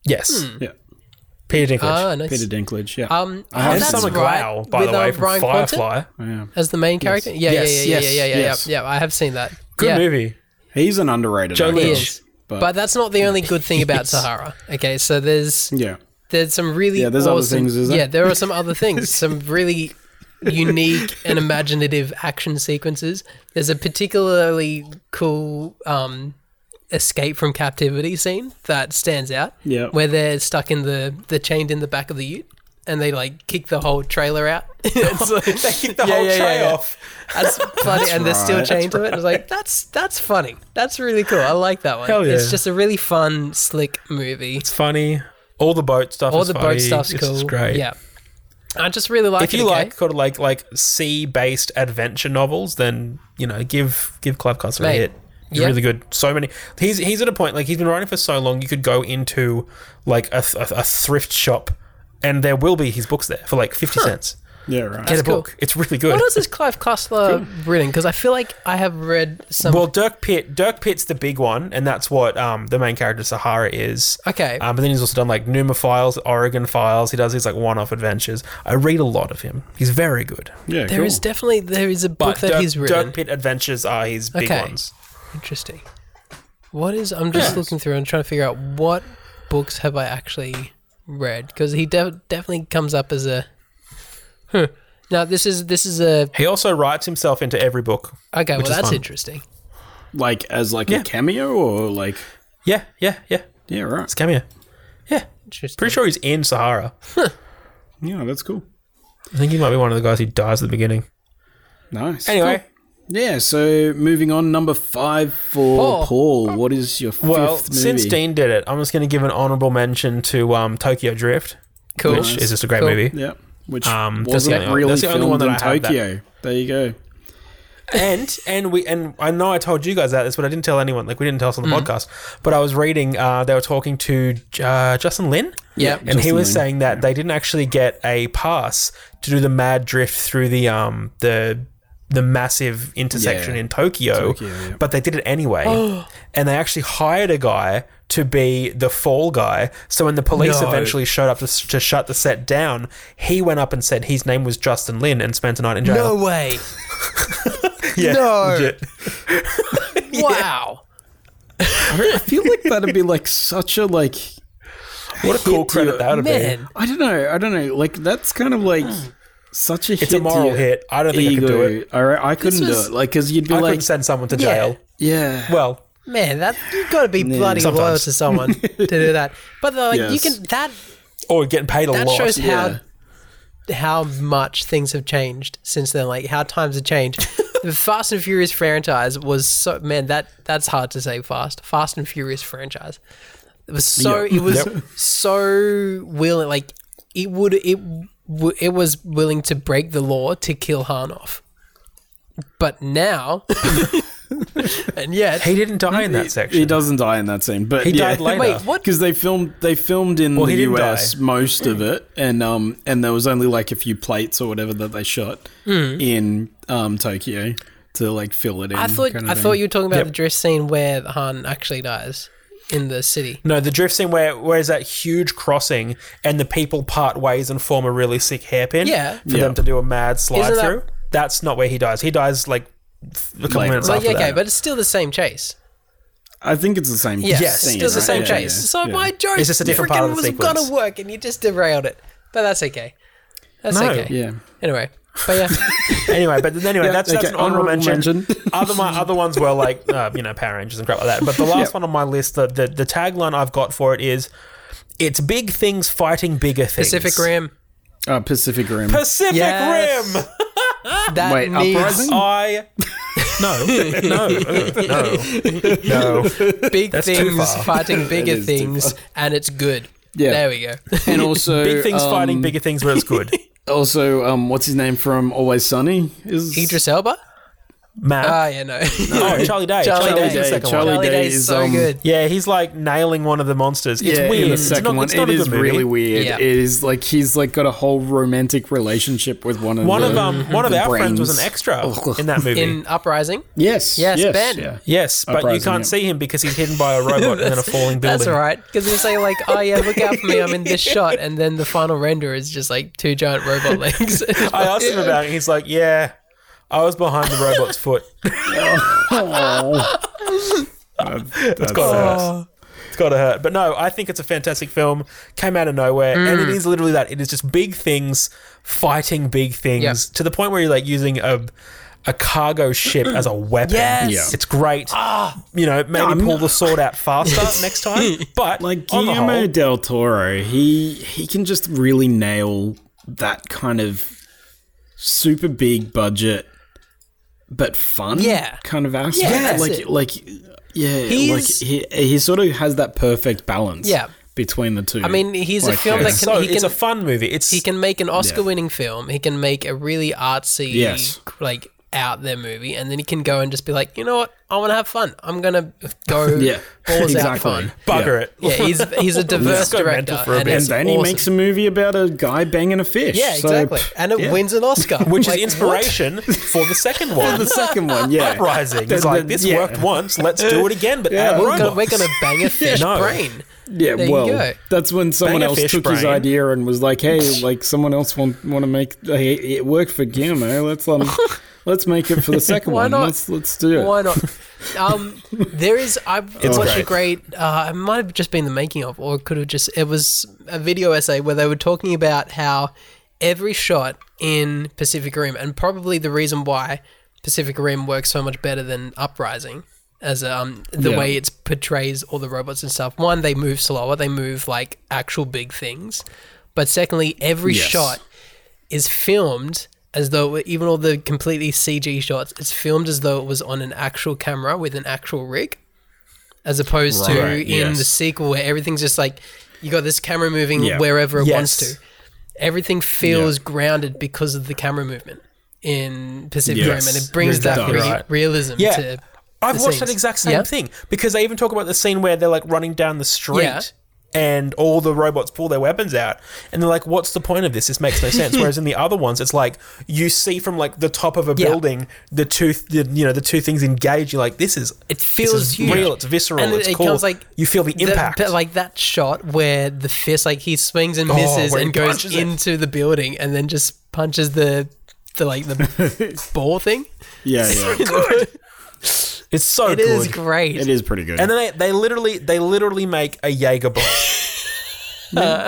Speaker 4: Yes.
Speaker 1: Yeah.
Speaker 4: Peter Dinklage.
Speaker 3: Ah, nice.
Speaker 1: Peter Dinklage. Yeah.
Speaker 3: um,
Speaker 1: I have
Speaker 4: and
Speaker 3: that's
Speaker 1: seen
Speaker 4: Summer
Speaker 1: it.
Speaker 3: right,
Speaker 4: Glau, by
Speaker 3: with,
Speaker 4: the way,
Speaker 3: um,
Speaker 4: from
Speaker 3: Brian Quentin?
Speaker 4: Firefly.
Speaker 1: Oh, yeah.
Speaker 3: as the main character. Yeah,
Speaker 4: Yes,
Speaker 3: yeah, yeah,
Speaker 4: yes,
Speaker 3: yeah, yeah, yeah,
Speaker 1: yes.
Speaker 3: yeah, yeah. I have seen that.
Speaker 4: Good
Speaker 3: yeah.
Speaker 4: movie.
Speaker 1: He's an underrated
Speaker 4: Joe
Speaker 1: actor,
Speaker 3: He
Speaker 4: Lynch.
Speaker 3: is.
Speaker 1: But,
Speaker 3: But that's not the only good thing about Sahara. Okay, so there's
Speaker 1: yeah.
Speaker 3: there's some really
Speaker 1: Yeah, there's other
Speaker 3: awesome,
Speaker 1: things, is there?
Speaker 3: yeah, there are some other things, some really unique and imaginative action sequences. There's a particularly cool um, escape from captivity scene that stands out.
Speaker 1: Yeah.
Speaker 3: where they're stuck in the they're chained in the back of the Ute. And they like kick the whole trailer out. It's like-
Speaker 4: They kicked the
Speaker 3: Yeah,
Speaker 4: whole
Speaker 3: yeah, yeah,
Speaker 4: tray
Speaker 3: yeah.
Speaker 4: off.
Speaker 3: That's funny, and they're still
Speaker 1: right.
Speaker 3: chained to it. I was like, that's that's funny. That's really cool. I like that one.
Speaker 4: Hell yeah.
Speaker 3: It's just a really fun, slick movie.
Speaker 4: It's funny. All the boat stuff.
Speaker 3: All
Speaker 4: is
Speaker 3: the
Speaker 4: funny.
Speaker 3: boat stuff's
Speaker 4: it's,
Speaker 3: cool.
Speaker 4: It's great.
Speaker 3: Yeah, I just really like.
Speaker 4: If
Speaker 3: it,
Speaker 4: you
Speaker 3: okay?
Speaker 4: like sort of like like sea based adventure novels, then you know give give Clive Cussler a
Speaker 3: Mate,
Speaker 4: hit. He's
Speaker 3: yeah.
Speaker 4: really good. So many. He's he's at a point like he's been writing for so long. You could go into like a, th- a thrift shop, and there will be his books there for like fifty cents.
Speaker 1: Yeah, right.
Speaker 4: Get a
Speaker 3: cool.
Speaker 4: book. It's really good.
Speaker 3: what else has Clive Cussler written? Because I feel like I have read some.
Speaker 4: Well, Dirk Pitt. Dirk Pitt's the big one, and that's what um, the main character Sahara is.
Speaker 3: Okay.
Speaker 4: Um, but then he's also done like Numa Files, Oregon Files. He does these like one-off adventures. I read a lot of him. He's very good.
Speaker 1: yeah,
Speaker 3: there
Speaker 1: cool.
Speaker 3: is definitely there is a book
Speaker 4: But
Speaker 3: that
Speaker 4: Dirk,
Speaker 3: he's written.
Speaker 4: Dirk Pitt adventures are his big
Speaker 3: Okay.
Speaker 4: ones.
Speaker 3: Interesting. What is? I'm just looking through and trying to figure out what books have I actually read because he de- definitely comes up as a. Huh. Now this is this is a
Speaker 4: He also writes himself into every book.
Speaker 3: okay.
Speaker 4: Which
Speaker 3: well,
Speaker 4: is
Speaker 3: that's
Speaker 4: fun.
Speaker 3: interesting.
Speaker 1: like as like
Speaker 4: Yeah.
Speaker 1: a cameo or like
Speaker 4: Yeah, yeah, yeah.
Speaker 1: yeah, right.
Speaker 4: It's a cameo. Yeah,
Speaker 3: Interesting.
Speaker 4: pretty sure he's in Sahara.
Speaker 1: Yeah, that's cool.
Speaker 4: I think he might be one of the guys who dies at the beginning.
Speaker 1: Nice.
Speaker 4: Anyway,
Speaker 1: Cool. yeah. So moving on, number five for
Speaker 3: Paul.
Speaker 1: Paul. What is your fifth
Speaker 4: well,
Speaker 1: movie?
Speaker 4: since Dean did it, I'm just going to give an honorable mention to um, Tokyo Drift,
Speaker 3: Cool.
Speaker 4: which is just a great
Speaker 3: Cool.
Speaker 4: movie.
Speaker 1: yeah, which
Speaker 4: Um, that's the
Speaker 1: wasn't
Speaker 4: only-
Speaker 1: really
Speaker 4: that's the only
Speaker 1: filmed
Speaker 4: one that
Speaker 1: in
Speaker 4: I have that-
Speaker 1: Tokyo. There you go.
Speaker 4: and and we and I know I told you guys that this, but I didn't tell anyone. Like we didn't tell us on the
Speaker 1: Mm.
Speaker 4: podcast. But I was reading. Uh, they were talking to uh, Justin Lin.
Speaker 3: Yeah.
Speaker 4: and he
Speaker 1: Justin
Speaker 4: was
Speaker 1: Lin.
Speaker 4: saying that they didn't actually get a pass to do the mad drift through the um the the massive intersection
Speaker 1: Yeah.
Speaker 4: in Tokyo,
Speaker 1: Tokyo, yeah.
Speaker 4: but they did it anyway. and they actually hired a guy to be the fall guy. So when the police
Speaker 3: No.
Speaker 4: eventually showed up to, s- to shut the set down, he went up and said his name was Justin Lin and spent a night in jail.
Speaker 3: No way!
Speaker 4: yeah,
Speaker 3: no.
Speaker 4: legit.
Speaker 3: Wow.
Speaker 1: I feel like that'd be like such a like.
Speaker 4: What a cool
Speaker 1: Hit to
Speaker 4: credit
Speaker 1: it.
Speaker 4: that would be.
Speaker 3: Man,
Speaker 1: I don't know. I don't know. Like that's kind of like such a.
Speaker 4: It's a moral hit. I don't think I could do it.
Speaker 1: All right, I couldn't
Speaker 3: was-
Speaker 1: do it. Like, cause you'd be
Speaker 4: I
Speaker 1: like,
Speaker 4: couldn't send someone to jail.
Speaker 1: yeah,
Speaker 4: Well,
Speaker 3: man, that you've got to be bloody
Speaker 4: Sometimes.
Speaker 3: loyal to someone to do that. But like, you
Speaker 1: Yes.
Speaker 3: can that
Speaker 4: or getting paid a
Speaker 3: that
Speaker 4: lot.
Speaker 3: shows
Speaker 1: yeah.
Speaker 3: how how much things have changed since then. Like how times have changed. the Fast and Furious franchise was so man that that's hard to say fast. Fast and Furious franchise. It was so
Speaker 1: Yeah.
Speaker 3: it was
Speaker 4: Yep.
Speaker 3: so willing. Like it would it w- it was willing to break the law to kill Han off. But now, and yet
Speaker 4: he didn't die in that section.
Speaker 1: He doesn't die in that scene, but
Speaker 4: He
Speaker 1: yeah.
Speaker 4: died later.
Speaker 3: Wait, what?
Speaker 1: Because they filmed they filmed in
Speaker 4: Well, he
Speaker 1: the
Speaker 4: didn't
Speaker 1: US
Speaker 4: die.
Speaker 1: most of it, and um and there was only like a few plates or whatever that they shot Hmm. in um Tokyo to like fill it in.
Speaker 3: I thought
Speaker 1: kind of
Speaker 3: I
Speaker 1: Mm, thing.
Speaker 3: thought you were talking about
Speaker 4: Yep.
Speaker 3: the drift scene where Han actually dies in the city.
Speaker 4: No, the drift scene where where is that huge crossing and the people part ways and form a really sick hairpin.
Speaker 3: Yeah.
Speaker 4: For
Speaker 1: Yeah.
Speaker 4: them to do a mad slide
Speaker 3: Isn't that-
Speaker 4: through. That's not where he dies. He dies like f- a couple
Speaker 1: Like-
Speaker 4: minutes
Speaker 3: Like,
Speaker 4: after
Speaker 3: okay,
Speaker 4: that.
Speaker 3: but it's still the same chase.
Speaker 1: I think it's the same.
Speaker 3: Yeah,
Speaker 1: scene,
Speaker 3: yes, still the
Speaker 1: right?
Speaker 3: same
Speaker 1: Yeah,
Speaker 3: chase.
Speaker 1: yeah,
Speaker 3: so
Speaker 1: yeah.
Speaker 3: my joke
Speaker 4: It's just a different
Speaker 3: freaking
Speaker 4: part of the
Speaker 3: was
Speaker 4: sequence.
Speaker 3: gonna work, and you just derailed it. But that's okay. That's
Speaker 4: No.
Speaker 3: okay.
Speaker 1: yeah.
Speaker 3: Anyway, but yeah,
Speaker 4: anyway, but anyway, that's, that's
Speaker 1: okay,
Speaker 4: an honorable
Speaker 1: honorable
Speaker 4: mention.
Speaker 1: mention.
Speaker 4: other my other ones were like uh, you know Power Rangers and crap like that. But the last one on my list, the, the the tagline I've got for it is, "It's big things fighting bigger things."
Speaker 3: Pacific Rim.
Speaker 1: Uh, Pacific Rim.
Speaker 4: Pacific
Speaker 3: Yes.
Speaker 4: Rim.
Speaker 3: That
Speaker 1: Wait,
Speaker 3: needs
Speaker 1: Uprising?
Speaker 4: I no no no no.
Speaker 3: big
Speaker 4: too
Speaker 3: things
Speaker 4: far.
Speaker 3: fighting bigger
Speaker 1: is too
Speaker 3: things, and it's good.
Speaker 1: Yeah.
Speaker 3: There we go.
Speaker 1: and also
Speaker 4: Big things
Speaker 1: um,
Speaker 4: fighting bigger things, but it's good.
Speaker 1: Also, um, what's his name from Always Sunny? Is
Speaker 3: Idris Elba.
Speaker 4: Matt.
Speaker 1: Uh,
Speaker 3: Ah, yeah, no.
Speaker 4: oh, Charlie
Speaker 3: Charlie
Speaker 4: Day. Charlie, Day's
Speaker 3: Day.
Speaker 4: the second
Speaker 1: Charlie
Speaker 4: one.
Speaker 3: Charlie
Speaker 1: Day
Speaker 3: Day is
Speaker 1: is,
Speaker 3: so
Speaker 1: um,
Speaker 3: good.
Speaker 4: Yeah, he's like nailing one of the monsters. It's
Speaker 1: yeah,
Speaker 4: weird.
Speaker 1: in the
Speaker 4: It's
Speaker 1: second
Speaker 4: not,
Speaker 1: one,
Speaker 4: it's not
Speaker 1: it
Speaker 4: a
Speaker 1: is
Speaker 4: good movie.
Speaker 1: really weird.
Speaker 3: Yeah.
Speaker 1: It is like he's like got a whole romantic relationship with one of
Speaker 4: One
Speaker 1: the,
Speaker 4: of um, one of
Speaker 1: the
Speaker 4: our friends was
Speaker 1: brains.
Speaker 4: an extra in that movie.
Speaker 3: In Uprising.
Speaker 1: Yes,
Speaker 3: Yes,
Speaker 1: yes,
Speaker 3: Ben.
Speaker 1: yeah.
Speaker 4: yes, but you
Speaker 1: Uprising,
Speaker 4: can't
Speaker 1: yeah.
Speaker 4: see him because he's hidden by a robot and then a falling building.
Speaker 3: That's all right. Because you say, like, oh, yeah, look out for me. I'm in this shot. And then the final render is just like two giant robot legs.
Speaker 4: I asked him about it. He's like, "Yeah, I was behind the robot's foot.
Speaker 1: Oh.
Speaker 4: It's gotta hurt. It's gotta hurt." But no, I think it's a fantastic film. Came out of nowhere, and
Speaker 3: Mm.
Speaker 4: it is literally that. It is just big things fighting big things
Speaker 3: Yep.
Speaker 4: to the point where you're like using a a cargo ship as a weapon.
Speaker 3: Yes. Ah.
Speaker 1: Yeah.
Speaker 4: it's great. you know, maybe
Speaker 1: I'm-
Speaker 4: pull the sword out faster next time. But
Speaker 1: like
Speaker 4: on the
Speaker 1: Guillermo
Speaker 4: whole,
Speaker 1: del Toro, he he can just really nail that kind of super big budget but fun
Speaker 3: Yeah.
Speaker 1: kind of aspect.
Speaker 3: Yeah, that's
Speaker 1: like
Speaker 3: it.
Speaker 1: like yeah,
Speaker 3: He's-
Speaker 1: like he he sort of has that perfect balance
Speaker 3: Yeah.
Speaker 1: between the two.
Speaker 3: I mean, he's a
Speaker 1: Like,
Speaker 3: film
Speaker 1: uh,
Speaker 3: that can,
Speaker 4: it's so
Speaker 3: he
Speaker 4: it's
Speaker 3: can
Speaker 4: a fun movie. It's
Speaker 3: he can make an Oscar winning film. He can make a really artsy,
Speaker 1: Yes.
Speaker 3: like out there movie, and then he can go and just be like, you know what, I want to have fun. I'm gonna go
Speaker 1: Yeah.
Speaker 3: balls out
Speaker 1: Exactly.
Speaker 3: fun.
Speaker 1: Yeah.
Speaker 4: bugger it.
Speaker 3: Yeah, he's he's a diverse
Speaker 4: go mental
Speaker 3: director,
Speaker 4: for a
Speaker 3: and,
Speaker 4: bit.
Speaker 1: and
Speaker 3: it's
Speaker 1: then
Speaker 3: awesome.
Speaker 1: he makes a movie about a guy banging a fish.
Speaker 3: yeah,
Speaker 1: So,
Speaker 3: exactly,
Speaker 1: pff,
Speaker 3: and it
Speaker 1: yeah.
Speaker 3: wins an Oscar,
Speaker 4: which
Speaker 3: Like,
Speaker 4: is inspiration for the second one.
Speaker 1: the second one, yeah.
Speaker 4: uprising.
Speaker 1: The-
Speaker 4: It's like
Speaker 1: the-
Speaker 4: this
Speaker 1: yeah.
Speaker 4: worked once, let's do it again, but add
Speaker 3: We're gonna,
Speaker 4: robots.
Speaker 3: we're gonna bang a fish
Speaker 4: No.
Speaker 3: brain.
Speaker 1: Yeah,
Speaker 3: There you
Speaker 1: well,
Speaker 3: go.
Speaker 1: that's when someone
Speaker 4: Bang a
Speaker 1: else
Speaker 4: fish
Speaker 1: took his
Speaker 4: brain.
Speaker 1: idea and was like, "Hey, like someone else want want to make hey, it worked for Guillermo. Let's um, let's make it for the second
Speaker 3: Why
Speaker 1: one.
Speaker 3: not?
Speaker 1: Let's let's do it."
Speaker 3: Why not? Um, there is. I
Speaker 4: It's
Speaker 3: watched a great. Uh, it might have just been the making of, or it could have just. It was a video essay where they were talking about how every shot in Pacific Rim, and probably the reason why Pacific Rim works so much better than Uprising, as um the
Speaker 1: Yeah.
Speaker 3: way it's portrays all the robots and stuff. One, they move slower. They move like actual big things. But secondly, every
Speaker 1: Yes.
Speaker 3: shot is filmed as though even all the completely CG shots, it's filmed as though it was on an actual camera with an actual rig, as opposed to
Speaker 1: Right,
Speaker 3: in
Speaker 1: yes.
Speaker 3: the sequel where everything's just like you got this camera moving
Speaker 1: Yeah.
Speaker 3: wherever it
Speaker 4: Yes.
Speaker 3: wants to. Everything feels grounded because of the camera movement in Pacific
Speaker 1: Yes.
Speaker 3: Rim, and it brings
Speaker 1: You're
Speaker 3: that
Speaker 1: exactly
Speaker 3: re-
Speaker 1: right.
Speaker 3: realism
Speaker 4: Yeah.
Speaker 3: to.
Speaker 4: I've
Speaker 3: the
Speaker 4: watched that
Speaker 3: scenes.
Speaker 4: exact same
Speaker 3: Yeah.
Speaker 4: thing because they even talk about the scene where they're like running down the street
Speaker 3: Yeah.
Speaker 4: and all the robots pull their weapons out and they're like, what's the point of this? This makes no sense. Whereas in the other ones, it's like you see from like the top of a
Speaker 3: Yeah.
Speaker 4: building the two, th- the, you know, the two things engage. You're like, this is
Speaker 3: It
Speaker 4: this
Speaker 3: feels
Speaker 4: is
Speaker 3: huge.
Speaker 4: real. It's visceral.
Speaker 3: And it-
Speaker 4: it's
Speaker 3: it
Speaker 4: cool.
Speaker 3: comes, like,
Speaker 4: you feel the
Speaker 3: The-
Speaker 4: impact. Oh,
Speaker 3: but like that shot where the fist, like he swings and misses
Speaker 4: where he
Speaker 3: and goes
Speaker 4: punches it.
Speaker 3: into the building and then just punches the, the like the ball thing.
Speaker 1: Yeah, yeah,
Speaker 4: it's so
Speaker 3: It
Speaker 4: good.
Speaker 3: is great.
Speaker 1: it is pretty good.
Speaker 4: And then they, they literally they literally make a Jaeger bomb.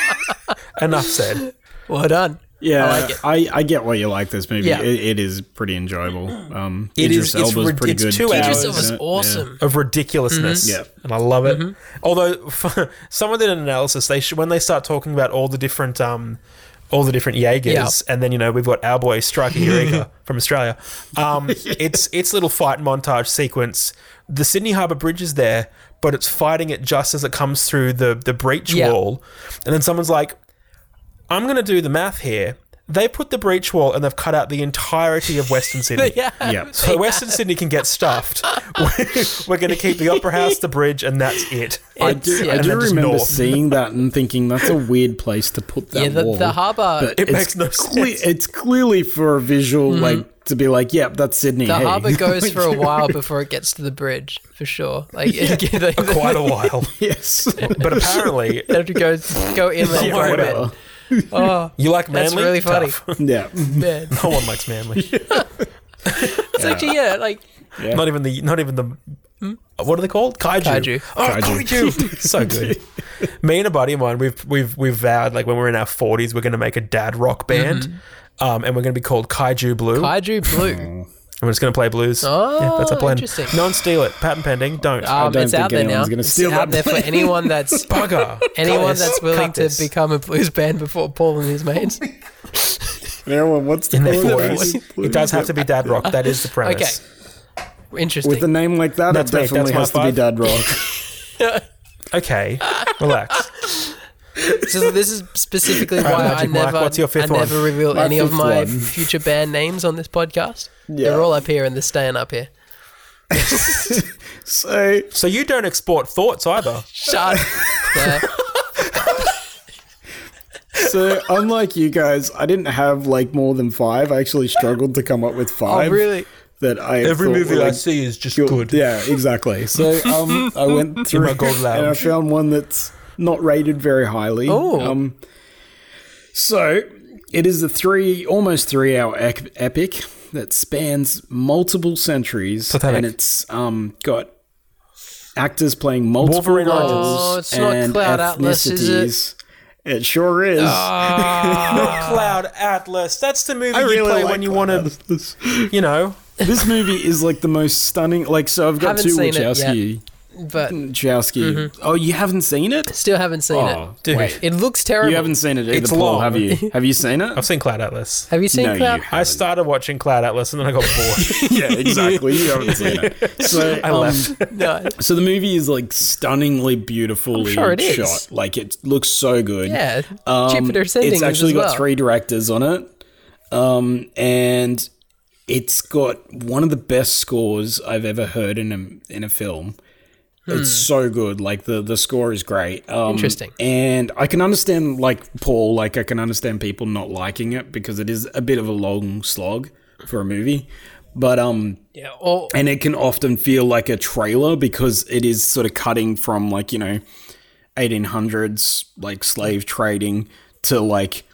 Speaker 4: Enough said.
Speaker 3: Well done.
Speaker 1: yeah,
Speaker 3: I like it.
Speaker 1: I, I get why you like this movie.
Speaker 3: Yeah.
Speaker 1: It, it is pretty enjoyable. Um,
Speaker 4: It
Speaker 1: Idris
Speaker 4: is- it's
Speaker 1: Elba's
Speaker 4: rid-
Speaker 1: pretty
Speaker 4: it's
Speaker 1: good.
Speaker 4: two
Speaker 1: too,
Speaker 4: hours.
Speaker 3: Idris
Speaker 4: Idris
Speaker 1: isn't
Speaker 3: Elba's
Speaker 1: it? uh,
Speaker 3: awesome.
Speaker 4: Of ridiculousness.
Speaker 3: Mm-hmm.
Speaker 1: Mhm. Yeah.
Speaker 4: And I love it. Although someone did an analysis, they sh- when they start talking about all the different um all the different Jaegers,
Speaker 3: Yeah.
Speaker 4: and then you know we've got our boy Striker Eureka from Australia. Um, It's it's little fight montage sequence. The Sydney Harbour Bridge is there, but it's fighting it just as it comes through the the breach
Speaker 3: Yeah.
Speaker 4: wall, and then someone's like, I'm going to do the math here. They put the breach wall and they've cut out the entirety of Western Sydney.
Speaker 3: Yeah.
Speaker 1: Yeah. yeah.
Speaker 4: So Western Sydney can get stuffed. We're going to keep the Opera House, the bridge, and that's it.
Speaker 1: I
Speaker 3: It's-
Speaker 1: do,
Speaker 3: yeah.
Speaker 1: I
Speaker 4: And
Speaker 1: do
Speaker 4: then just
Speaker 1: remember
Speaker 4: north.
Speaker 1: seeing that and thinking that's a weird place to put that
Speaker 3: Yeah, the-
Speaker 1: wall.
Speaker 3: the harbour-
Speaker 1: But
Speaker 4: It
Speaker 1: it's
Speaker 4: makes no sense.
Speaker 1: It's clearly for a visual, like to be like, yeah, that's Sydney.
Speaker 3: Mm-hmm. The
Speaker 1: hey.
Speaker 3: harbour goes for a while before it gets to the bridge, for sure. Like it, they, they
Speaker 4: Quite a while.
Speaker 1: yes,
Speaker 4: But apparently,
Speaker 3: have to go go inland for a bit.
Speaker 4: whatever.
Speaker 3: Oh,
Speaker 4: You like Manly?
Speaker 3: That's really funny.
Speaker 4: Tough.
Speaker 1: yeah,
Speaker 3: man.
Speaker 4: No one likes Manly.
Speaker 3: It's actually yeah, like
Speaker 4: Not even the. Not even the. What are they called? Kaiju.
Speaker 3: Hmm? Kaiju.
Speaker 4: Oh,
Speaker 1: Kaiju.
Speaker 4: kaiju. so good. Me and a buddy of mine, we've we've we've vowed like when we're in our forties, we're going to make a dad rock
Speaker 3: Mm-hmm.
Speaker 4: band, um, and we're going to be called Kaiju Blue.
Speaker 3: kaiju
Speaker 1: Mm.
Speaker 3: blue.
Speaker 4: We're just going to play blues.
Speaker 3: Oh,
Speaker 4: yeah, that's a plan.
Speaker 3: interesting.
Speaker 4: Non steal it. Patent pending. Don't.
Speaker 3: Um,
Speaker 1: don't
Speaker 3: it's
Speaker 1: think
Speaker 3: out there now.
Speaker 1: anyone's gonna
Speaker 3: It's
Speaker 1: steal
Speaker 3: out
Speaker 1: that
Speaker 3: there for anyone that's
Speaker 4: Bugger.
Speaker 3: anyone
Speaker 4: Cut
Speaker 3: that's
Speaker 4: this.
Speaker 3: willing
Speaker 4: Cut
Speaker 3: to
Speaker 4: this.
Speaker 3: become a blues band before Paul and his mates.
Speaker 1: no one wants to
Speaker 4: in their
Speaker 1: call it
Speaker 4: forties.
Speaker 1: that.
Speaker 4: It does have to be dad rock. That is the
Speaker 3: Okay,
Speaker 4: premise.
Speaker 3: interesting.
Speaker 1: With a name like that,
Speaker 4: That's
Speaker 1: it
Speaker 4: me,
Speaker 1: definitely
Speaker 4: that's my
Speaker 1: has to be
Speaker 4: five.
Speaker 1: Dad Rock.
Speaker 4: Okay. Relax.
Speaker 3: So this is specifically
Speaker 4: Alright,
Speaker 3: why I
Speaker 4: Magic Mike,
Speaker 3: never,
Speaker 4: what's your fifth
Speaker 3: I never
Speaker 4: one?
Speaker 3: reveal
Speaker 1: My
Speaker 3: any of
Speaker 1: fifth
Speaker 3: my
Speaker 1: one.
Speaker 3: future band names on this podcast.
Speaker 1: Yeah.
Speaker 3: They're all up here and they're staying up here.
Speaker 1: So
Speaker 4: So you don't export thoughts either.
Speaker 3: Shut the
Speaker 1: so unlike you guys, I didn't have like more than five. I actually struggled to come up with five.
Speaker 3: Oh, really?
Speaker 1: That I thought were, like,
Speaker 4: see is just
Speaker 1: your- Yeah, exactly. So um, I went through
Speaker 4: my gold
Speaker 1: and I
Speaker 4: lounge.
Speaker 1: found one that's not rated very highly.
Speaker 3: Oh.
Speaker 1: Um, so it is a three, almost three-hour ec- epic that spans multiple centuries,
Speaker 4: Titanic.
Speaker 1: and it's um, got actors playing multiple
Speaker 4: Wolverine
Speaker 1: roles
Speaker 3: Oh, it's not
Speaker 1: and
Speaker 3: Cloud Atlas, is it?
Speaker 1: ethnicities. It sure is.
Speaker 4: Ah. Cloud Atlas. That's the movie
Speaker 1: I
Speaker 4: you
Speaker 1: really
Speaker 4: play
Speaker 1: like
Speaker 4: when you
Speaker 1: Cloud
Speaker 4: want to, you know.
Speaker 1: this movie is like the most stunning. Like, so I've got
Speaker 3: Haven't
Speaker 1: two
Speaker 3: seen it yet. Mm-hmm.
Speaker 1: Wachowski.
Speaker 3: But
Speaker 1: Wachowski. Oh, you haven't seen it?
Speaker 3: still haven't seen
Speaker 1: Oh,
Speaker 3: it.
Speaker 4: Dude.
Speaker 3: It looks terrible.
Speaker 1: You haven't seen it either,
Speaker 4: It's
Speaker 1: Paul,
Speaker 4: long.
Speaker 1: have you? Have you seen it?
Speaker 4: I've seen Cloud Atlas.
Speaker 3: Have you seen
Speaker 1: No, you
Speaker 3: Cloud?
Speaker 4: I started watching Cloud Atlas and then I got bored.
Speaker 1: yeah, exactly. You haven't seen it. So
Speaker 4: I
Speaker 1: um,
Speaker 4: left.
Speaker 3: No.
Speaker 1: So the movie is like stunningly beautifully
Speaker 3: I'm sure it is.
Speaker 1: shot. Like it looks so good.
Speaker 3: Yeah.
Speaker 1: Um,
Speaker 3: Jupiter Ascending
Speaker 1: It's
Speaker 3: is
Speaker 1: actually
Speaker 3: as
Speaker 1: got
Speaker 3: well.
Speaker 1: three directors on it, um, and it's got one of the best scores I've ever heard in a in a film. It's so good. Like the the score is great. Um,
Speaker 3: Hmm. Interesting.
Speaker 1: And I can understand like Paul. Like I can understand people not liking it because it is a bit of a long slog for a movie. But um,
Speaker 3: Yeah. Or,
Speaker 1: and it can often feel like a trailer because it is sort of cutting from like you know 1800s like slave trading to like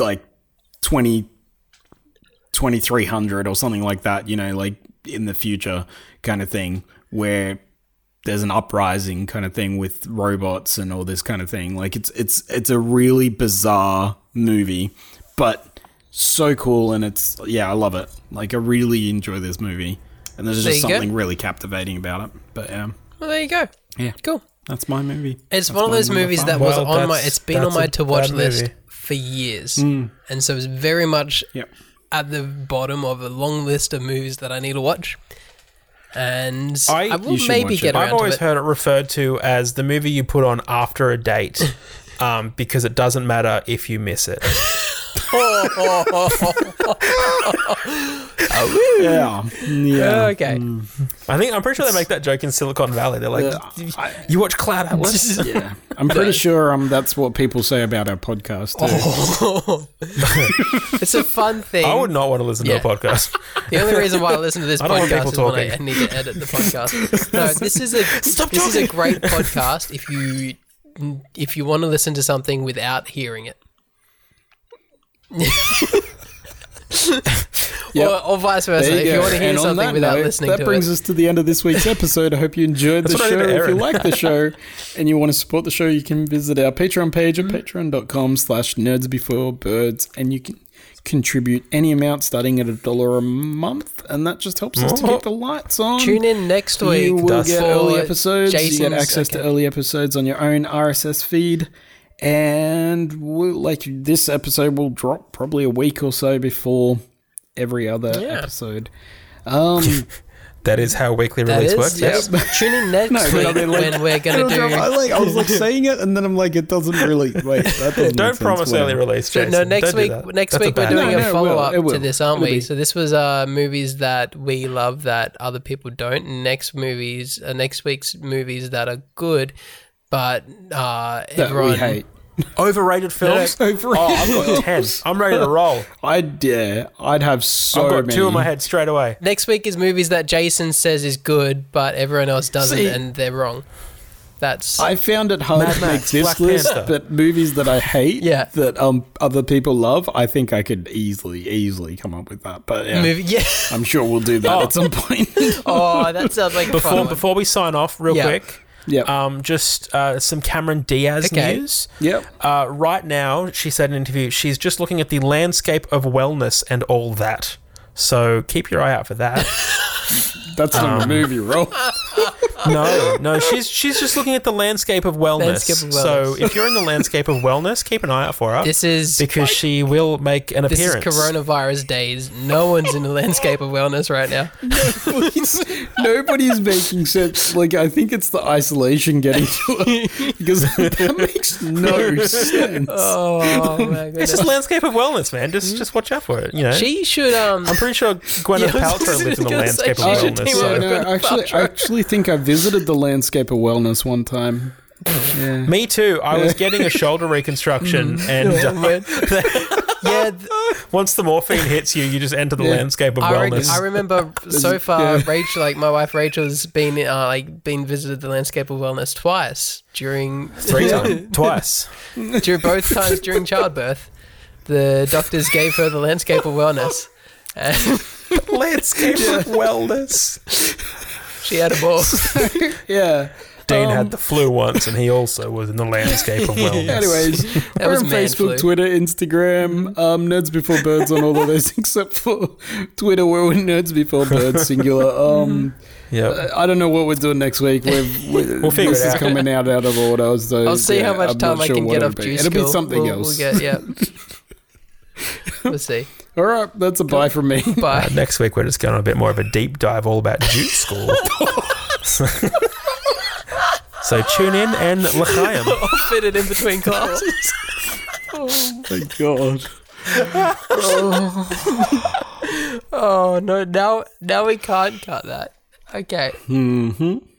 Speaker 1: like 20 2300 or something like that you know like in the future kind of thing where there's an uprising kind of thing with robots and all this kind of thing like it's it's it's a really bizarre movie but so cool and it's yeah i love it like i really enjoy this movie and there's
Speaker 3: There
Speaker 1: just
Speaker 3: you go.
Speaker 1: something really captivating about it but yeah
Speaker 3: well, there you go.
Speaker 1: yeah
Speaker 3: Cool.
Speaker 1: that's my movie
Speaker 3: It's
Speaker 1: That's
Speaker 3: one of
Speaker 1: my
Speaker 3: those
Speaker 1: number
Speaker 3: movies
Speaker 1: five.
Speaker 3: that was
Speaker 4: Well,
Speaker 3: on my.
Speaker 4: that's-
Speaker 3: It's been on
Speaker 4: that's
Speaker 3: my
Speaker 4: a
Speaker 3: to watch
Speaker 4: bad
Speaker 3: list
Speaker 4: movie. Mm.
Speaker 3: for years, and so it's very much
Speaker 1: Yep.
Speaker 3: at the bottom of a long list of movies that I need to watch. And I,
Speaker 4: I-
Speaker 1: you
Speaker 3: will
Speaker 1: should
Speaker 3: maybe
Speaker 1: watch
Speaker 3: get
Speaker 1: it.
Speaker 3: around
Speaker 4: I've always
Speaker 3: to it.
Speaker 4: heard it referred to as the movie you put on after a date. Um, because it doesn't matter if you miss it.
Speaker 3: Oh,
Speaker 1: yeah yeah
Speaker 3: okay.
Speaker 4: Mm. I think I'm pretty sure they make that joke in Silicon Valley. They're like,
Speaker 1: I-
Speaker 4: "You watch Cloud Atlas."
Speaker 1: yeah i'm pretty sure um that's what people say about our podcast
Speaker 3: Oh,
Speaker 1: too.
Speaker 3: it's a fun thing.
Speaker 4: I would not want to listen
Speaker 3: Yeah.
Speaker 4: to a podcast.
Speaker 3: The only reason why I listen to this
Speaker 4: I don't want
Speaker 3: podcast
Speaker 4: people
Speaker 3: is when I, I
Speaker 4: talking.
Speaker 3: need to edit the podcast. No, this is a
Speaker 4: Stop
Speaker 3: this is a
Speaker 4: talking.
Speaker 3: great podcast if you if you want to listen to something without hearing it. or, or vice versa.
Speaker 1: There
Speaker 3: If
Speaker 1: go.
Speaker 3: you want to hear
Speaker 1: And on
Speaker 3: something
Speaker 1: that
Speaker 3: without
Speaker 1: note,
Speaker 3: listening
Speaker 1: that
Speaker 3: to
Speaker 1: brings
Speaker 3: it,
Speaker 1: us to the end of this week's episode. I hope you enjoyed the
Speaker 4: That's what
Speaker 1: show.
Speaker 4: I did to
Speaker 1: If you
Speaker 4: Aaron.
Speaker 1: like the show and you want to support the show, you can visit our Patreon page
Speaker 3: Mm-hmm.
Speaker 1: at patreon.com slash nerds before birds and you can contribute any amount starting at a dollar a month and that just helps us to keep the lights on.
Speaker 3: Oh. tune in next week.
Speaker 1: You will get
Speaker 3: for
Speaker 1: early episodes. you get
Speaker 3: Jason's-
Speaker 1: access to early episodes on your own RSS feed. And we'll, like this episode will drop probably a week or so before every other episode. Um,
Speaker 4: That is how weekly
Speaker 3: That
Speaker 4: release
Speaker 3: is,
Speaker 4: works.
Speaker 3: yes. Tune in next
Speaker 1: No, but I
Speaker 3: week
Speaker 1: mean, like-
Speaker 3: when we're going to
Speaker 1: I,
Speaker 3: do.
Speaker 1: like, I was like saying it, and then I'm like, it doesn't really. Wait, that doesn't
Speaker 4: Don't promise early release. Jason.
Speaker 3: no, next
Speaker 4: Don't do
Speaker 3: week.
Speaker 4: that.
Speaker 3: Next
Speaker 4: That's a
Speaker 3: week we're
Speaker 4: bad
Speaker 3: doing
Speaker 1: No,
Speaker 3: a
Speaker 1: no, it will,
Speaker 3: follow up
Speaker 1: it will.
Speaker 3: to this, aren't
Speaker 1: It'll
Speaker 3: we?
Speaker 1: be-
Speaker 3: So this was uh, movies that we love that other people don't. And next movies, uh, next week's movies that are good, but uh, everyone
Speaker 1: we hate.
Speaker 4: Overrated films.
Speaker 1: Over
Speaker 4: Oh, I've got ten. I'm ready to roll.
Speaker 1: I'd yeah, I'd have so
Speaker 4: I've got
Speaker 1: many.
Speaker 4: two in my head straight away.
Speaker 3: Next week is movies that Jason says is good, but everyone else doesn't,
Speaker 1: See-
Speaker 3: and they're wrong. That's
Speaker 1: I found it hard
Speaker 4: Mad
Speaker 1: to make
Speaker 4: Max,
Speaker 1: this
Speaker 4: Black
Speaker 1: list,
Speaker 4: Panther.
Speaker 1: but movies that I hate,
Speaker 3: Yeah.
Speaker 1: that um other people love, I think I could easily, easily come up with that. But yeah,
Speaker 3: movie. Yeah.
Speaker 1: I'm sure we'll do that
Speaker 4: Oh.
Speaker 1: at some point.
Speaker 3: Oh, that sounds like a fun
Speaker 4: Before
Speaker 3: one.
Speaker 4: before we sign off, real
Speaker 3: Yeah.
Speaker 4: quick.
Speaker 1: yep,
Speaker 4: Um, just uh, some Cameron Diaz
Speaker 3: Okay.
Speaker 4: news.
Speaker 1: yep.
Speaker 4: Uh, right now, she said in an interview, she's just looking at the landscape of wellness and all that. So keep your eye out for that. um,
Speaker 1: That's not a movie, roll.
Speaker 4: No, no, she's she's just looking at the landscape of wellness.
Speaker 3: Landscape of
Speaker 4: So
Speaker 3: wellness.
Speaker 4: if you're in the landscape of wellness, keep an eye out for her
Speaker 3: This is
Speaker 4: because she will make an
Speaker 3: this is
Speaker 4: appearance.
Speaker 3: coronavirus days. No one's in the landscape of wellness right now.
Speaker 1: Nobody's, nobody's making sense. Like, I think it's the isolation getting to it because that makes no sense.
Speaker 3: Oh my
Speaker 4: It's
Speaker 3: goodness.
Speaker 4: just landscape of wellness, man. Just just watch out for it. You know,
Speaker 3: She should um
Speaker 4: I'm pretty sure Gwyneth
Speaker 3: Yeah, I was
Speaker 4: Paltrow lives in the
Speaker 3: gonna say,
Speaker 4: landscape of
Speaker 3: she should
Speaker 4: wellness.
Speaker 3: team up
Speaker 4: So.
Speaker 3: with-
Speaker 1: no, actually, I actually think I visited the landscape of wellness one time. Yeah.
Speaker 4: Me too. I was getting a shoulder reconstruction, and uh,
Speaker 3: yeah. th-
Speaker 4: once the morphine hits you, you just enter the
Speaker 1: Yeah.
Speaker 4: landscape of
Speaker 3: I, re-
Speaker 4: wellness.
Speaker 3: I remember so far,
Speaker 1: yeah.
Speaker 3: Rachel, like my wife Rachel's been uh, like been visited the landscape of wellness twice during
Speaker 4: Three times, twice.
Speaker 3: dur- both times during childbirth. The doctors gave her the landscape of wellness, and
Speaker 4: Landscape of wellness.
Speaker 3: she had a ball.
Speaker 1: Yeah.
Speaker 4: Dean
Speaker 1: Um,
Speaker 4: had the flu once, and he also was in the landscape of wellness.
Speaker 1: Anyways, we're
Speaker 3: was
Speaker 1: on
Speaker 3: man
Speaker 1: Facebook,
Speaker 3: flu.
Speaker 1: Twitter, Instagram, um, Nerds Before Birds on all of those except for Twitter, where we're Nerds Before Birds singular. Um,
Speaker 4: yeah,
Speaker 1: I I don't know what we're doing next week. We've, we
Speaker 4: We'll figure
Speaker 1: this
Speaker 4: it
Speaker 1: is
Speaker 4: out.
Speaker 1: coming out out of order. So
Speaker 3: I'll see how
Speaker 1: yeah,
Speaker 3: much
Speaker 1: I'm
Speaker 3: time
Speaker 1: not
Speaker 3: I
Speaker 1: sure
Speaker 3: can
Speaker 1: what
Speaker 3: get
Speaker 1: it'll
Speaker 3: off
Speaker 1: be.
Speaker 3: juice.
Speaker 1: It'll be
Speaker 3: School.
Speaker 1: something
Speaker 3: We'll-
Speaker 1: else.
Speaker 3: We'll get, yeah. we'll see.
Speaker 1: All right, that's a bye from me.
Speaker 4: Uh,
Speaker 3: Bye.
Speaker 4: next week we're just going on a bit more of a deep dive all about Jute School. so tune in and l'chaim.
Speaker 3: I'll fit it in between classes.
Speaker 1: Thank God.
Speaker 3: Oh no! Now, now we can't cut that. Okay.
Speaker 1: Mm-hmm.